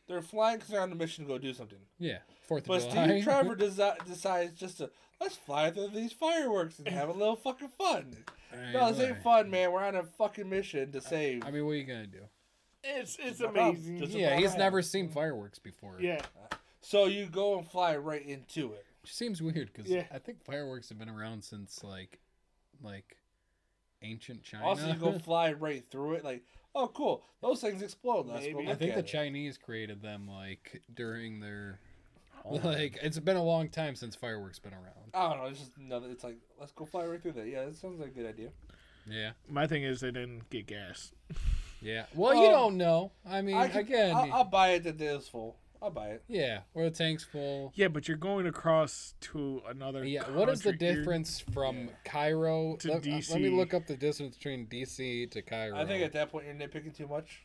A: they're flying 'cause they're on a mission to go do something.
B: [laughs] yeah, Fourth
A: But
B: of July.
A: Steve
B: [laughs]
A: Trevor desi- decides just to let's fly through these fireworks and have a little fucking fun. No, this ain't fun, man. We're on a fucking mission to save.
B: I mean, what are you gonna do?
C: [laughs] It's it's
A: No problem.
C: amazing.
A: Just- It's
B: yeah,
A: about
B: he's
A: right.
B: never seen fireworks before.
C: yeah,
A: so you go and fly right into it.
B: which seems weird because
C: Yeah.
B: I think fireworks have been around since like, like, ancient China.
A: Also, you
B: [laughs]
A: go fly right through it. Like, oh, cool. Those things explode. Let's go
C: Maybe.
A: look
B: I think
A: at
B: the
A: it.
B: Chinese created them like during their, like it's been a long time since fireworks been around.
A: I don't know. It's just another. It's like let's go fly right through that. Yeah, that sounds like a good idea.
B: Yeah,
E: My thing is they didn't get gas.
B: yeah. Well, you
A: Um,
B: don't know. I mean,
A: I can,
B: again,
A: I'll, I'll buy it that it is full. I'll buy it.
B: yeah, or the tank's full.
E: Yeah, but you're going across to another.
B: Yeah, what is the
E: country. You're-
B: difference from
A: Yeah.
B: Cairo
E: To
B: let, uh, Let
E: DC.
B: me look up the distance between DC to Cairo.
A: I think at that point you're nitpicking too much.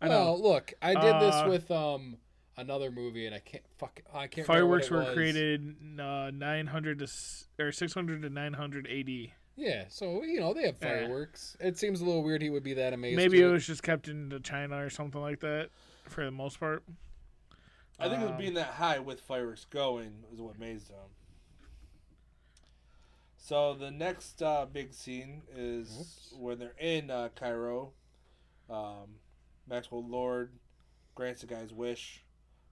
E: I know.
B: Well, look, I did
E: Uh,
B: this with um another movie, and I can't fuck. I can't. remember what
E: Fireworks
B: it
E: were
B: was.
E: created uh, 900 to s- or 600 to 900 AD.
B: Yeah, so you know they have
E: Yeah.
B: fireworks. It seems a little weird he would be that amazed.
E: Maybe
B: to
E: it was just kept into China or something like that for the most part.
A: I think it
E: Um,
A: was being that high with fireworks going is what mazed them. So the next uh, big scene is
B: Whoops.
A: when they're in uh, Cairo. Um, Maxwell Lord grants the guy's wish,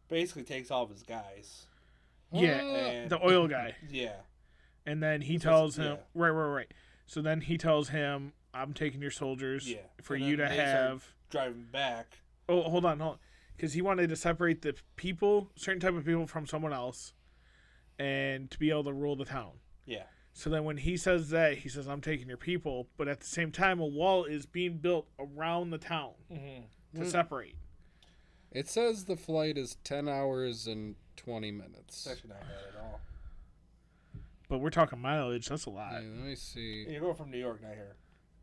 A: basically takes all of his guys.
E: Yeah,
B: Uh,
A: and
E: The oil guy.
A: yeah,
E: And then he
A: This was-
E: tells him,
A: yeah.
E: right, right, right. So then he tells him, I'm taking your soldiers
A: Yeah.
E: for
A: And
E: you to
A: then they start-
E: have.
A: driving back.
E: Oh, hold on, hold on. Because he wanted to separate the people, certain type of people from someone else, and to be able to rule the town.
A: Yeah,
E: So then when he says that, he says, I'm taking your people. But at the same time, a wall is being built around the town
A: mm-hmm.
E: to separate.
B: It says the flight is ten hours and twenty
A: it's
B: minutes.
A: actually not bad at all.
E: But we're talking mileage. That's a lot.
B: Yeah, let me see.
A: You're going from New York, not here.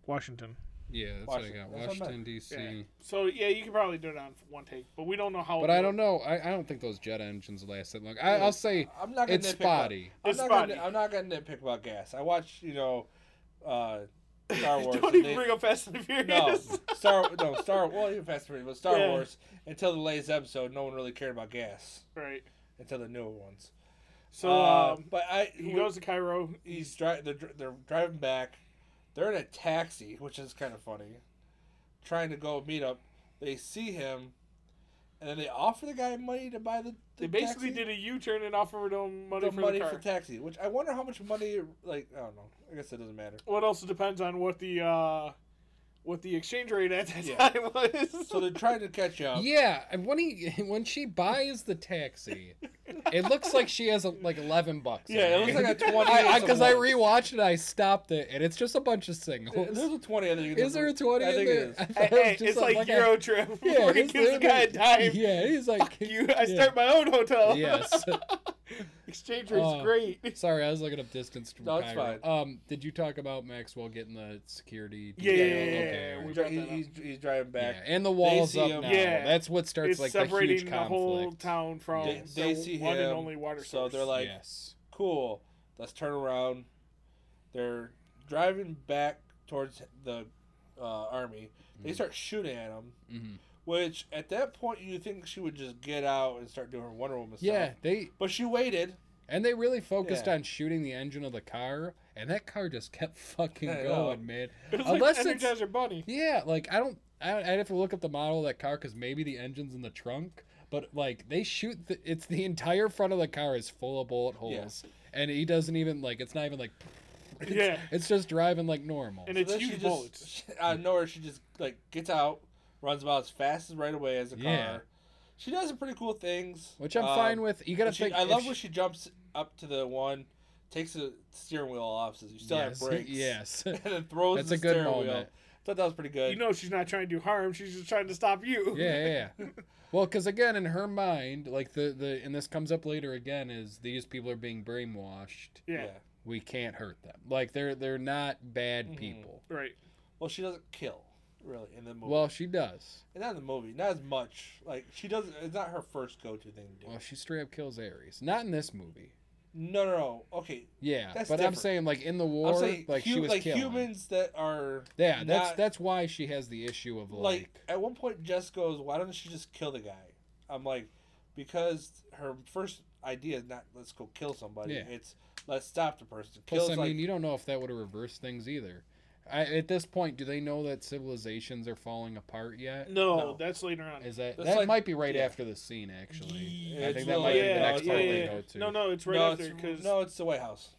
E: Washington.
B: Yeah, that's what I
A: Washington.
B: got.
A: That's not
B: Washington D.C.
E: Yeah.
C: so yeah, you could probably do it on one take, but we don't know how.
B: But I don't know. I, I don't think those jet engines last that long. I, I'll say
A: I'm not gonna
B: it's
A: nitpick
B: spotty.
A: About, I'm,
C: It's
A: not
C: spotty.
A: Gonna, I'm not gonna nitpick about gas. I watch, you know, uh,
E: [laughs]
A: Star Wars.
C: don't
A: and
C: even
A: they-
C: bring up Fast and the
A: No,
C: Furious.
A: Star no Star well even Fast and Furious, but Star
C: Yeah.
A: Wars until the latest episode, no one really cared about gas
C: Right.
A: until the newer ones.
C: So
A: Uh,
C: um,
A: but I
C: he goes to Cairo.
A: He's driving. They're, dri- they're driving back. They're in a taxi, which is kind of funny. Trying to go meet up, they see him, and then they offer the guy money to buy the. the
C: They basically
A: taxi,
C: did a U-turn and offered him money
A: the
C: for
A: money
C: the
A: for
C: car.
A: taxi, which I wonder how much money. Like I don't know. I guess it doesn't matter.
C: what also depends on what the uh, what the exchange rate at that
A: Yeah.
C: time was.
A: So they're trying to catch up.
B: [laughs] Yeah, and when he [laughs] when she buys the taxi, it looks like she has a, like eleven bucks. in
A: Yeah, it looks
B: her
A: like a
B: hand.
A: 20
B: [laughs] I-
A: or
B: I Because I,
A: something.
B: rewatched it, I stopped it, and it's just a bunch of
A: There's
B: singles.
A: a twenty. I think.
B: Is there a twenty?
A: I
B: in
A: think
B: there?
A: it
B: [laughs] I
A: is.
C: [laughs]
B: thought
C: Hey,
B: it was
C: hey,
B: just
C: it's
B: a-
C: like,
B: a-
C: [laughs] Euro trip.
B: Yeah,
C: where he
B: it's
C: gives the guy a
B: literally-
C: dime.
B: Yeah, he's like,
C: Fuck
B: [laughs]
C: you! I
B: yeah.
C: start my own hotel. [laughs]
B: yes.
C: exchange rate's
B: Uh,
C: great.
B: Sorry, I was looking up distance from
A: No, it's
B: Cairo. Um, did you talk about Maxwell getting the security?
C: Yeah,
B: detail?
C: yeah, yeah, yeah,
B: Okay,
C: yeah,
A: He
C: we-
B: right.
A: dri- he- he's, he's driving back.
B: Yeah, and the walls
A: see
B: up
A: him.
B: now.
C: Yeah.
B: That's what starts
C: It's
B: like the huge
C: separating
B: conflict.
C: the, whole town from
A: They-
C: their
A: they see
C: one and
A: him,
C: only water
A: so
C: source.
A: they're
C: [laughs]
A: like-
B: yes.
A: cool. Let's turn around. They're driving back towards the uh, army. They
B: Mhm.
A: start shooting at them,
B: Mhm.
A: which at that point you think she would just get out and start doing her Wonder Woman stuff.
B: Yeah, they
A: But she waited.
B: And they really focused
A: Yeah.
B: on shooting the engine of the car, and that car just kept [laughs] fucking
A: I know.
B: going, man.
C: it was
B: Unless
C: like
B: it's-
C: Energizer
B: [laughs]
C: Bunny.
B: Yeah, like I don't, I, I'd have to look up the model of that car because maybe the engine's in the trunk. But like they shoot, the, it's the entire front of the car is full of bullet holes, and he doesn't even like. It's not even like. [laughs] It's,
C: Yeah.
B: it's just driving like normal.
C: And it's
A: Then she
C: huge
A: just-
C: bullets.
A: she- out of nowhere, she just like gets out, runs about as fast as right away as the
B: Yeah.
A: car. She does some pretty cool things,
B: which I'm fine
A: Um,
B: with. You gotta
A: and she-
B: think.
A: I
B: if
A: love
B: she-
A: when she jumps up to the one, takes the steering wheel off, says you still
B: yes, [laughs]
A: have brakes,
B: Yes.
A: [laughs] and then throws
B: That's
A: the
B: a good
A: steering wheel.
B: moment.
A: Thought that was pretty good.
C: You know she's not trying to do harm. She's just trying to stop you.
B: yeah, yeah, yeah. Well, because again, in her mind, like the the and this comes up later again is these people are being brainwashed.
C: [laughs] Yeah.
B: We can't hurt them. Like they're they're not bad
A: Mhm.
B: people.
C: Right.
A: Well, she doesn't kill. really in the movie.
B: Well, she does.
A: And not in the movie, not as much. Like she doesn't. It's not her first go-to thing to do.
B: Well, she straight up kills Ares. Not in this movie.
A: no, no, no. Okay,
B: Yeah,
A: That's
B: but
A: different.
B: I'm saying like in the war,
A: I'm saying
B: like she
A: hu-
B: was
A: like
B: killing.
A: humans that are
B: yeah, that's
A: not-
B: that's why she has the issue of
A: like,
B: like,
A: at one point Jess goes, "Why doesn't she just kill the guy?" I'm like, because her first idea is not let's go kill somebody.
B: Yeah.
A: It's let's stop the person.
B: Plus,
A: Kills
B: I mean,
A: like
B: you don't know if that would have reversed things either. I, at this point, do they know that civilizations are falling apart yet?
E: No,
A: No.
E: that's later on.
B: Is that
A: That's
B: that
A: like-
B: might be right
A: yeah.
B: after the scene actually?
A: Ye-
B: I
A: it's
B: think that might
A: really-
B: be the
A: yeah,
B: next
A: yeah,
B: part
A: yeah.
B: they go to.
E: No, no, it's right
A: no,
E: after
A: it's,
E: because
A: no, it's the White House.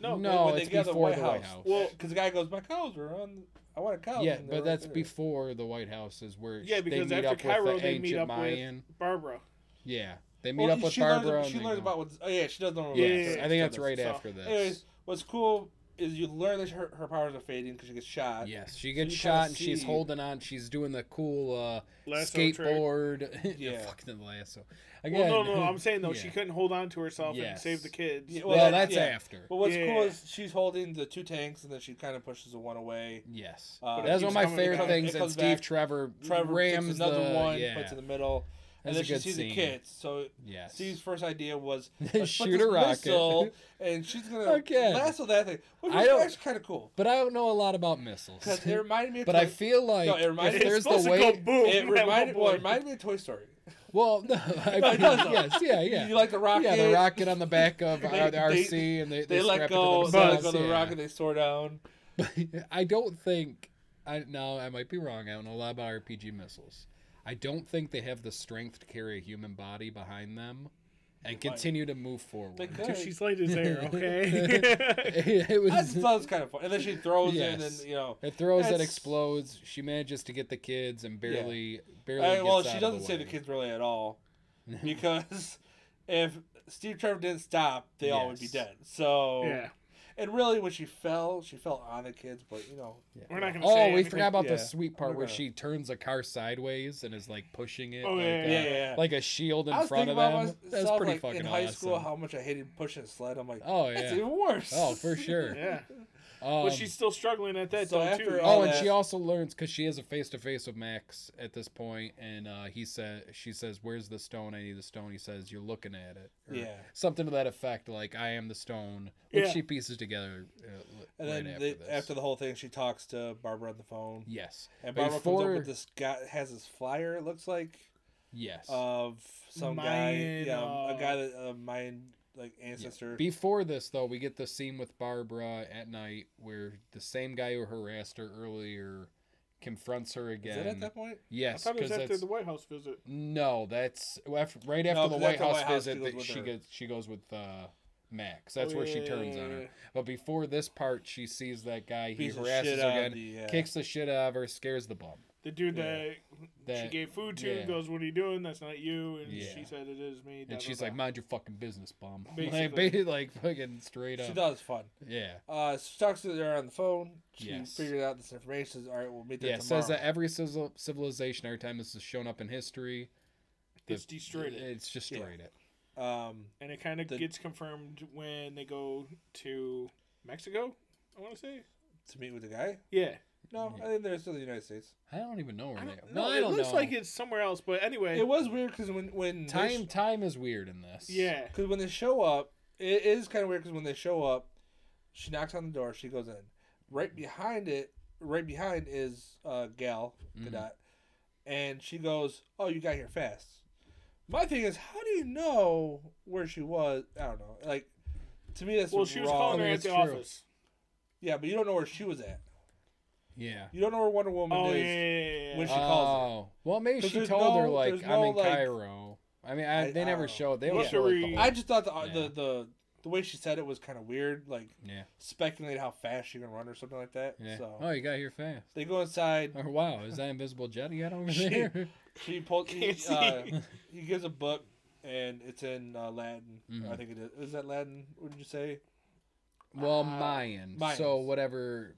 E: no,
B: No,
A: when they
B: it's
A: get out
B: before the White House.
A: Well, because the guy goes, "My cows were on. I want a cow."
B: yeah,
A: and they're
B: but that's
A: right there."
B: before the White House is where
E: Yeah, because
B: they meet
E: after
B: up
E: Cairo,
B: with the
E: they
B: ancient
E: meet up with-
B: Mayan.
E: Barbara.
B: Yeah, they meet
A: Well,
B: up with
A: she
B: Barbara.
A: Learns,
B: and
A: she
B: they
A: learns
B: go-
A: about what's. Oh yeah, she does know. what
B: Yeah,
A: it is.
B: I think that's
A: She
B: right
A: does.
B: after this.
A: Anyways, what's cool is you learn that her, her powers are fading because she gets shot.
B: Yes, she gets
A: you kinda
B: shot and she's
A: see-
B: holding on. She's doing the cool uh,
E: Lasso trick.
B: skateboard. [laughs]
A: Yeah.
B: fucking lasso.
E: Well, no, no,
B: [laughs]
E: I'm saying though
B: yeah.
E: she couldn't hold on to herself and
B: Yes.
E: save the kids. [laughs]
A: Yeah,
B: Well,
A: Well, that-
B: that's
A: yeah.
B: after.
A: But what's cool
E: Yeah.
A: is she's holding the two tanks and then she kind of pushes the one away.
B: Yes,
A: Uh,
B: that's
A: it keeps
B: one of my
A: coming- it
B: favorite
A: comes-
B: things.
A: it
B: And
A: comes
B: Steve
A: back.
B: Trevor,
A: Trevor
B: rams
A: takes another
B: the-
A: one,
B: Yeah,
A: puts in the middle, and
B: That's a
A: then she
B: good
A: sees
B: scene.
A: the kids. So
B: yes.
A: Steve's first idea was
B: They
A: let's put
B: shoot
A: this
B: a rocket.
A: missile, and she's gonna
B: Again.
A: lasso that thing, which
B: I
A: was
B: don't-
A: actually kind of cool
B: [laughs] But I don't know a lot about missiles.
A: because
B: [laughs]
A: it reminded me. Of
B: But
A: Toy,
B: I feel like
A: No, it reminded-
B: if
A: It's
B: there's
E: supposed
B: the
E: to
B: way.
E: go [laughs] boom.
A: it
B: [laughs]
E: at one
A: reminded well, it
E: point.
A: reminded me of Toy Story.
B: well, no, [laughs] I
A: No, it does, though.
B: yes, yeah, yeah.
A: You like the rocket?
B: Yeah, the rocket on the back of
A: They-
B: uh, the
A: they-
B: RC, and they,
A: [laughs] They, let
B: strap
A: go.
B: It to
A: They let
B: themselves,
A: go of the
B: yeah.
A: rocket. They soar
B: [laughs]
A: down.
B: But I don't think I no, I might be wrong. I don't know a lot about RPG missiles. I don't think they have the strength to carry a human body behind them and continue to move forward.
A: They
E: Dude,
A: could.
E: she's light as air. [laughs] Okay.
B: [laughs] it
A: I just
B: was
A: thought it was kind of fun. And then she throws it, and
B: Yes.
A: then you know.
B: it throws that
A: That's-
B: explodes. She manages to get the kids and barely barely.
A: I, well,
B: gets
A: she
B: out
A: doesn't
B: of the
A: say the
B: way. [laughs]
A: kids really at all, because if Steve Trevor didn't stop, they all would be
B: Yes.
A: dead. So,
E: yeah.
A: and really, when she fell, she fell on the kids. But you know,
E: We're not gonna.
B: Oh,
E: say
B: we
E: anything.
B: forgot about
A: Yeah.
B: the sweet part
A: We're
B: where
A: gonna-
B: she turns the car sideways and is like pushing it.
E: Oh,
B: like,
E: yeah,
B: uh,
A: yeah, yeah.
B: like a shield in
A: I was
B: front
A: thinking
B: of
A: about
B: them. That's
A: myself
B: pretty
A: like,
B: fucking
A: in high
B: awesome.
A: school how much I hated pushing a sled. I'm like,
B: oh
A: that's [laughs]
B: yeah.
A: even worse.
B: Oh,
A: [laughs]
B: for sure.
E: Yeah.
B: Um,
E: But she's still struggling at that
A: so
E: though
A: after
E: too.
A: all
B: Oh, and
A: that-
B: she also learns because she has a face to face with Max at this point, and uh, he said, "She says, where's the stone? I need the stone." He says, "You're looking at it." or
A: Yeah.
B: something to that effect. Like I am the stone, which
E: Yeah.
B: she pieces together. Uh, li-
A: And
B: right
A: then
B: after,
A: they-
B: this.
A: after the whole thing, she talks to Barbara on the phone,
B: yes,
A: and Barbara comes
B: Before-
A: up with this guy has this flyer. It looks like
B: yes.
A: of some
E: Mayan,
A: guy, yeah, a
E: uh,
A: guy that uh, Mayan like
B: Yeah.
A: ancestor.
B: Before this, though, we get the scene with Barbara at night where the same guy who harassed her earlier confronts her
A: Is
B: again.
A: it at that point?
E: I
B: Yes,
E: thought it was
B: because
E: after
B: that's
E: the White House visit.
B: No, that's well, after, right after
A: 'cause
B: the
A: after
B: White
A: the
B: House
A: White House,
B: visit.
A: she goes
B: that
A: with
B: she
A: her. Oh,
B: gets she goes with uh, Max. That's where she turns on her.
E: Oh, Yeah.
B: But before this part, she sees that guy. He
A: Piece of
B: harasses
A: shit
B: her
A: out of
B: again,
A: the, uh,
B: kicks the shit out of her, scares the bum.
E: The dude that she
B: That
E: gave food to
B: yeah.
E: goes, "What are you doing? That's not you." And
B: Yeah.
E: she said, "It is me."
B: and she's like, "Mind your fucking business, bum." [laughs] Like,
E: Basically.
B: ba- like fucking straight
A: She
B: up.
A: does fun.
B: Yeah,
A: Uh, she talks to her on the phone. She
B: Yes.
A: figured out this information. Says, All right, we'll meet there
B: yeah. it
A: tomorrow.
B: Says that every civil- civilization, every time this is shown up in history,
E: "It's destroyed it,"
B: It's destroyed it.
A: um,
E: and it kind of
A: the-
E: gets confirmed when they go to Mexico. I want to say,
A: to meet with the guy.
E: yeah.
A: No, I think they're still in the United States.
B: I don't even know where
E: I
B: they.
E: don't,
B: No,
E: no,
B: I
E: it
B: don't
E: looks
B: know.
E: like it's somewhere else, but anyway,
A: It was weird because when when
B: time. Time is weird in this.
E: yeah.
A: because when they show up, it is kind of weird because when they show up, she knocks on the door. She goes in. Right behind it, right behind is uh, Gal
B: Mhm.
A: Gadot, and she goes, "Oh, you got here fast." My thing is, how do you know where she was? I don't know. Like to me, that's
E: Well, she was
A: wrong.
E: calling her
B: I mean,
E: at
B: it's
E: the
B: true.
E: office.
A: Yeah, but you don't know where she was at.
B: Yeah.
A: You don't know where Wonder Woman
E: Oh yeah,
A: is.
E: yeah, yeah,
A: when
E: yeah.
A: she calls
B: Oh. Well, maybe
A: 'Cause
B: she
A: there's
B: told her
A: no-
B: like
A: there's
B: I'm
A: no,
B: in
A: like-
B: Cairo. I mean, I,
A: I-
B: they
A: I
B: never
A: don't
B: show it. They
E: know.
B: don't
E: Yeah.
B: show like, the
E: History.
B: whole-
A: I just thought the, uh,
B: Yeah.
A: the the the way she said it was kind of weird. Like
B: yeah.
A: speculate how fast she can run or something like that.
B: Yeah.
A: So
B: Oh, you got here fast. [laughs]
A: they go inside.
B: Or wow, is that invisible jet you got over
A: She-
B: there? [laughs]
A: She pulls. He,
E: Can't see.
A: uh, [laughs] he gives a book, and it's in uh, Latin.
B: Mhm.
A: I think it is. Is that Latin? What did you say?
B: well, Mayan.
A: Mayans.
B: So whatever.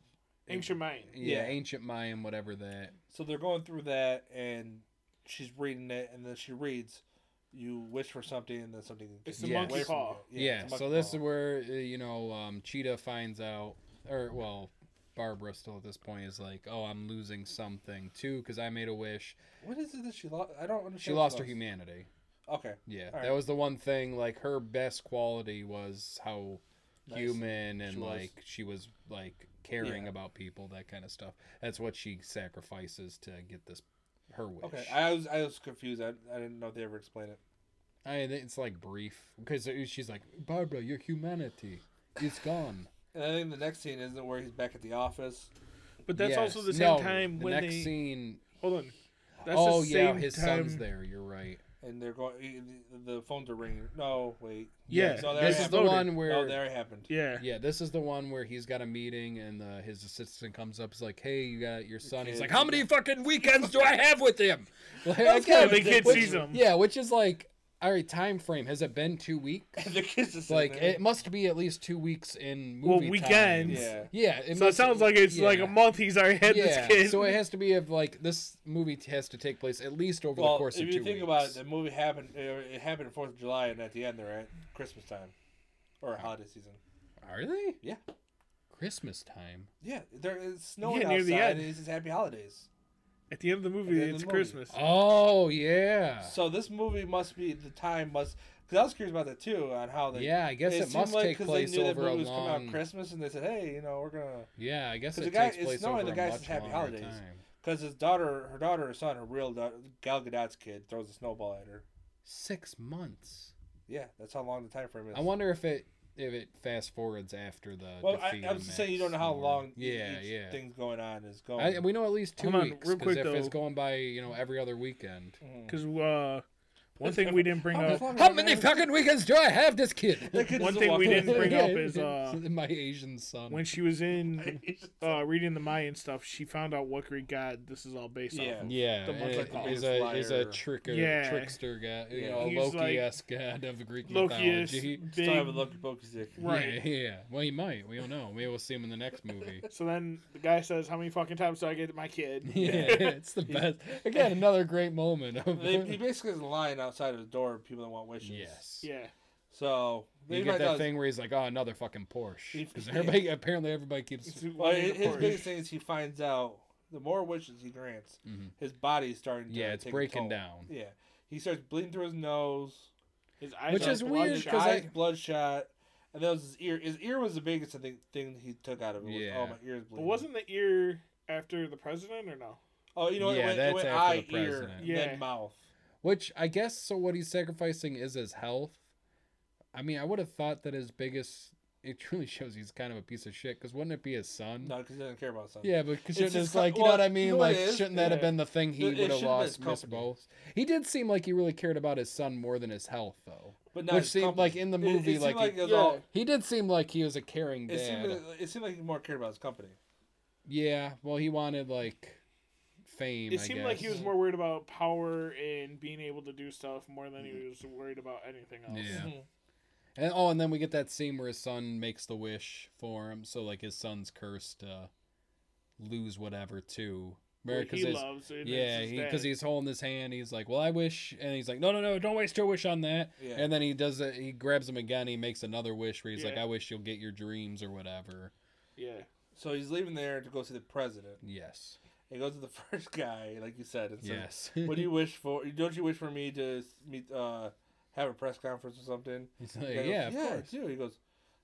E: ancient Mayan.
B: Yeah,
A: Yeah.
B: ancient Mayan, whatever that.
A: So they're going through that, and she's reading it, and then she reads, "You wish for something, and then something."
E: It's
B: the
A: away from
B: monkey
E: paw.
A: you."
B: Yeah.
A: it's a
B: so
A: monkey
B: this
A: paw.
B: is where uh, you know um, Cheetah finds out, or well, Barbara still at this point is like, oh, I'm losing something too because I made a wish.
A: What is it that she lost? I don't understand.
B: She
A: what
B: lost her humanity.
A: Okay.
B: Yeah,
A: All right.
B: that was the one thing. Like her best quality was how
A: Nice.
B: human and
A: She was.
B: like she was like caring
A: Yeah.
B: about people, that kind of stuff. That's what she sacrifices to get this her wish.
A: Okay. I was I was confused. I, I didn't know if they ever explained it.
B: I, it's like brief because she's like Barbara, your humanity is gone.
A: And I think the next scene isn't it, where he's back at the office.
E: But that's
B: Yes.
E: also the same
B: No,
E: time
B: the
E: when
B: next
E: they
B: scene.
E: hold on. That's
B: oh
E: the
B: yeah,
E: same
B: his
E: time,
B: son's there. You're right.
A: And they're going. The phones are ringing. No, wait.
E: Yeah,
A: So there
B: this
A: it
B: is the
E: exploded.
B: one where
A: Oh, there it happened.
E: Yeah,
B: Yeah, this is the one where he's got a meeting and uh, his assistant comes up. He's like, "Hey, you got your son." He's
A: kid.
B: like, "How many fucking weekends do I have with him?" [laughs] Like, okay,
E: yeah, the kid
B: which-
E: sees him.
B: Yeah, which is like, all right, time frame. Has it been two
A: [laughs]
B: weeks? [laughs]
A: the kids just
B: Like,
A: sitting there.
B: it must be at least two weeks in
E: Well,
B: movie
E: weekends.
B: Time.
A: Yeah.
B: Yeah. It
E: So it
B: must-
E: sounds like it's like a
B: yeah.
E: month he's already had [laughs]
B: Yeah.
E: this kid.
B: So it has to be of like this movie has to take place at least over the
A: Well,
B: course
A: if
B: of
A: you
B: two
A: think
B: weeks.
A: about it, the movie happened. uh, It happened Fourth of July, and at the end, they're at Christmas time or holiday season.
B: Are they?
A: Yeah.
B: Christmas time.
A: Yeah, there is snowing
E: Yeah, near
A: outside.
E: the
A: and
E: end.
A: It's just happy holidays.
E: At the end of the movie,
A: At the end of
E: it's
A: the movie.
E: Christmas.
B: Oh yeah.
A: So this movie must be the time must. Because I was curious about that too on how they.
B: yeah, I guess it,
A: seemed
B: must
A: like
B: take
A: 'cause
B: place
A: they knew
B: over
A: that
B: a
A: movie was coming
B: long.
A: out Christmas, and they said, "Hey, you know, we're gonna."
B: Yeah, I guess
A: 'Cause
B: it
A: the guy-
B: takes
A: it's
B: place
A: snowing,
B: over
A: the
B: a
A: guy
B: much
A: says happy
B: longer
A: holidays.
B: time.
A: Because his daughter, her daughter, her son, her real daughter, Gal Gadot's kid, throws a snowball at her.
B: Six months.
A: Yeah, that's how long the time frame is.
B: I wonder if it if it fast forwards after the.
A: Well, I,
B: defeat
A: I
B: of
A: was just saying you don't
B: Max
A: know how
B: Moore.
A: long. e-
B: Yeah,
A: each
B: yeah.
A: Things going on is going.
B: I, we know at least two
E: Hold on,
B: weeks
E: real
B: 'cause
E: quick,
B: if it's
E: though.
B: going by you know every other weekend.
A: Mhm.
E: Because uh, one thing we didn't
B: [laughs]
E: bring up,
B: How many fucking weekends do I have this kid?
A: [laughs] They
E: [laughs]
A: could
E: one
A: just
E: thing
A: walk
E: we
A: away.
E: didn't
B: [laughs]
E: bring up is, uh,
B: my Asian son.
E: when she was
B: [laughs]
E: in
A: [laughs]
E: uh, reading the Mayan stuff, she found out what Greek god this is all based
A: Yeah.
E: off. Of.
B: yeah,
E: The monk
B: and
E: like the
B: is
A: biggest
B: a is a
A: liar.
B: tricker
E: Yeah.
B: trickster guy, you
A: Yeah.
B: know, a
E: He's like-
B: Loki esque god of the Greek
E: Loki's
B: mythology.
A: Still
E: big,
A: have a Loki Pokey stick.
E: right?
B: Yeah, [laughs] yeah. Well, he might. We don't know. Maybe we'll see him in the next movie.
E: So then the guy says, "How many fucking times do I get my
A: [laughs]
E: kid?"
B: Yeah, it's the best. Again, another great moment. Of
A: [laughs]
B: [laughs]
A: They, he basically is lying outside of the door of people that want wishes.
B: yes.
E: Yeah,
A: So
B: You
A: maybe
B: get
A: like
B: that
A: was-
B: thing where he's like, "Oh, another fucking Porsche,"
A: If-
B: because everybody apparently everybody keeps.
E: It's-
A: Well, hi- his
E: Porsche.
A: biggest thing is he finds out the more wishes he grants,
B: Mhm.
A: his body's starting. to
B: Yeah, it's
A: take a
B: breaking
A: toll.
B: down.
A: Yeah, he starts bleeding through his nose.
E: His eyes
B: Which
E: are
B: is weird,
A: His
B: 'cause
E: bloodshot.
B: I-
A: eyes bloodshot, and then his ear. His ear was the biggest I think, thing he took out of it. Was,
B: Yeah.
A: Oh, my ear's
E: But
A: bleeding.
E: wasn't the ear after the president or no?
A: Oh, you know what?
B: Yeah,
A: it went,
B: that's
A: it went
B: after
A: eye,
B: the
A: ear,
B: president.
A: and
E: Yeah.
A: then mouth.
B: Which I guess so. What he's sacrificing is his health. I mean, I would have thought that his biggest. It truly shows he's kind of a piece of shit. Because wouldn't it be his son?
A: No, because he doesn't care about something.
B: Yeah, but shouldn't
A: his
B: it's
A: co-
B: like you
A: well,
B: know what I
A: you
B: mean?
A: know what
B: like,
A: it is?
B: shouldn't that have
E: Yeah.
B: been the thing he
A: It- it
B: would have
A: should've been
B: lost?
A: his
B: Miss
A: company.
B: both. He did seem like he really cared about his son more than his health, though.
A: but
B: which
A: his
B: seemed
A: company.
B: like in the
A: [laughs] It-
B: movie,
A: It, seemed
B: like,
A: like
B: he-
A: it was
E: Yeah.
A: all.
B: He did seem like he was a caring
A: It
B: dad.
A: seemed, it seemed like he more cared about his company.
B: Yeah, well, he wanted like fame.
E: It
B: I
E: seemed like
B: guess.
E: he was more worried about power and being able to do stuff more than
A: Mm.
E: he was worried about anything else.
B: Yeah.
A: Mhm.
B: And oh, and then we get that scene where his son makes the wish for him. So like his son's cursed to lose whatever too.
E: Where
B: Because
E: he loves it.
B: yeah, because he's holding his hand. He's like, "Well, I wish," and he's like, "No, no, no! Don't waste your wish on that."
A: Yeah.
B: And then he does it. He grabs him again. He makes another wish where he's like,
E: Yeah.
B: "I wish you'll get your dreams or whatever."
E: yeah.
A: So he's leaving there to go see the president.
B: Yes.
A: He goes to the [laughs] first guy, like you said. And says,
B: yes.
A: [laughs] what do you wish for? Don't you wish for me to s- meet, uh, have a press conference or something?
B: [laughs] He's
A: The
B: like,
A: guy goes,
B: Uh, yeah, of
A: yeah, I
B: course. Mm-hmm.
A: do." He goes,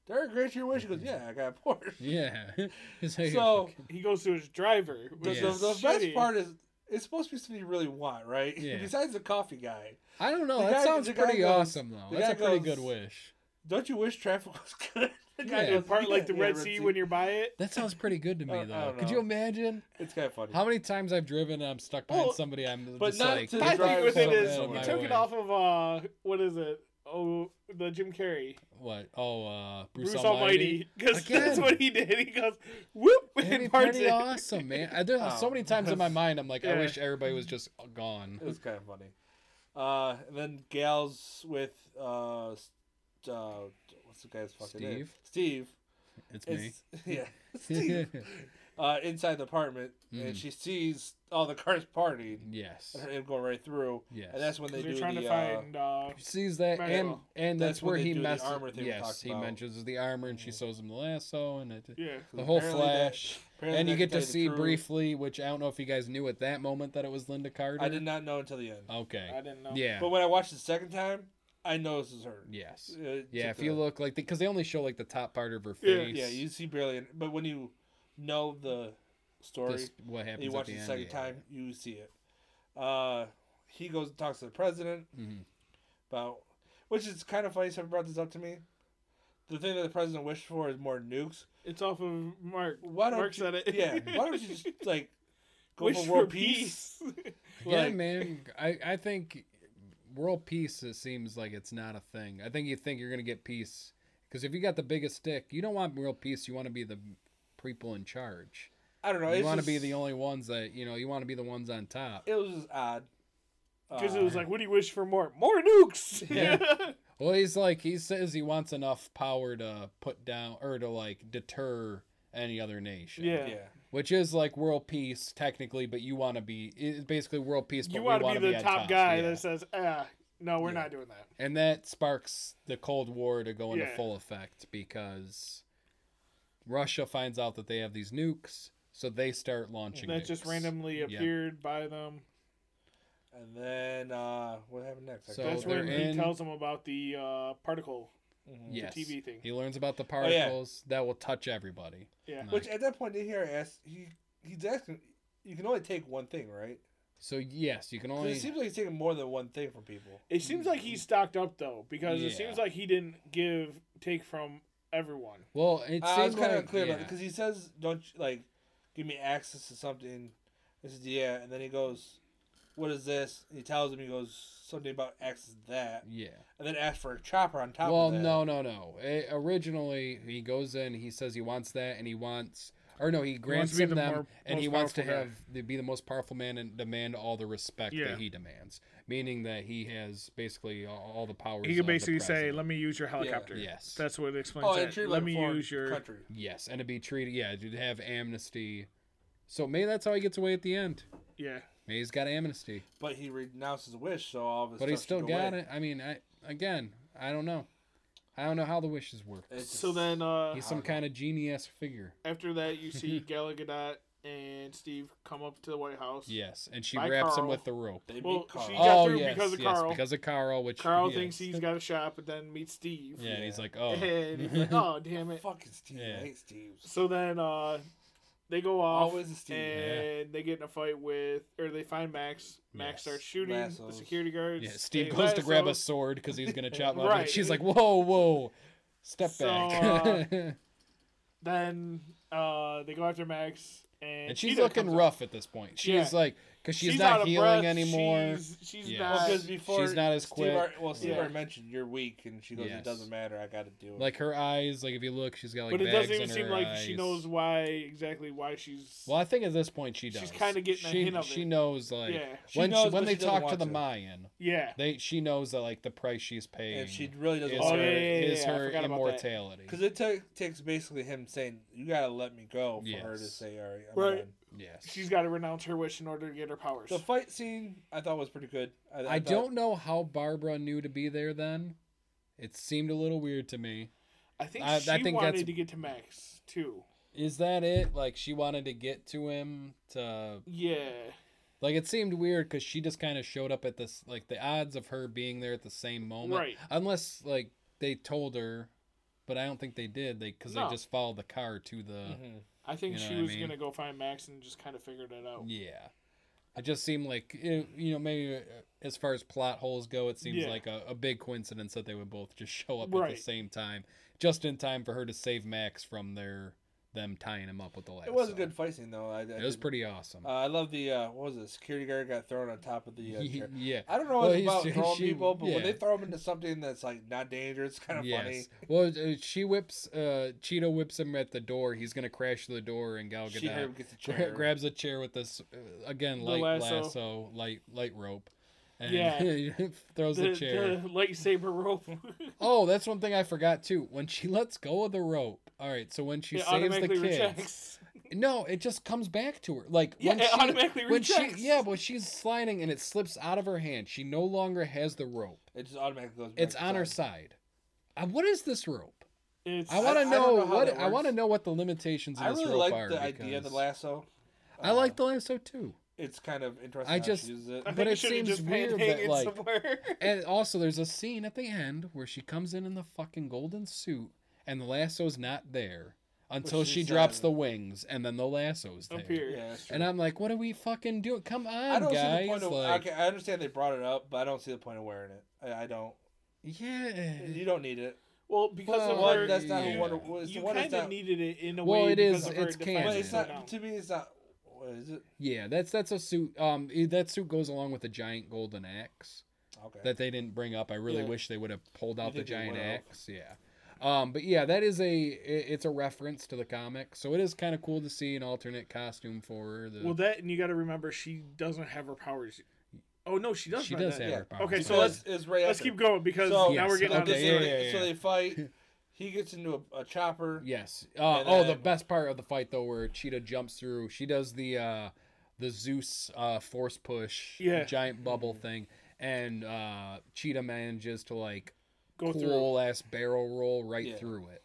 A: Derek, grant your wish. He goes, yeah, I got a Porsche.
B: [laughs] Yeah. He's like,
A: So
E: He goes to his driver.
A: the,
E: Which
A: the,
B: Yes.
E: is
A: the best
E: shitty.
A: part is it's supposed to be something you really want, right?
B: Yeah.
A: [laughs] Besides the coffee guy,
B: I don't know.
A: The
B: That
A: guy-
B: sounds
A: the guy
B: pretty
A: goes-
B: awesome though.
A: the
B: That's a
A: guy
B: pretty good
A: goes-
B: wish.
A: don't you wish traffic was good? [laughs] The guy
B: Yeah.
A: goes,
E: part like the
A: "Yeah,
E: Red Sea when you're by it.
B: That sounds pretty good to
A: [laughs]
B: me
A: I- I
B: though.
A: don't
B: Could you
A: know.
B: imagine
A: It's kind of funny.
B: how many times I've driven and I'm stuck behind
E: Well,
B: somebody? I'm
A: but
B: just
A: not
B: like,
A: to
E: My
A: Drive
E: thing with it
A: something
E: is
B: Oh
A: out of
E: we
A: my
E: took
A: way.
E: it off of uh what is it? Oh, the Jim Carrey,
B: What? Oh, uh, Bruce,
E: Bruce,
B: Almighty.
E: Almighty,
C: [laughs]
E: because that's
B: Again.
E: what he did. He goes whoop
A: [laughs]
B: That'd be
E: and parts
B: pretty
E: it.
B: awesome, man. I, there's so
A: Oh,
B: many times in my mind I'm like, I
E: yeah.
B: wish everybody was just gone.
A: It was kind of funny. Uh, and then Gals with uh, s- uh, what's the guy's fucking name? Steve.
B: Steve?
A: [laughs]
B: [laughs] It's me.
A: It's, yeah, Steve. uh, inside the apartment,
B: Mm.
A: and she sees all the cars partying
B: Yes.
A: and it go right through.
B: Yes.
A: And that's when they
C: [laughs] They are
A: do
C: trying
A: the.
C: to
A: uh,
C: find. Uh,
B: She sees that,
C: Right.
B: and
C: Well,
B: and
A: that's
B: that's,
A: when
B: where
A: they
B: he
A: do the
B: messes.
A: armor thing we
B: Yes,
A: talked
B: he
A: about.
B: mentions the armor, and she sews him the lasso, and it,
C: yeah.
B: the whole
A: uh, apparently that-
B: flash.
A: apparently
B: And you
A: that
B: get to
A: contained the
B: see
A: crew.
B: briefly, which I don't know if you guys knew at that moment that it was Linda Carter.
A: I did not know until the end.
B: Okay.
C: I didn't know.
B: Oh, Yeah.
A: But when I watched the second time, I know this is her.
B: Yes.
A: It
B: Yeah.
A: took
B: If you
A: the-
B: look like, because they only show like the top part of her
C: Yeah.
B: face.
A: Yeah, you see barely. any- But when you know the story,
B: This, what happens?
A: you
B: at
A: watch
B: the
A: it the
B: end,
A: second
B: yeah.
A: time, you see it. Uh, he goes and talks to the president
B: Mhm.
A: about, which is kind of funny. Someone brought this up to me. The thing that the president wished for is more nukes.
C: It's off of Mark.
A: Why don't
C: Mark
A: you,
C: said it. [laughs]
A: Yeah, why don't you just like go
C: Wish
A: for
C: for
A: world peace?
C: peace.
A: [laughs]
C: [laughs]
B: Yeah,
A: Like-
B: man. I, I think world peace it seems like it's not a thing. I think you think you're gonna get peace because if you got the biggest stick, you don't want real peace. You want to be the people in charge.
A: I don't know.
B: you
A: it's
B: want
A: just-
B: to be the only ones that you know. You want to be the ones on top.
A: It was just odd.
C: Because
A: Uh,
C: it was like, what do you wish for more? More
A: [laughs]
C: nukes. [laughs]
B: Yeah. Well, he's like he says he wants enough power to put down or to like deter any other nation.
C: Yeah.
A: yeah.
B: Which is like world peace technically, but you want to be it's basically world peace. But
C: you
B: want to
C: be the
B: on
C: top, guy
B: yeah.
C: that says, ah, no, we're
B: Yeah.
C: not doing that.
B: and that sparks the Cold War to go into
C: Yeah.
B: full effect because Russia finds out that they have these nukes, so they start launching.
C: That just
B: nukes.
C: randomly appeared by them.
A: And then uh, what happened next? I
B: So
A: can't
C: That's where
B: they're
A: remember.
C: he
B: in-
C: tells them about the uh, particle
A: Mhm.
B: Yes,
C: TV thing.
B: He learns about the
A: Oh, yeah.
B: particles that will touch everybody.
C: Yeah.
B: Like,
A: Which at that point, they hear ask he he's asking. You can only take one thing, right?
B: so yes, you can
A: 'Cause
B: only
A: It seems like he's taking more than one thing from people.
C: It seems like he stocked up though, because it
B: Yeah.
C: seems like he didn't give take from everyone.
B: well. It
A: Uh, I was
B: seems
A: kind of
B: like
A: unclear about it
B: yeah.
A: because he says, "Don't you, like give me access to something." I said, "Yeah," and then he goes, "What is this?" And he tells him he goes something about access to that,
B: yeah.
A: and then asks for a chopper on top
B: well,
A: of that.
B: no, no, no. Eh, originally, he goes in. He says he wants that, and he wants, or no, he grants
E: to be
B: him
E: the
B: them,
E: more-
B: and he
E: most
B: wants to
E: powerful guy.
B: have to be the most powerful man and demand all the respect
E: Yeah.
B: that he demands. Meaning that he has basically all, all the powers.
E: He
B: of
E: could
B: the
E: basically say,
B: president.
E: "Let me use your helicopter."
B: Yes.
E: That's what it explains.
A: Oh, and
E: that.
A: treat it
E: Let
A: like a
E: me
A: foreign
E: use your.
A: country.
B: yes, and to be treated. Yeah, to have amnesty. So maybe that's how he gets away at the end.
E: Yeah.
B: Maybe he's got amnesty,
A: But he renounces a wish, so all of his.
B: but he's
A: stuff
B: still
A: should go
B: got
A: away.
B: it. I mean, I again, I don't know. I don't know how the wishes work.
A: It's
C: So
A: just-
C: then uh,
B: He's some kind of genius figure.
C: after that, you
B: [laughs]
C: see Galagadot and Steve come up to the White House.
B: Yes, and she
C: By
B: wraps him
C: Carl.
B: with the rope.
A: they
C: well,
A: meet Carl.
C: she- got
B: Oh
C: through
B: yes,
C: because of
B: yes,
C: Carl.
B: because of Carl, which
C: Carl
B: yes.
C: thinks he's got a shot, but then meets Steve.
B: Yeah, and he's
A: Yeah.
C: [laughs]
B: like, oh,
C: And he's
B: [laughs]
C: like, oh damn it.
A: Fucking Steve,
B: Yeah.
A: I hate Steve's.
C: So then uh, they go off
A: Always a Steve.
C: and they get in a fight with, or they find Max. Max
B: Yes.
C: starts shooting the
A: Lassos.
C: security guards.
B: yeah. Steve
C: They
B: goes to grab a
C: lasso-
B: sword because he's
C: [laughs]
B: gonna chop him.
C: Right.
B: Right. She's like, whoa, whoa, step
C: So, uh,
B: [laughs] back.
C: Then uh, they go after Max, and,
B: and she's
C: Cheetah
B: looking
C: comes up.
B: rough at this point. She's
C: Yeah.
B: like, because she's,
C: out
B: not
C: of
B: healing
C: breath,
B: anymore.
C: She's, she's
B: Yeah.
C: not.
A: Well, because before
B: She's not as
A: Steve
B: quick.
A: Ar- well, Steve
C: Yeah.
A: already mentioned you're weak, and she goes,
B: Yes.
A: "It doesn't matter. I got to do it."
B: Like her eyes, like if you look, she's got like
C: but it
B: bags
C: doesn't even
B: in
C: seem
B: her
C: like
B: eyes.
C: she knows why exactly why she's.
B: Well, I think at this point she does.
C: She's kinda getting a
B: she,
C: hint of
B: She
C: it.
B: knows like
C: Yeah.
A: She
B: when
A: knows,
B: when
A: but
B: they
A: she doesn't
B: talk to
A: want
B: the
A: to.
B: Mayan,
C: yeah.
B: they she knows that like the price she's paying.
A: and she really doesn't.
B: is
C: Oh,
A: want
B: her,
C: yeah, yeah,
B: is
C: yeah, I
B: her
C: forgot about that.
B: immortality.
A: Because it ta- takes basically him saying, "You gotta let me go," for her to
B: Yes.
A: say, "All right, I'm
C: Right.
A: done."
B: Yes.
C: She's got to renounce her wish in order to get her powers.
A: The fight scene I thought was pretty good.
B: I
A: thought-
B: don't know how Barbara knew to be there then. It seemed a little weird to me.
C: I think
B: I- I
C: she
B: think
C: wanted
B: that's-
C: to get to Max too.
B: Is that it? Like she wanted to get to him to
C: Yeah.
B: like it seemed weird because she just kind of showed up at this like the odds of her being there at the same moment,
C: Right.
B: Unless like they told her, but I don't think they did. They because
C: No.
B: they just followed the car to the
A: Mhm.
C: I think
B: You know
C: she
B: what I
C: was
B: mean?
C: gonna go find Max and just kind of figured it out.
B: yeah. It just seemed like it, you know maybe uh, as far as plot holes go, it seems
C: Yeah.
B: like a, a big coincidence that they would both just [laughs] show up at
C: Right.
B: the same time, just in time for her to save Max from their them tying him up with the lasso.
A: It was a good fight scene though. I, I
B: It was
A: did-
B: pretty awesome.
A: Uh, I love the uh, what was it? Security guard got thrown on top of
B: [laughs]
A: the. Uh, chair.
B: yeah.
A: I don't know
B: Well,
A: what it's
B: he's- [laughs]
A: about throwing
B: she-
A: people, but when
B: yeah.
A: they throw them into something that's like not dangerous, it's kind of funny.
B: Yes. Well, uh, she whips. Uh, Cheeto whips him at the door. He's gonna crash through the door, and Gal
A: She
B: Gadot
A: gets a
B: gra-
A: chair.
B: [laughs] grabs a chair with this uh, again
C: The
B: light lasso.
C: lasso.
B: light light rope, and
C: Yeah.
B: [laughs] throws the,
C: The,
B: chair.
C: the lightsaber rope.
B: Oh, that's [laughs] one thing I forgot too. When she lets go of the rope. All right, so when
C: [laughs] It
B: she saves the
C: automatically
B: kids,
C: rejects.
B: No, it just comes back to her. Like
C: Yeah,
B: when
C: it
B: she,
C: automatically
B: when she
C: rejects.
B: yeah, when she's sliding and it slips out of her hand, she no longer has the rope.
A: It just automatically goes. Back
B: It's
A: to
B: on her
A: side.
B: side. Uh, what is this rope?
C: It's,
B: I want
A: I don't
B: to know,
A: know how
B: what
A: that
B: I want to
A: works.
B: know what the limitations of
A: I
B: this
A: really
B: rope
A: like
B: are.
A: the idea of the
B: because
A: lasso.
B: I
A: Uh,
B: like the lasso too.
A: It's kind of interesting.
B: I
A: I just
B: just-
A: she uses it.
C: I think
B: but
C: we
B: it
C: should've
B: seems
C: just been
B: weird
C: hanging
B: that, like-
C: somewhere. [laughs]
B: And also, there's a scene at the end where she comes in in the fucking golden suit, and the lasso's not there until
A: Which
B: she
A: is uh,
B: drops
A: sad.
B: the wings, and then the lasso's there.
C: up here.
A: Yeah, that's true.
B: And I'm like, what are we fucking doing? Come on,
A: I don't
B: guys!
A: see the point of.
B: like,
A: okay, I understand they brought it up, but I don't see the point of wearing it. I, I don't.
B: yeah.
A: You don't need it.
C: Well, because
B: Well,
C: of
A: One,
C: her,
A: that's not
B: Eh. yeah.
A: who Wonder. It's the
C: you
A: one that's
C: kind of
A: not-
C: needed it in a
B: Well,
C: way.
B: it
C: because
B: is-
C: of her
B: it's
C: defense.
A: But
B: canon.
A: it's not. To me, it's not. What is it?
B: Yeah, that's that's a suit. Um, i- that suit goes along with the giant golden axe
A: Okay.
B: that they didn't bring up. I really
A: Yeah.
B: wish they would have pulled
A: You
B: out the
A: think they
B: giant
A: would've.
B: axe. Yeah. Um, but yeah, that is a i- it's a reference to the comic, so it is kind of cool to see an alternate costume for her. The,
C: Well, that and you got to remember she doesn't have her powers. Oh no, she does.
B: she
C: not
B: does
C: then.
B: have
A: Yeah.
B: her powers.
C: Okay,
B: but-
C: so let's-
A: it's right
C: Let's
A: after.
C: keep going because
A: So-
C: now we're getting
B: Yes,
C: out of
B: okay,
C: the
A: so,
C: story.
B: yeah,
A: they, so they
B: [laughs]
A: fight. He gets into a, a chopper.
B: yes. Uh,
A: And
B: oh, the
A: then-
B: best part of the fight though, where Cheetah jumps through, she does the uh, the Zeus uh, force push,
C: Yeah.
B: giant bubble thing, and uh, Cheetah manages to like
C: Go through.
B: cool ass barrel roll right
A: Yeah.
B: through it,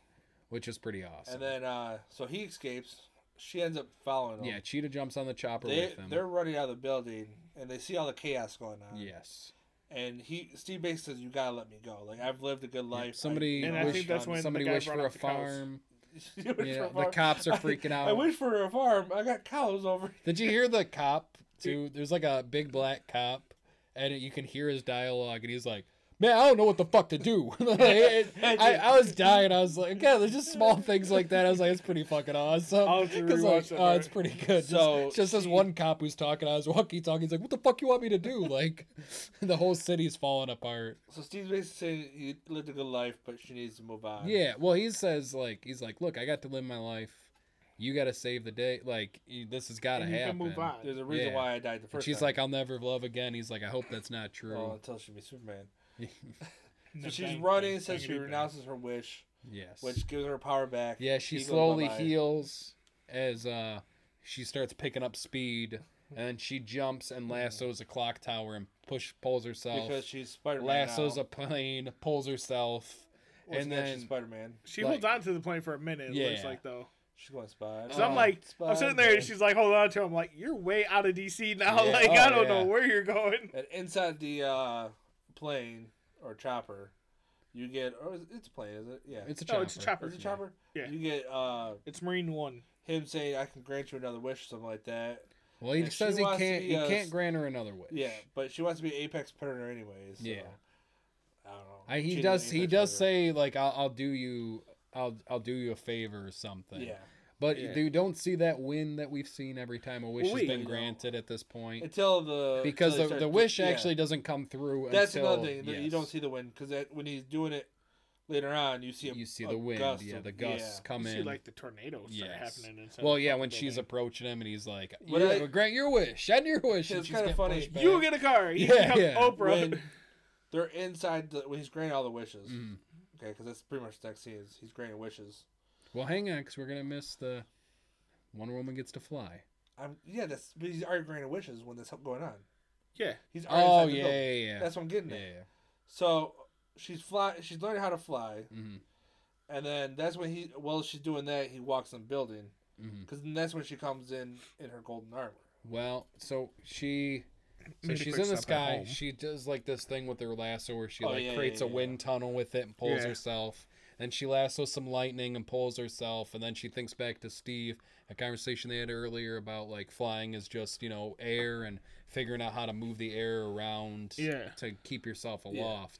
B: which is pretty awesome.
A: And then, uh, so he escapes. She ends up
C: um,
A: following him.
B: yeah, Cheetah jumps on the chopper
A: they
B: with him.
A: they're running out of the building, and they see all the chaos going on.
B: Yes.
A: And he Steve Bates says, "You gotta let me go. Like I've lived a good life.
B: Somebody
C: And I
B: wish, um,
C: think that's when the
B: somebody
C: guy
B: wish
C: brought
B: for a
C: up the cows.
B: farm.
A: [laughs] You wish
B: Yeah,
A: for a
B: the
A: farm? [laughs]
B: cops are
A: I-
B: freaking out.
A: I wish for a farm. I got cows over.
B: Did you hear the cop too? There's like a big black cop, and you can hear his dialogue, and he's like, "Man, I don't know what the fuck to do." [laughs]
C: [laughs]
B: Like, it- I, I was dying. I was like, "God, there's just small things like that." I was like, "It's pretty fucking awesome."
C: I'll have to
B: 'Cause, like,
C: rewatch that
B: oh, it's
C: part.
B: pretty good. So
A: So,
B: just, just this
A: she-
B: one cop who's talking on his walkie-talkie. He's like, "What the fuck you want me to do?" Like, [laughs] the whole city's falling apart.
A: So Steve Bates is saying you lived a good life, but she needs to move on.
B: Yeah, well, he says like he's like, look, I got to live my life. You got to save the day. Like y- this has got to
C: And you can
B: happen.
C: move on.
A: There's a reason
B: Yeah.
A: why I died the
B: And
A: first.
B: she's
A: time.
B: like, I'll never love again. He's like, I hope that's not
A: oh,
B: true.
A: until she be Superman. So
C: No,
A: she's
C: thank-
A: running
C: thank
A: since
C: you,
A: she
C: thank you.
A: renounces her wish,
B: [laughs] yes.
A: which gives her power back.
B: yeah, she
A: He goes
B: slowly
A: bye-bye.
B: heals as uh she starts picking up speed, and then she jumps and lassos a clock tower and push pulls herself.
A: because she's Spider Man.
B: lassos a plane, pulls herself. and then-
A: she's Spider Man.
C: She
B: like-
C: holds on to the plane for a minute. It looks
B: Yeah.
C: like though.
A: She's going Spider.
B: Oh,
C: So I'm like, I'm sitting there and she's like, hold on to. Him. I'm like, you're way out of DC now.
B: Yeah,
C: like
B: oh,
C: I don't
B: yeah.
C: know where you're going.
A: And inside the uh, plane or chopper, you get or is- it's a plane, is it? Yeah,
B: It's a chopper.
C: No, it's a chopper.
A: Is it a chopper.
C: Yeah.
A: you get uh,
C: It's Marine One.
A: him saying, "I can grant you another wish," or something like that.
B: Well, he
A: And she
B: says he
A: wants to
B: can't.
A: be
B: He
A: a
B: can't
A: s-
B: grant her another wish.
A: Yeah, but she wants to be Apex Predator anyways. So.
B: Yeah.
A: I don't know.
B: I, he
A: She's
B: does.
A: an
B: He
A: Apex
B: does
A: Predator.
B: say like, I'll, "I'll do you. I'll I'll do you a favor or something."
A: Yeah,
B: But
A: Yeah.
B: you don't see that win that we've seen every time a wish
C: Well,
B: has
C: wait.
B: been
A: You know. uh,
B: granted at this point.
A: until the
B: because
A: until
B: the,
A: they start
B: the
A: do-
B: wish
A: yeah.
B: actually doesn't come through.
A: That's
B: until,
A: another thing that you don't
B: yes,
A: see the wind because when he's doing it later on, you see a,
B: You see
A: a
B: the wind.
A: gust
B: yeah,
A: uh, of-
B: the gusts
C: You
B: come
C: see
B: in.
C: like the tornadoes start
B: Yes.
C: happening. Inside
B: well,
C: the
B: yeah,
C: fucking
B: when she's
C: building.
B: approaching him and he's like,
A: What
B: "Yeah,
A: I-
B: well, grant your wish, and your wish." and
A: It's
B: she's
A: kinda
B: getting
A: funny.
B: pushed back.
C: you get a car. You yeah,
B: Yeah, yeah. [laughs]
C: Oprah.
A: When they're inside the, when he's granting all the wishes.
B: Mm.
A: Okay, because that's pretty much the next scene. is He's granting wishes.
B: Well, hang on, because we're gonna miss the Wonder Woman gets to fly.
A: I'm yeah. That's but he's already granting wishes when this going on.
C: [laughs] Yeah.
A: He's already.
B: Oh
A: inside the
B: yeah,
A: building.
B: yeah, yeah.
A: That's what I'm getting
B: yeah,
A: at.
B: yeah.
A: So she's fly. She's learning how to fly,
B: Mhm,
A: and then that's when he. While she's doing that, he walks in the building
B: mhm.
A: because that's when she comes in in her golden armor.
B: Well, so she, so
E: Maybe
B: she's
E: quick
B: in the
E: stop at
B: sky.
E: home.
B: She does like this thing with her lasso, where she
A: Oh,
B: like
A: yeah,
B: creates
A: yeah,
B: a
A: yeah.
B: wind tunnel with it and pulls
C: Yeah.
B: herself. Then she lassos some lightning and pulls herself, and then she thinks back to Steve, a conversation they had earlier about like flying is just you know air and figuring out how to move the air around
E: Yeah.
B: to keep yourself
A: Yeah.
B: aloft.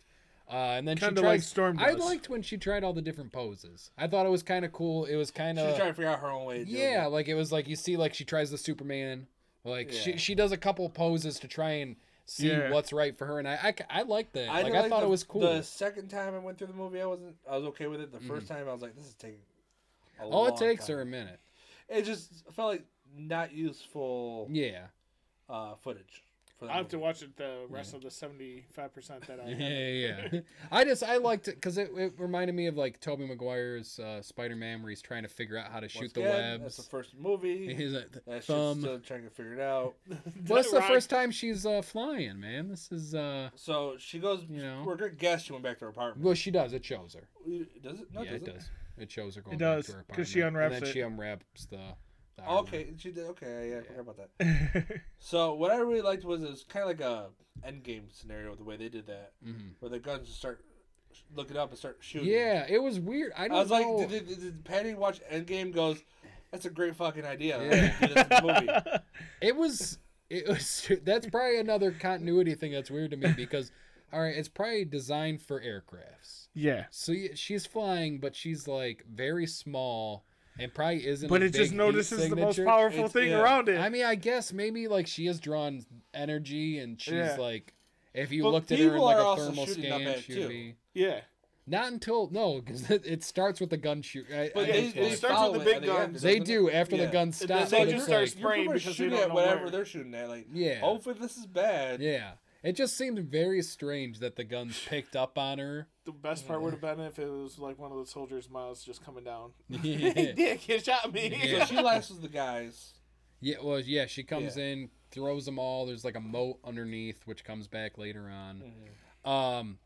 B: Uh, and then
E: Kind
B: she
E: of like
B: tries.
E: Storm
B: I
E: does.
B: liked when she tried all the different poses. I thought it was kind of cool. It was kind of
A: She's trying to figure out her own way. of doing
B: uh, yeah,
A: it.
B: like it was like you see like she tries the Superman. Like she
A: Yeah.
B: she does a couple poses to try and see
E: Yeah.
B: what's right for her, and I I, ca- I like that. like
A: didn't
B: I thought
A: the,
B: it was cool.
A: The second time I went through the movie, I wasn't. I was okay with it. The 1st time, I was like, this is taking. a
B: Mm-hmm. All it
A: long
B: takes
A: time.
B: her a minute.
A: It just felt like not useful
B: Yeah.
A: uh, footage. for that
C: I'll have to
A: movie.
C: watch it the rest of the seventy five percent that I
B: Yeah, [laughs]
C: have.
B: yeah. yeah. I just I liked it because it, it reminded me of like Tobey Maguire's uh, Spider-Man, where he's trying to figure out how to shoot
A: Once
B: the
A: again,
B: webs.
A: That's the first
B: [laughs]
A: movie. [laughs]
B: He's like, th-
A: That's just
B: thumb.
A: still trying to figure it out.
B: Well, that's the
C: Rock- [laughs]
B: first time she's uh, flying, man. This is uh,
A: So she goes.
B: You know.
A: we're gonna guess she went back to her apartment.
B: well, she does. It shows her.
A: Does it? No,
B: yeah, it
A: doesn't.
B: does. It shows her going.
E: It
B: back
E: does,
B: to her
E: 'cause she
B: apartment,
E: unwraps
B: and then
E: it.
B: She unwraps the. the
A: Oh,
B: armor.
A: okay, she did. Okay, yeah, I forgot
B: Yeah.
A: about that. So what I really liked was it was kind of like a endgame scenario the way they did that,
B: Mhm.
A: where the guns just start sh- looking up and start shooting.
B: Yeah, it was weird. I
A: I,
B: don't
A: was
B: know.
A: like, did, did, did Patty watch Endgame? Goes, that's a great fucking idea.
B: Yeah.
A: Let's do this in the movie.
B: [laughs] it was it was [laughs] that's probably another continuity thing that's weird to me because all right it's probably designed for aircrafts
E: yeah.
B: so y- she's flying but she's like very small and probably isn't
E: But
B: a
E: it just
B: big heat
E: notices the most
B: signature.
E: powerful
A: It's-
E: thing
A: yeah.
E: around it.
B: i mean i guess maybe like she is drawn energy and she's
E: Yeah.
B: like if you
A: But
B: looked at her in
A: people
B: like
A: are
B: a
A: also
B: thermal
A: shooting up
B: scan
A: at it,
B: she'd
A: too.
B: be
C: Yeah.
B: not until no because [laughs] it, it starts with the gun shoot I,
A: But
B: I
A: they,
B: just
A: they,
C: start-
B: like-
C: starts
A: follow
C: with
A: it,
C: the
A: I
C: big
A: think,
C: guns.
A: after,
B: they
A: doesn't
B: do after
A: Yeah.
B: the gun
C: Then
B: stops
C: they
B: but
C: just
B: it's
C: start
B: like-
A: You're pretty
C: spraying
A: much
C: because they
A: shooting
C: don't
A: at
C: know
A: whatever
C: where.
A: they're shooting at. Like,
B: Yeah.
A: hopefully this is bad.
B: Yeah. It just seemed very strange that the guns picked up on her. [laughs]
C: The best part would have been if it was like one of the soldiers' mouths just coming down. [laughs]
B: yeah.
C: Dick, he shot me.
A: So
C: [laughs]
B: Yeah.
A: she laughs with the guys.
B: yeah, well, yeah, she comes
A: Yeah.
B: in, throws them all. There's like a moat underneath, which comes back later
C: Mm-hmm.
B: on. Um,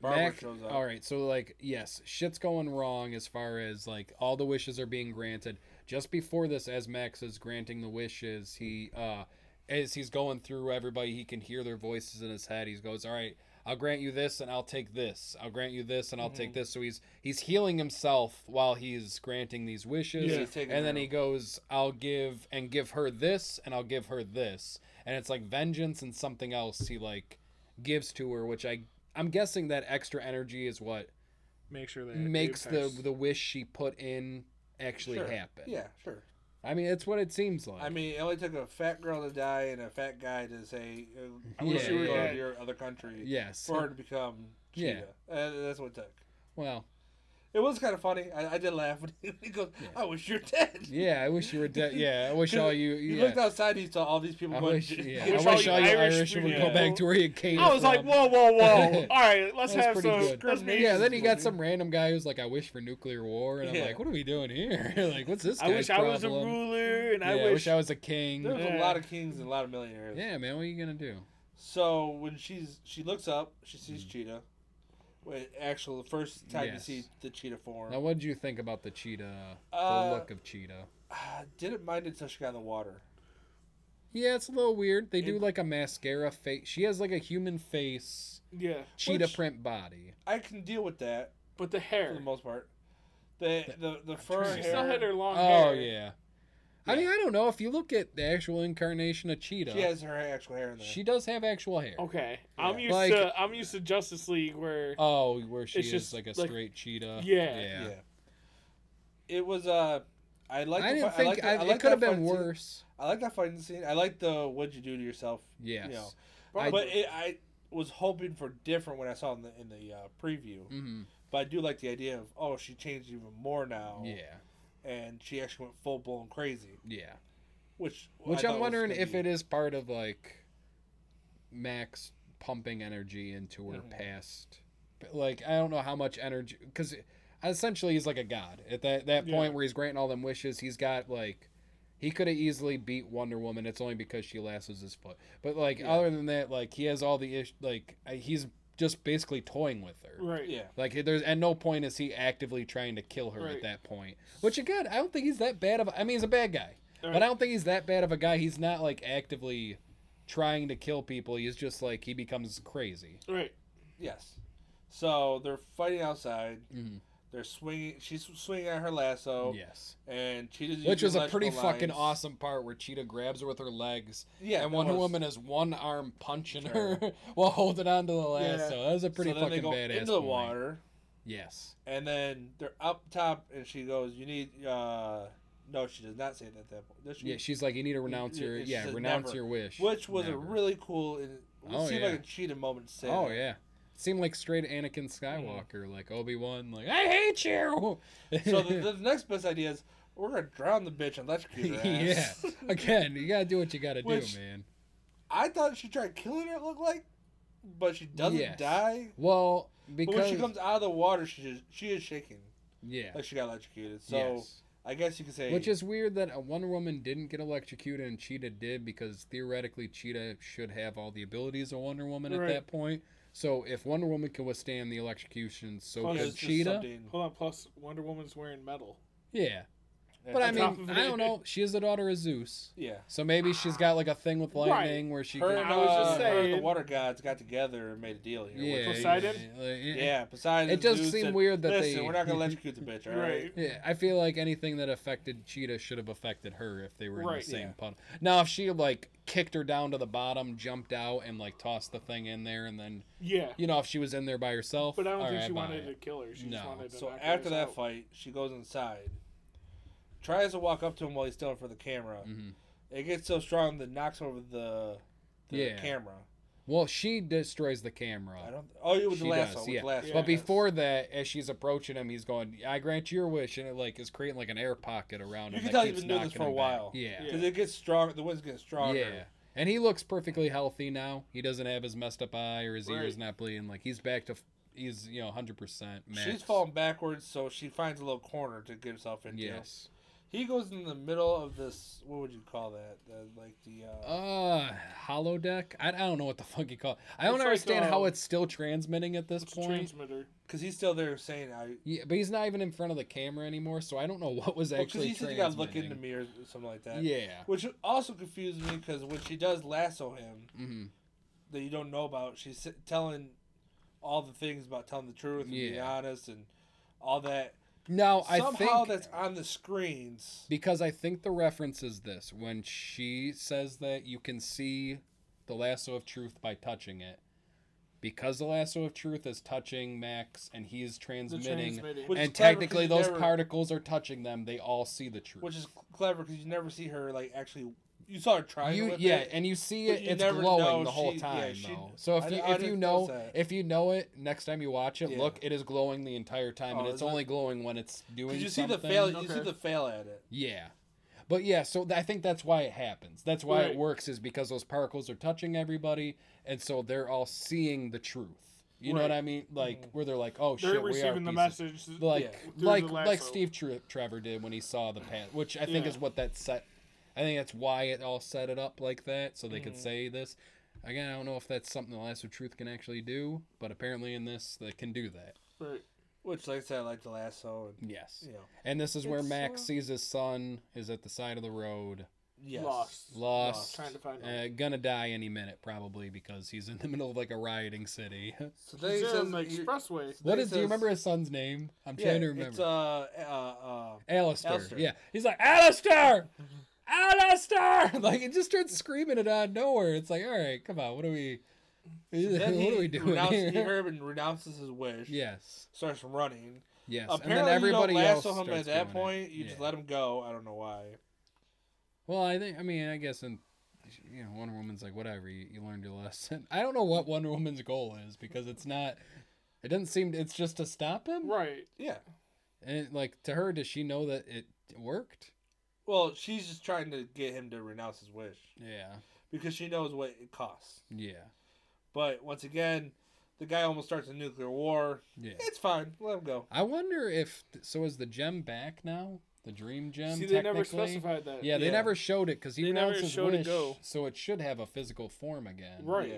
A: Barbara
B: Mac-
A: shows up.
B: All right, so like, yes, shit's going wrong as far as like all the wishes are being granted. Just before this, as Max is granting the wishes, he uh, as he's going through everybody, he can hear their voices in his head. He goes, "All right, I'll grant you this, and I'll take this. I'll grant you this, and I'll
A: Mm-hmm.
B: take this." So he's he's healing himself while he's granting these wishes,
A: Yeah, he's taking
B: and then
A: them.
B: he goes, "I'll give and give her this, and I'll give her this," and it's like vengeance and something else. He like gives to her, which I I'm guessing that extra energy is what
E: Make sure that
B: makes the [laughs] the wish she put in actually
A: Sure.
B: happen.
A: Yeah, sure.
B: I mean, it's what it seems like.
A: I mean, it only took a fat girl to die and a fat guy to say, uh, "I wish
B: Yeah,
A: you would
B: yeah.
A: go to your other country."
B: yes.
A: For her to become
B: Yeah.
A: Cheetah. Uh, that's what it took.
B: [laughs] well,
A: It was kind of funny. I, I did laugh when [laughs] he goes, "I wish you're dead."
B: yeah. I wish you were dead. Yeah, I wish all you.
A: He
B: yeah.
A: looked outside. He saw all these people.
B: I
A: going, [laughs]
B: wish, yeah, I
C: wish
B: wish
C: all
B: all you
C: you Irish
B: Irish would
C: people-
B: go back to where you came
C: I was like,
B: from.
C: whoa, whoa,
B: [laughs]
C: whoa! All right, let's
B: That's
C: have
B: pretty
C: some.
B: good.
C: let's make-
B: Yeah, then you got
A: Mhm.
B: some random guy who's like, "I wish for nuclear war," and I'm
A: Yeah.
B: like, "What are we doing here? [laughs] like, what's this
C: I
B: guy's
C: wish I was a
B: problem?"
C: ruler, and
B: Yeah,
C: I
B: I wish
C: wish.
B: I was a king.
A: There's a
C: Yeah.
A: lot of kings and a lot of millionaires.
B: Yeah, man, what are you gonna do?
A: So when she's she looks up, she sees Cheetah. Wait, actual the first time
B: Mm. Yes.
A: you see the Cheetah form.
B: Now, what did you think about the cheetah?
A: Uh,
B: the look of cheetah.
A: Ah, didn't mind it until she got in the water.
B: Yeah, it's a little weird. They do
A: It-
B: like a mascara face. She has like a human face,
C: yeah,
B: cheetah
A: Which-
B: print body.
A: I can deal with that
C: but
A: for the
C: the hair.
A: most part. The the the fur
B: trying
C: She
B: to-
C: still had
A: hair.
C: her long hair.
B: Oh yeah. I mean, I don't know if you look at the actual incarnation of cheetah.
A: She has her actual hair in there.
B: she does have actual hair.
C: Okay, I'm
A: Yeah.
C: used
B: Like-
C: to I'm used to Justice League where
B: Oh, where she
C: It's
B: is
C: just,
B: like a
C: like-
B: straight cheetah.
C: Yeah.
A: yeah.
B: yeah.
A: It was uh, I like.
B: I didn't think I, it
A: like
B: could have
A: that
B: been
A: fight scene.
B: worse.
A: I like that fighting scene. I like the "What'd you do to yourself?"
B: Yes.
A: You know,
B: I-
A: but it, I was hoping for different when I saw it in the in the uh, preview.
B: hmm
A: But I do like the idea of oh, she changed even more now.
B: Yeah.
A: and she actually went full blown crazy,
B: Yeah.
A: which
B: Which I'm wondering if it is part of like Max pumping energy into her
A: Mhm.
B: past. But, Like I don't know how much energy because essentially he's like a god at that that point where he's granting all them wishes. He's got like he could have easily beat Wonder Woman. It's only because she lassos his foot. But like
A: Yeah.
B: other than that, like he has all the ish. Like uh, he's just basically toying with her.
C: right.
A: Yeah,
B: Like there's at no point is he actively trying to kill her
C: Right.
B: at that point. Which again, I don't think he's that bad of. a- I mean, he's a bad guy, but I don't think he's that bad of a guy. He's not like actively trying to kill people. He's just like he becomes crazy.
C: Right.
A: yes. So they're fighting outside.
B: Mhm.
A: They're swinging. She's swinging at her lasso,
B: Yes,
A: and she does.
B: which was a pretty fucking awesome part where Cheetah grabs her with her legs,
A: Yeah,
B: and
A: that
B: Wonder
A: was-
B: Woman has one arm punching
A: Sure.
B: her [laughs] while holding onto the
C: Yeah.
B: lasso. That was a pretty
A: so then
B: fucking
A: they go
B: badass.
A: into the
B: point.
A: water,
B: Yes.
A: and then they're up top, and she goes, "You need." uh No, she does not say that. That point. Does she?
B: Yeah, she's like, you need to renounce
A: Yeah,
B: your
A: she
B: yeah,
A: said
B: renounce
A: never.
B: your wish.
A: which was a
B: Never.
A: really cool. And it
B: Oh,
A: seemed
B: yeah.
A: like a cheated moment to say.
B: Oh
A: that.
B: yeah, seemed like straight
A: Hmm.
B: Anakin Skywalker, like Obi Wan, like I hate you.
A: So the, the
B: [laughs]
A: next best idea is
B: [laughs]
A: we're gonna drown the bitch and electrocute her ass.
B: yeah, again, you gotta do what you gotta
A: Which-
B: do, man.
A: I thought she tried killing her. It looked like, but she doesn't
B: Yes.
A: die.
B: Well,
A: But
B: because
A: when she comes out of the water, she is, she is shaking
B: yeah,
A: like she got electrocuted. So
B: yes.
A: I guess you could say
B: Which is weird that a Wonder Woman didn't get electrocuted and Cheetah did because theoretically Cheetah should have all the abilities of Wonder Woman at
E: Right.
B: that point. So if Wonder Woman can withstand the electrocution, so
E: Plus
A: Yeah,
B: could
A: it's just
B: Cheetah.
A: Oh, something-
E: Hold on. Plus, Wonder Woman's wearing metal.
B: Yeah, but I
A: Yeah.
E: top
B: mean,
E: of
B: I don't
E: it.
B: know. She is the daughter of Zeus,
A: yeah.
B: so maybe she's got like a thing with
E: Right.
B: lightning where she.
A: Her
B: Can,
A: and,
E: I was just
A: uh, her and the
E: saying-
A: water gods got together and made a deal here.
B: yeah,
A: which was-
E: Poseidon?
B: Yeah, like, yeah.
A: Yeah, Poseidon.
B: It does
A: Zeus
B: seem
A: said,
B: weird that
A: Listen,
B: they-
A: we're not
B: [laughs]
A: gonna electrocute the bitch, all right?
E: Right.
B: Yeah, I feel like anything that affected Cheetah should have affected her if they were in
E: Right.
B: the same
A: Yeah.
B: puddle. Now, if she like kicked her down to the bottom, jumped out, and like tossed the thing in there, and then
E: Yeah.
B: you know if she was in there by herself,
E: But I don't
B: all
E: think
B: right,
E: she
B: I buy
E: wanted to
B: it.
E: kill her. She just
B: No.
E: wanted to.
A: So
E: knock her
A: after
E: ass
A: that
E: out.
A: fight, she goes inside, tries to walk up to him while he's still in for the camera.
B: Mhm.
A: It gets so strong that it knocks over the, the
B: Yeah.
A: camera.
B: Well, she destroys the
A: I
B: camera.
A: don't. Oh, it was the
B: She
A: last
B: does,
A: one. with
B: yeah.
A: the last
E: Yeah.
A: one,
B: But
A: yes.
B: before that, as she's approaching him, he's going, "I grant your wish," and it like is creating like an air pocket around
A: You
B: him.
A: can
B: that
A: tell he's
B: keeps
A: been doing this
B: knocking
A: for a
B: him back.
A: while.
B: Yeah.
A: because it gets stronger, the wind's getting stronger.
B: Yeah. And he looks perfectly healthy now. He doesn't have his messed up eye or his
E: Right.
B: ears not bleeding. Like he's back to, f- he's you know hundred percent.
A: She's falling backwards, so she finds a little corner to get herself into.
B: Yes.
A: He goes in the middle of this. What would you call that? The, like the. Uh,
B: Uh, hollow deck. I, I don't know what the fuck you call. It. I don't
E: It's like,
B: understand how
A: um,
E: uh,
B: it's still transmitting at this
E: It's a
B: point.
E: transmitter.
A: Because he's still there saying, "I."
B: yeah, but he's not even in front of the camera anymore, so I don't know [laughs] what was
A: Because
B: actually
A: Oh, he said you gotta look in the
B: transmitting.
A: mirror, or something like that.
B: yeah.
A: Which also confuses me because when she does lasso him,
B: hmm
A: that you don't know about. She's s- telling all the things about telling the truth and being
B: Yeah.
A: honest and all that.
B: Now I
A: Somehow
B: think
A: that's on the screens.
B: because I think the reference is this when she says that you can see the lasso of truth by touching it. Because the lasso of truth is touching Max and he is
E: The
B: transmitting, Oh,
E: transmitter.
A: Which- is clever
B: and
A: 'cause
B: technically
A: you
B: those
A: never-
B: particles are touching them, they all see the truth.
A: which is clever because you never see her like actually. You saw her trying.
B: you
A: with
B: yeah,
A: it.
B: and you see
A: but
B: it;
A: you
B: it's
A: never
B: glowing
A: know
B: the whole
A: she- yeah,
B: time,
A: she-
B: though. So if
A: I-
B: you
A: I
B: if you
A: didn't
B: know
A: notice that.
B: if you know it next time you watch it,
A: Yeah.
B: look, it is glowing the entire time,
A: Oh,
B: and it's
A: is it?
B: only glowing when it's
A: 'Cause
B: doing.
A: you see
B: something.
A: the fail. You see
E: Okay.
A: the fail at it.
B: Yeah, but yeah, so th- I think that's why it happens. That's why it
E: Right.
B: works is because those particles are touching everybody, and so they're all seeing the truth. You know what
E: Right. Mm-hmm.
B: I mean? Like where they're like, oh
E: They're
B: shit, we are
E: receiving the
B: pieces-
E: message.
B: like
A: Yeah.
E: through
B: like
E: the
B: like
E: lasso.
B: Steve Tre- Trevor did when he saw the past, which I think
E: Yeah.
B: is what that set. I think that's why it all set it up like that, so they could
A: Mhm.
E: Mm-hmm.
B: say this. Again, I don't know if that's something the Lasso of Truth can actually do, but apparently in this they can do that.
E: Right.
A: Which, like I said, I like the lasso and
B: Yes.
A: you know,
B: And this is where
A: It's,
B: Max
A: uh,
B: sees his son is at the side of the road,
A: yes.
E: Lost.
B: lost,
E: Trying to find him.
B: uh, gonna die any minute probably because he's in the [laughs] middle of like a rioting city. [laughs]
A: So then
E: He's
A: he says,
E: on the
A: he-
E: expressway.
A: so then
B: what
A: he
B: is? Do
A: says-
B: you remember his son's name? I'm
A: Yeah,
B: trying to remember.
A: It's uh
B: [laughs]
A: uh uh.
B: Alistair.
A: Alistair.
B: Yeah. He's like, Alistair!
A: [laughs]
B: Alistair! [laughs] Like, it just starts screaming it out of nowhere. It's like, all right, come on, what are we, [laughs] what
A: Then he
B: are we doing
A: renounce-
B: here?
A: He Herman renounces his wish.
B: [laughs] Yes.
A: Starts running.
B: Yes.
A: Apparently,
B: and then everybody
A: you don't
B: else
A: lasso him
B: starts
A: at that
B: doing it.
A: point. You just
B: Yeah.
A: let him go. I don't know why.
B: Well, I think, I mean, I guess, in, you know, Wonder Woman's like, whatever, you, you learned your lesson. [laughs] I don't know what Wonder Woman's goal is because it's not, it doesn't seem, it's just to stop him.
E: Right.
A: Yeah.
B: And, like, to her, does she know that it worked?
A: Well, she's just trying to get him to renounce his wish
B: Yeah.
A: because she knows what it costs.
B: Yeah.
A: But once again, the guy almost starts a nuclear war.
B: Yeah.
A: It's fine. Let him go.
B: I wonder if so is the gem back now? The dream gem.
E: See, they never
B: technically?
E: specified that.
B: Yeah, they
A: Yeah.
B: never showed it because he
E: They never
B: renounced his
E: showed it
B: wish,
E: go.
B: so it should have a physical form again.
E: Right.
A: Yeah.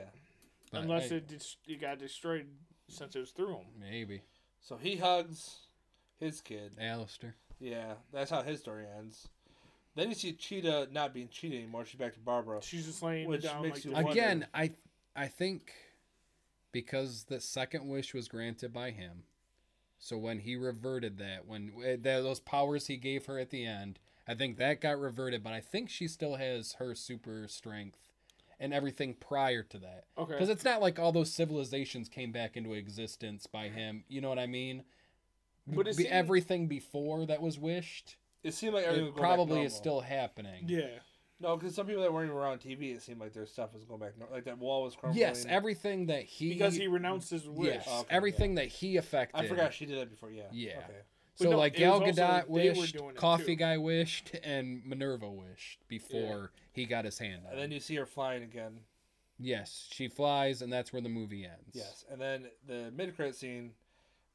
B: But
E: Unless
B: I-
E: it, dis- it got destroyed since it was through him.
B: maybe
A: So he hugs his kid.
B: Alistair.
A: Yeah, that's how his story ends. Then you see Cheetah not being Cheetah anymore. She's back to Barbara.
E: She's just laying
A: Which
E: down
A: makes
E: like
A: you
E: the
A: wonder.
E: one-
B: Again, I I think because the second wish was granted by him, so when he reverted that, when eh, tho- those powers he gave her at the end, I think that got reverted. But I think she still has her super strength and everything prior to that. Because
E: Okay.
B: it's not like all those civilizations came back into existence by him. You know what I mean?
E: But it
B: Be-
E: seemed-
B: everything before that was wished,
A: It seemed like everything
B: it
A: was going back
B: probably is
A: normal.
B: still happening.
E: Yeah.
A: no, because some people that weren't even around TV, it seemed like their stuff was going back. nor- Like that wall was crumbling.
B: Yes, everything that he
E: Because he renounced his wish.
B: yes,
A: Okay,
B: everything that he affected.
A: I forgot she did that before. Yeah.
B: Yeah.
A: Okay.
B: So
E: no,
B: like
E: it was
B: Gal
E: also
B: Gadot
E: they were
B: wished,
E: doing it, too.
B: Coffee Guy wished, and Minerva wished before he got his hand.
A: And then
B: out.
A: you see her flying again.
B: Yes, she flies, and that's where the movie ends.
A: Yes, and then the mid credit scene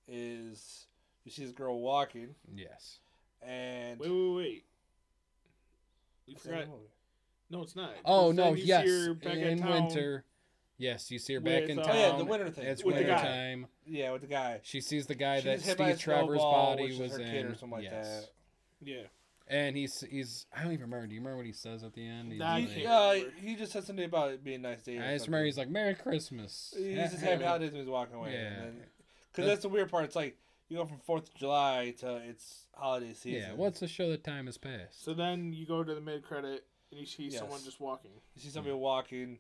A: is you see this girl walking,
B: Yes.
A: and
C: Wait, wait, wait. We
A: That's the end
C: forgot.
A: of the movie.
C: No, it's not.
B: Oh
C: 'Cause then
B: no!
C: you see
B: Yes,
C: her back at
B: in
C: town.
B: winter. Yes, you see her back
C: with,
B: in
C: uh,
B: town.
C: Oh,
A: yeah, the winter thing.
B: It's
A: With
C: the guy.
B: winter time.
A: yeah, with the guy.
B: She sees the guy
A: She
B: that
A: gets hit by a
B: Steve Trevor's
A: snowball,
B: body
A: which is
B: was
A: her
B: in.
A: kid or something like
B: yes.
A: that.
C: Yeah.
B: And he's he's I don't even remember. Do you remember what he says at the end? He's
C: Nah, I
B: like-
C: can't
A: He, uh,
C: remember.
A: he just said something about it being nice to you. or
B: I just
A: something.
B: remember he's like Merry Christmas.
A: He's
B: Ha-
A: just
B: ha-
A: happy holidays when he's walking away.
B: Yeah.
A: Because that's the weird part. It's like you go from 4th of July to it's holiday season.
B: Yeah, what's the show that time has passed?
C: So then you go to the mid credit and you see someone
A: Yes.
C: just walking.
A: You see somebody walking.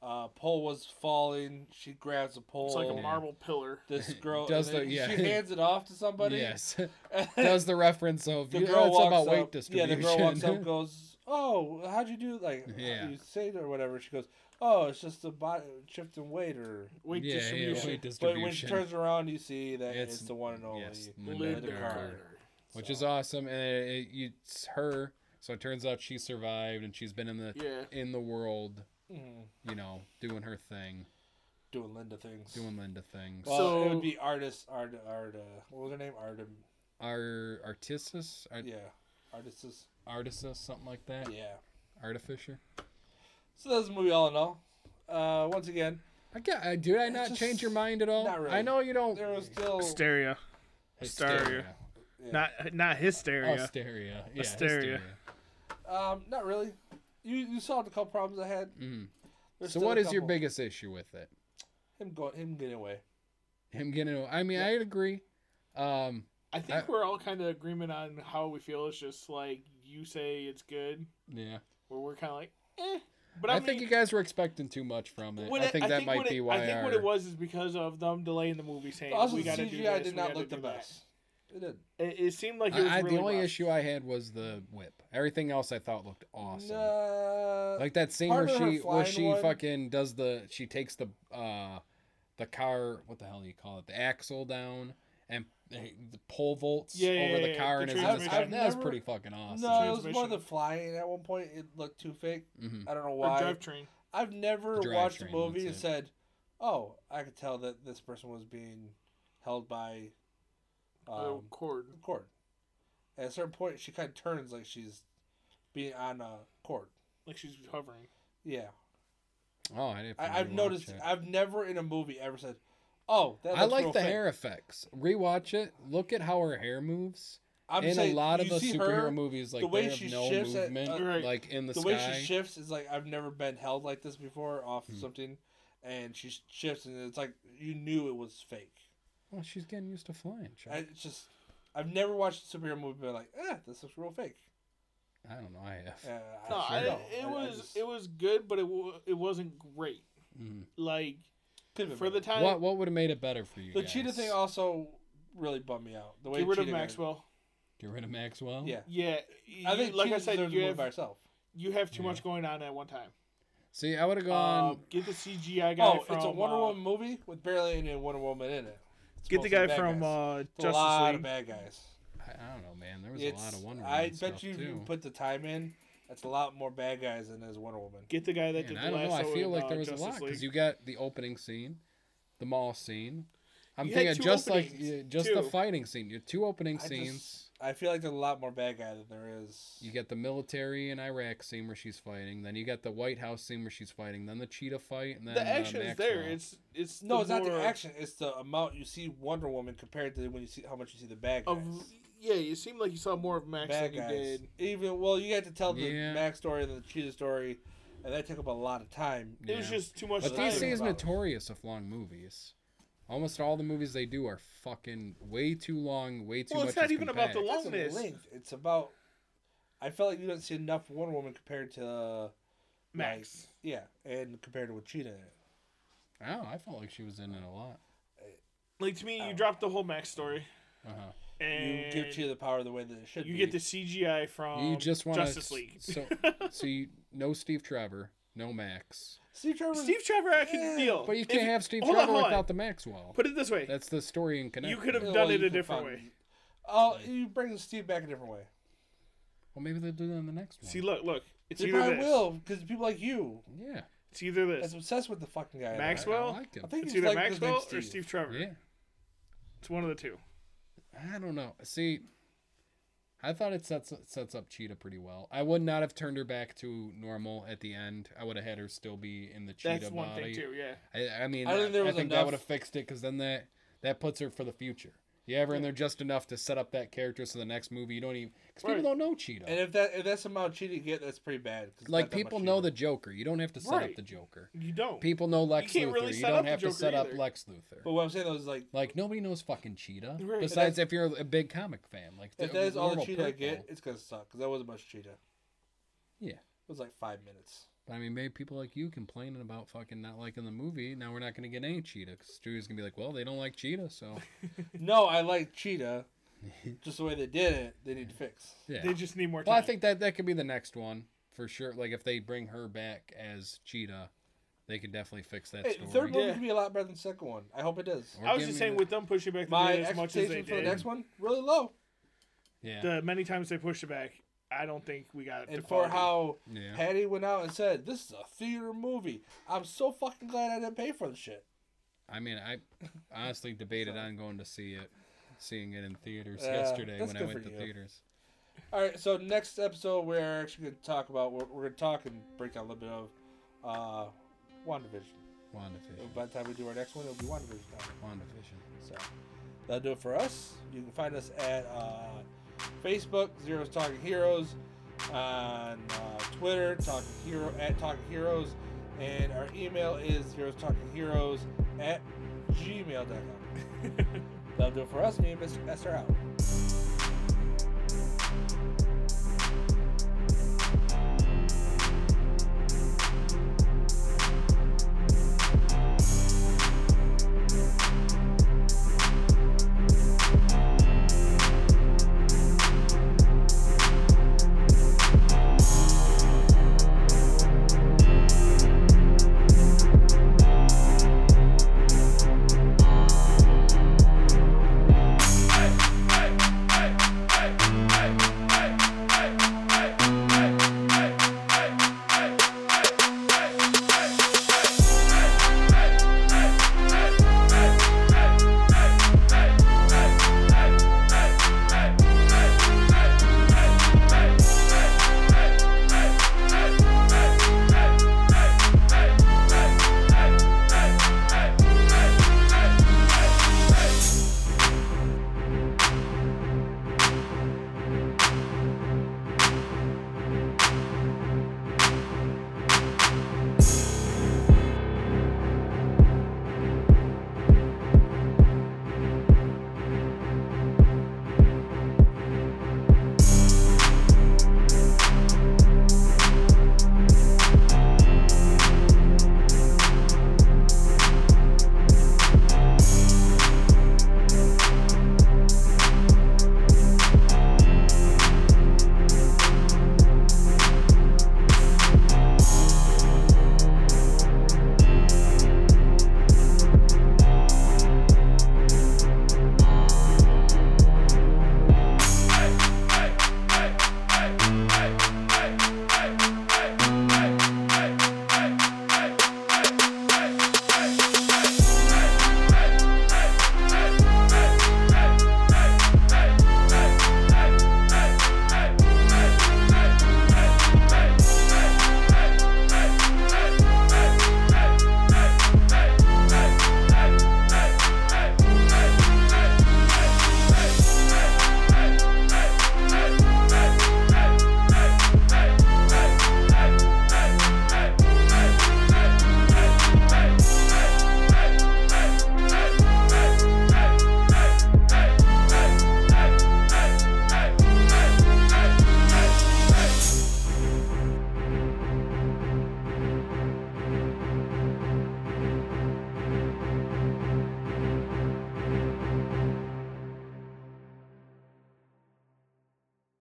A: Uh, pole was falling. She grabs a pole.
C: It's like a
B: Yeah.
C: marble pillar.
B: [laughs]
A: This girl
B: Does
A: and then
B: the- yeah.
A: She hands it off to somebody. [laughs]
B: yes. [laughs]
A: and
B: Does the reference of
A: the
B: you
A: girl
B: know, it's
A: walks
B: about
A: up.
B: weight
A: yeah,
B: distribution.
A: the girl walks
B: [laughs]
A: up, goes, "Oh, how'd you do? Like,
B: Yeah.
A: how'd you say it or whatever." She goes, "Oh, it's just the body shift in weight or."
C: Weight
B: yeah, yeah,
C: distribution.
B: weight
A: But when she
B: distribution.
A: turns around, you see that it's,
B: It's-
A: the one and only.
B: yes,
A: Linda
B: Linda
A: Carter.
B: Carter. which
A: So-
B: is awesome, and it, it, it's her. So it turns out she survived, and she's been in the
C: Yeah.
B: in the world,
A: Mhm.
B: you know, doing her thing,
A: doing Linda things.
B: doing Linda things.
A: well,
C: So-
A: it would be artist art art. Uh, what was her name? Art.
B: Our artistus, art,
A: Yeah, artists.
B: artisus, something like that.
A: Yeah.
B: Artificer.
A: So that's the movie all in all. Uh, once again,
B: I get, I, did I
A: It's
B: not
A: just-
B: change your mind at all?
A: not really.
B: I know you don't.
A: there was still
C: Hysteria. hysteria.
A: Yeah.
C: Not not hysteria.
B: Oh, Hysteria. Yeah,
C: Hysteria.
B: hysteria.
A: um, not really. You you solved a couple problems I had.
C: Mm-hmm.
B: Mm.
A: There's
B: So
A: still
B: what
A: a
B: is your
A: couple.
B: biggest issue with it?
A: him going him getting away?
B: Him getting. I mean, I agree. Um,
C: I think
B: I-
C: we're all kind of agreement on how we feel. It's just like you say it's good,
B: yeah.
C: where we're kind of like, eh. But
B: I,
C: I,
B: think you guys were expecting too much from it.
C: What
B: I think that might
C: what it-
B: be why.
C: I think
B: our,
C: what it was is because of them delaying the movie saying
A: Also,
C: we
A: the
C: got to
A: CGI
C: do this.
A: did
C: we
A: not
C: gotta
A: look the
C: do that."
A: best. It did.
C: It, it seemed like it was
B: I, I-
C: really
B: the only
C: rushed.
B: issue I had was the whip. Everything else I thought looked awesome.
A: Nah.
B: Like that scene
A: Part
B: where
A: of her
B: she where
A: flying
B: she
A: one-
B: fucking does the she takes the uh the car what the hell do you call it the axle down and eh, the pole volts
C: Yeah, yeah,
B: over
C: yeah,
B: the car
C: the
B: and is in the
A: transmission.
B: sky.
A: I've
B: That was
A: never-
B: pretty fucking awesome.
A: no, it was more
C: transmission.
A: the flying. At one point, it looked too fake.
B: Mhm.
A: I don't know
C: Or
A: why.
C: drivetrain.
A: I've never
B: The drive
A: watched a
B: train,
A: movie and
B: that's
A: said, "Oh, I could tell that this person was being held by
C: oh,
A: um,
C: cord.
A: a cord." At a certain point, she kind of turns like she's being on a cord.
C: Like she's hovering.
A: Yeah,
B: Oh, I didn't.
A: I, I've
B: rewatch
A: noticed.
B: it.
A: I've never in a movie ever said, "Oh, that."
B: I
A: looks
B: like
A: real
B: the
A: fake."
B: hair effects. Rewatch it. Look at how her hair moves.
A: I'm
B: in
A: saying,
B: a lot of
A: you
B: the
A: see
B: superhero
A: her,
B: movies, like
A: the way
B: they have
A: she
B: no
A: shifts at-
B: movement,
A: uh,
C: Right.
B: like in the,
A: the
B: sky. Hmm.
A: way she shifts is like I've never been held like this before off of something, and she sh- shifts and it's like you knew it was fake.
B: well, she's getting used to flying. Chuck.
A: I, it's just I've never watched a superhero movie and been like, eh, this looks real fake.
B: I don't know. I have.
A: Uh,
C: No,
A: I,
C: I,
A: don't know.
C: it
A: I- I
C: was
A: just-
C: it was good, but it w- it wasn't great.
B: Mhm.
C: Like
A: could've been
C: for the
A: better.
C: time,
B: What what would have made it better for you?
A: the
B: guys?
A: cheetah thing uh, also really bummed me out. The way
C: get rid of
A: cheetah got-
C: Maxwell.
B: Get rid of Maxwell.
A: Yeah,
C: Yeah,
A: I
C: you-
A: think
C: like I said, you
A: movie by
C: have,
A: herself.
C: you have too
B: Yeah.
C: much going on at one time.
B: See, I would have gone.
C: Um, get the CGI guy
A: Oh,
C: from
A: it's a Wonder
C: uh,
A: Woman movie with barely any Wonder Woman in it. It's
C: Get the
A: mostly
C: guy
A: bad
C: from
A: guys.
C: uh,
A: It's a
C: Justice
A: lot
C: League.
A: of bad guys.
B: I, I don't know, man. There was a lot
A: It's-
B: of Wonder Woman.
A: I bet
B: stuff,
A: you if
B: too.
A: you put the time in, that's a lot more bad guys than there's Wonder Woman.
C: Get the guy that
B: Man,
C: did the
B: I don't know. I
C: lasso
B: feel
C: in,
B: like
C: uh,
B: there was
C: Justice
B: a lot
C: League.
B: because you got the opening scene, the mall scene. I'm
C: You had
B: thinking
C: two
B: just like
C: openings,
B: yeah, just the
C: too.
B: fighting scene. Your two
A: I
B: opening
A: just-
B: scenes.
A: I feel like there's a lot more bad guy than there is.
B: You get the military in Iraq scene where she's fighting, then you got the White House scene where she's fighting, then the cheetah fight, and then
C: the
B: uh,
C: action is there.
B: Maxwell.
C: It's it's
A: no,
C: the
A: it's not the
C: more
A: action. It's the amount you see Wonder Woman compared to when you see how much you see the bad guys.
C: of yeah. You seemed like you saw more of Max
A: bad
C: than you
A: guys.
C: did.
A: Even well, you had to tell the
B: Yeah.
A: Max story and the Cheetah story, and that took up a lot of time.
B: Yeah.
C: It was just too much.
B: But
A: time.
B: DC is
A: About it.
B: notorious of long movies. Almost all the movies they do are fucking way too long, way too
C: Well,
B: much.
C: it's not
B: is
C: even about the
B: compact.
A: That's the
C: Longness.
A: length. It's about. I felt like you didn't see enough Wonder Woman compared to uh,
C: Max.
A: like- yeah, and compared to with Cheetah. in it.
B: Oh, I felt like she was in it a lot.
C: Like to
B: Oh.
C: me, you dropped the whole Max story,
B: Uh-huh.
A: You
C: and
A: give Cheetah the power the way that it should.
C: you
A: be.
C: get the CGI from
B: you just want
C: Um, Justice League.
B: So,
C: [laughs]
B: so you, no Steve Trevor, no Max,
A: Steve Trevor.
C: Steve Trevor, I can
A: Yeah.
C: deal.
B: but you
C: If-
B: can't have Steve
C: hold on,
B: Trevor
C: hold on.
B: without the Maxwell.
C: Put it this way:
B: That's the story in connection.
C: could have
A: Yeah,
C: done
A: Oh, well,
C: it
A: you
C: a
A: can
C: different
A: find-
C: way.
A: Oh, you bring Steve back a different way.
B: Well, maybe they'll do that in the next one.
C: See, look, look. It's
A: They
C: either
A: probably
C: this.
A: will because people like you.
B: yeah.
C: It's either
A: It's
C: this
A: obsessed with the fucking guy.
C: Maxwell?
B: I like him.
A: I think
C: It's
A: he's
C: either
A: like
C: Maxwell
A: the
C: or
A: big Steve.
C: Steve Trevor.
B: yeah.
C: It's one of the two.
B: I don't know. See, I thought it sets sets up Cheetah pretty well. I would not have turned her back to normal at the end. I would have had her still be in the Cheetah
C: That's one
B: body.
C: thing too. Yeah.
B: I, I mean,
A: I
B: I,
A: think there
B: I
A: was
B: think that
A: enough-
B: would have fixed it because then that that puts her for the future. You have her in there just enough to set up that character so the next movie you don't even because
C: Right.
B: people don't know Cheetah.
A: And if that if that's the amount of cheating you get, that's pretty bad. 'cause it's
B: like
A: not that
B: people
A: much
B: know the
A: cheating.
B: Joker. You don't have to set
C: Right.
B: up the Joker.
C: You don't.
B: People know Lex
C: can't
B: Luthor.
C: really
B: you
C: set up
B: don't
C: the
B: have to
C: Joker
B: set up
C: either.
B: Lex Luthor.
A: But what I'm saying though is like
B: like nobody knows fucking Cheetah.
C: Right.
B: Besides, if you're a big comic fan, like
A: if
B: the
A: that is all the
B: normal
A: cheating I
B: people.
A: get, it's gonna suck because that wasn't much cheating.
B: Yeah.
A: It was like five minutes.
B: But I mean, maybe people like you complaining about fucking not liking the movie. Now we're not going to get any cheetah because studio's going to be like, well, they don't like
A: [laughs]
B: cheetah, so
A: No, I like
B: [laughs]
A: Cheetah. Just the way they did it, they need to fix.
B: yeah.
C: They just need more time.
B: well, I think that that could be the next one for sure. Like if they bring her back as cheetah, they could definitely fix that
A: Hey, the
B: story.
A: third one
C: Yeah.
A: could be a lot better than the second one. I hope it does.
B: Or
C: I was
B: give
C: just
B: me
C: saying
B: the-
C: with them pushing back the
A: My
C: date as much as they
A: expectations for the
C: did,
A: next one really low,
B: yeah,
C: the many times they pushed it back, I don't think we got it. to
A: and for
C: quality.
A: how
B: yeah.
A: Patty went out and said, "This is a theater movie." I'm so fucking glad I didn't pay for the shit.
B: I mean, I honestly debated on going to see it, seeing it in theaters
A: Yeah,
B: yesterday
A: that's
B: when I
A: good
B: went
A: for
B: to
A: you.
B: theaters.
A: All right, so next episode we're actually going to talk about we're, we're going to talk and break down a little bit of uh, WandaVision.
B: WandaVision.
A: By the time we do our next one, it'll be WandaVision. Time.
B: WandaVision.
A: So that'll do it for us. You can find us at uh, Facebook Zero's Talking Heroes, on uh, Twitter Talking Hero at Talking Heroes, and our email is Zero's Talking Heroes at gmail.com. that'll do it for us. Me and Mr. S are out.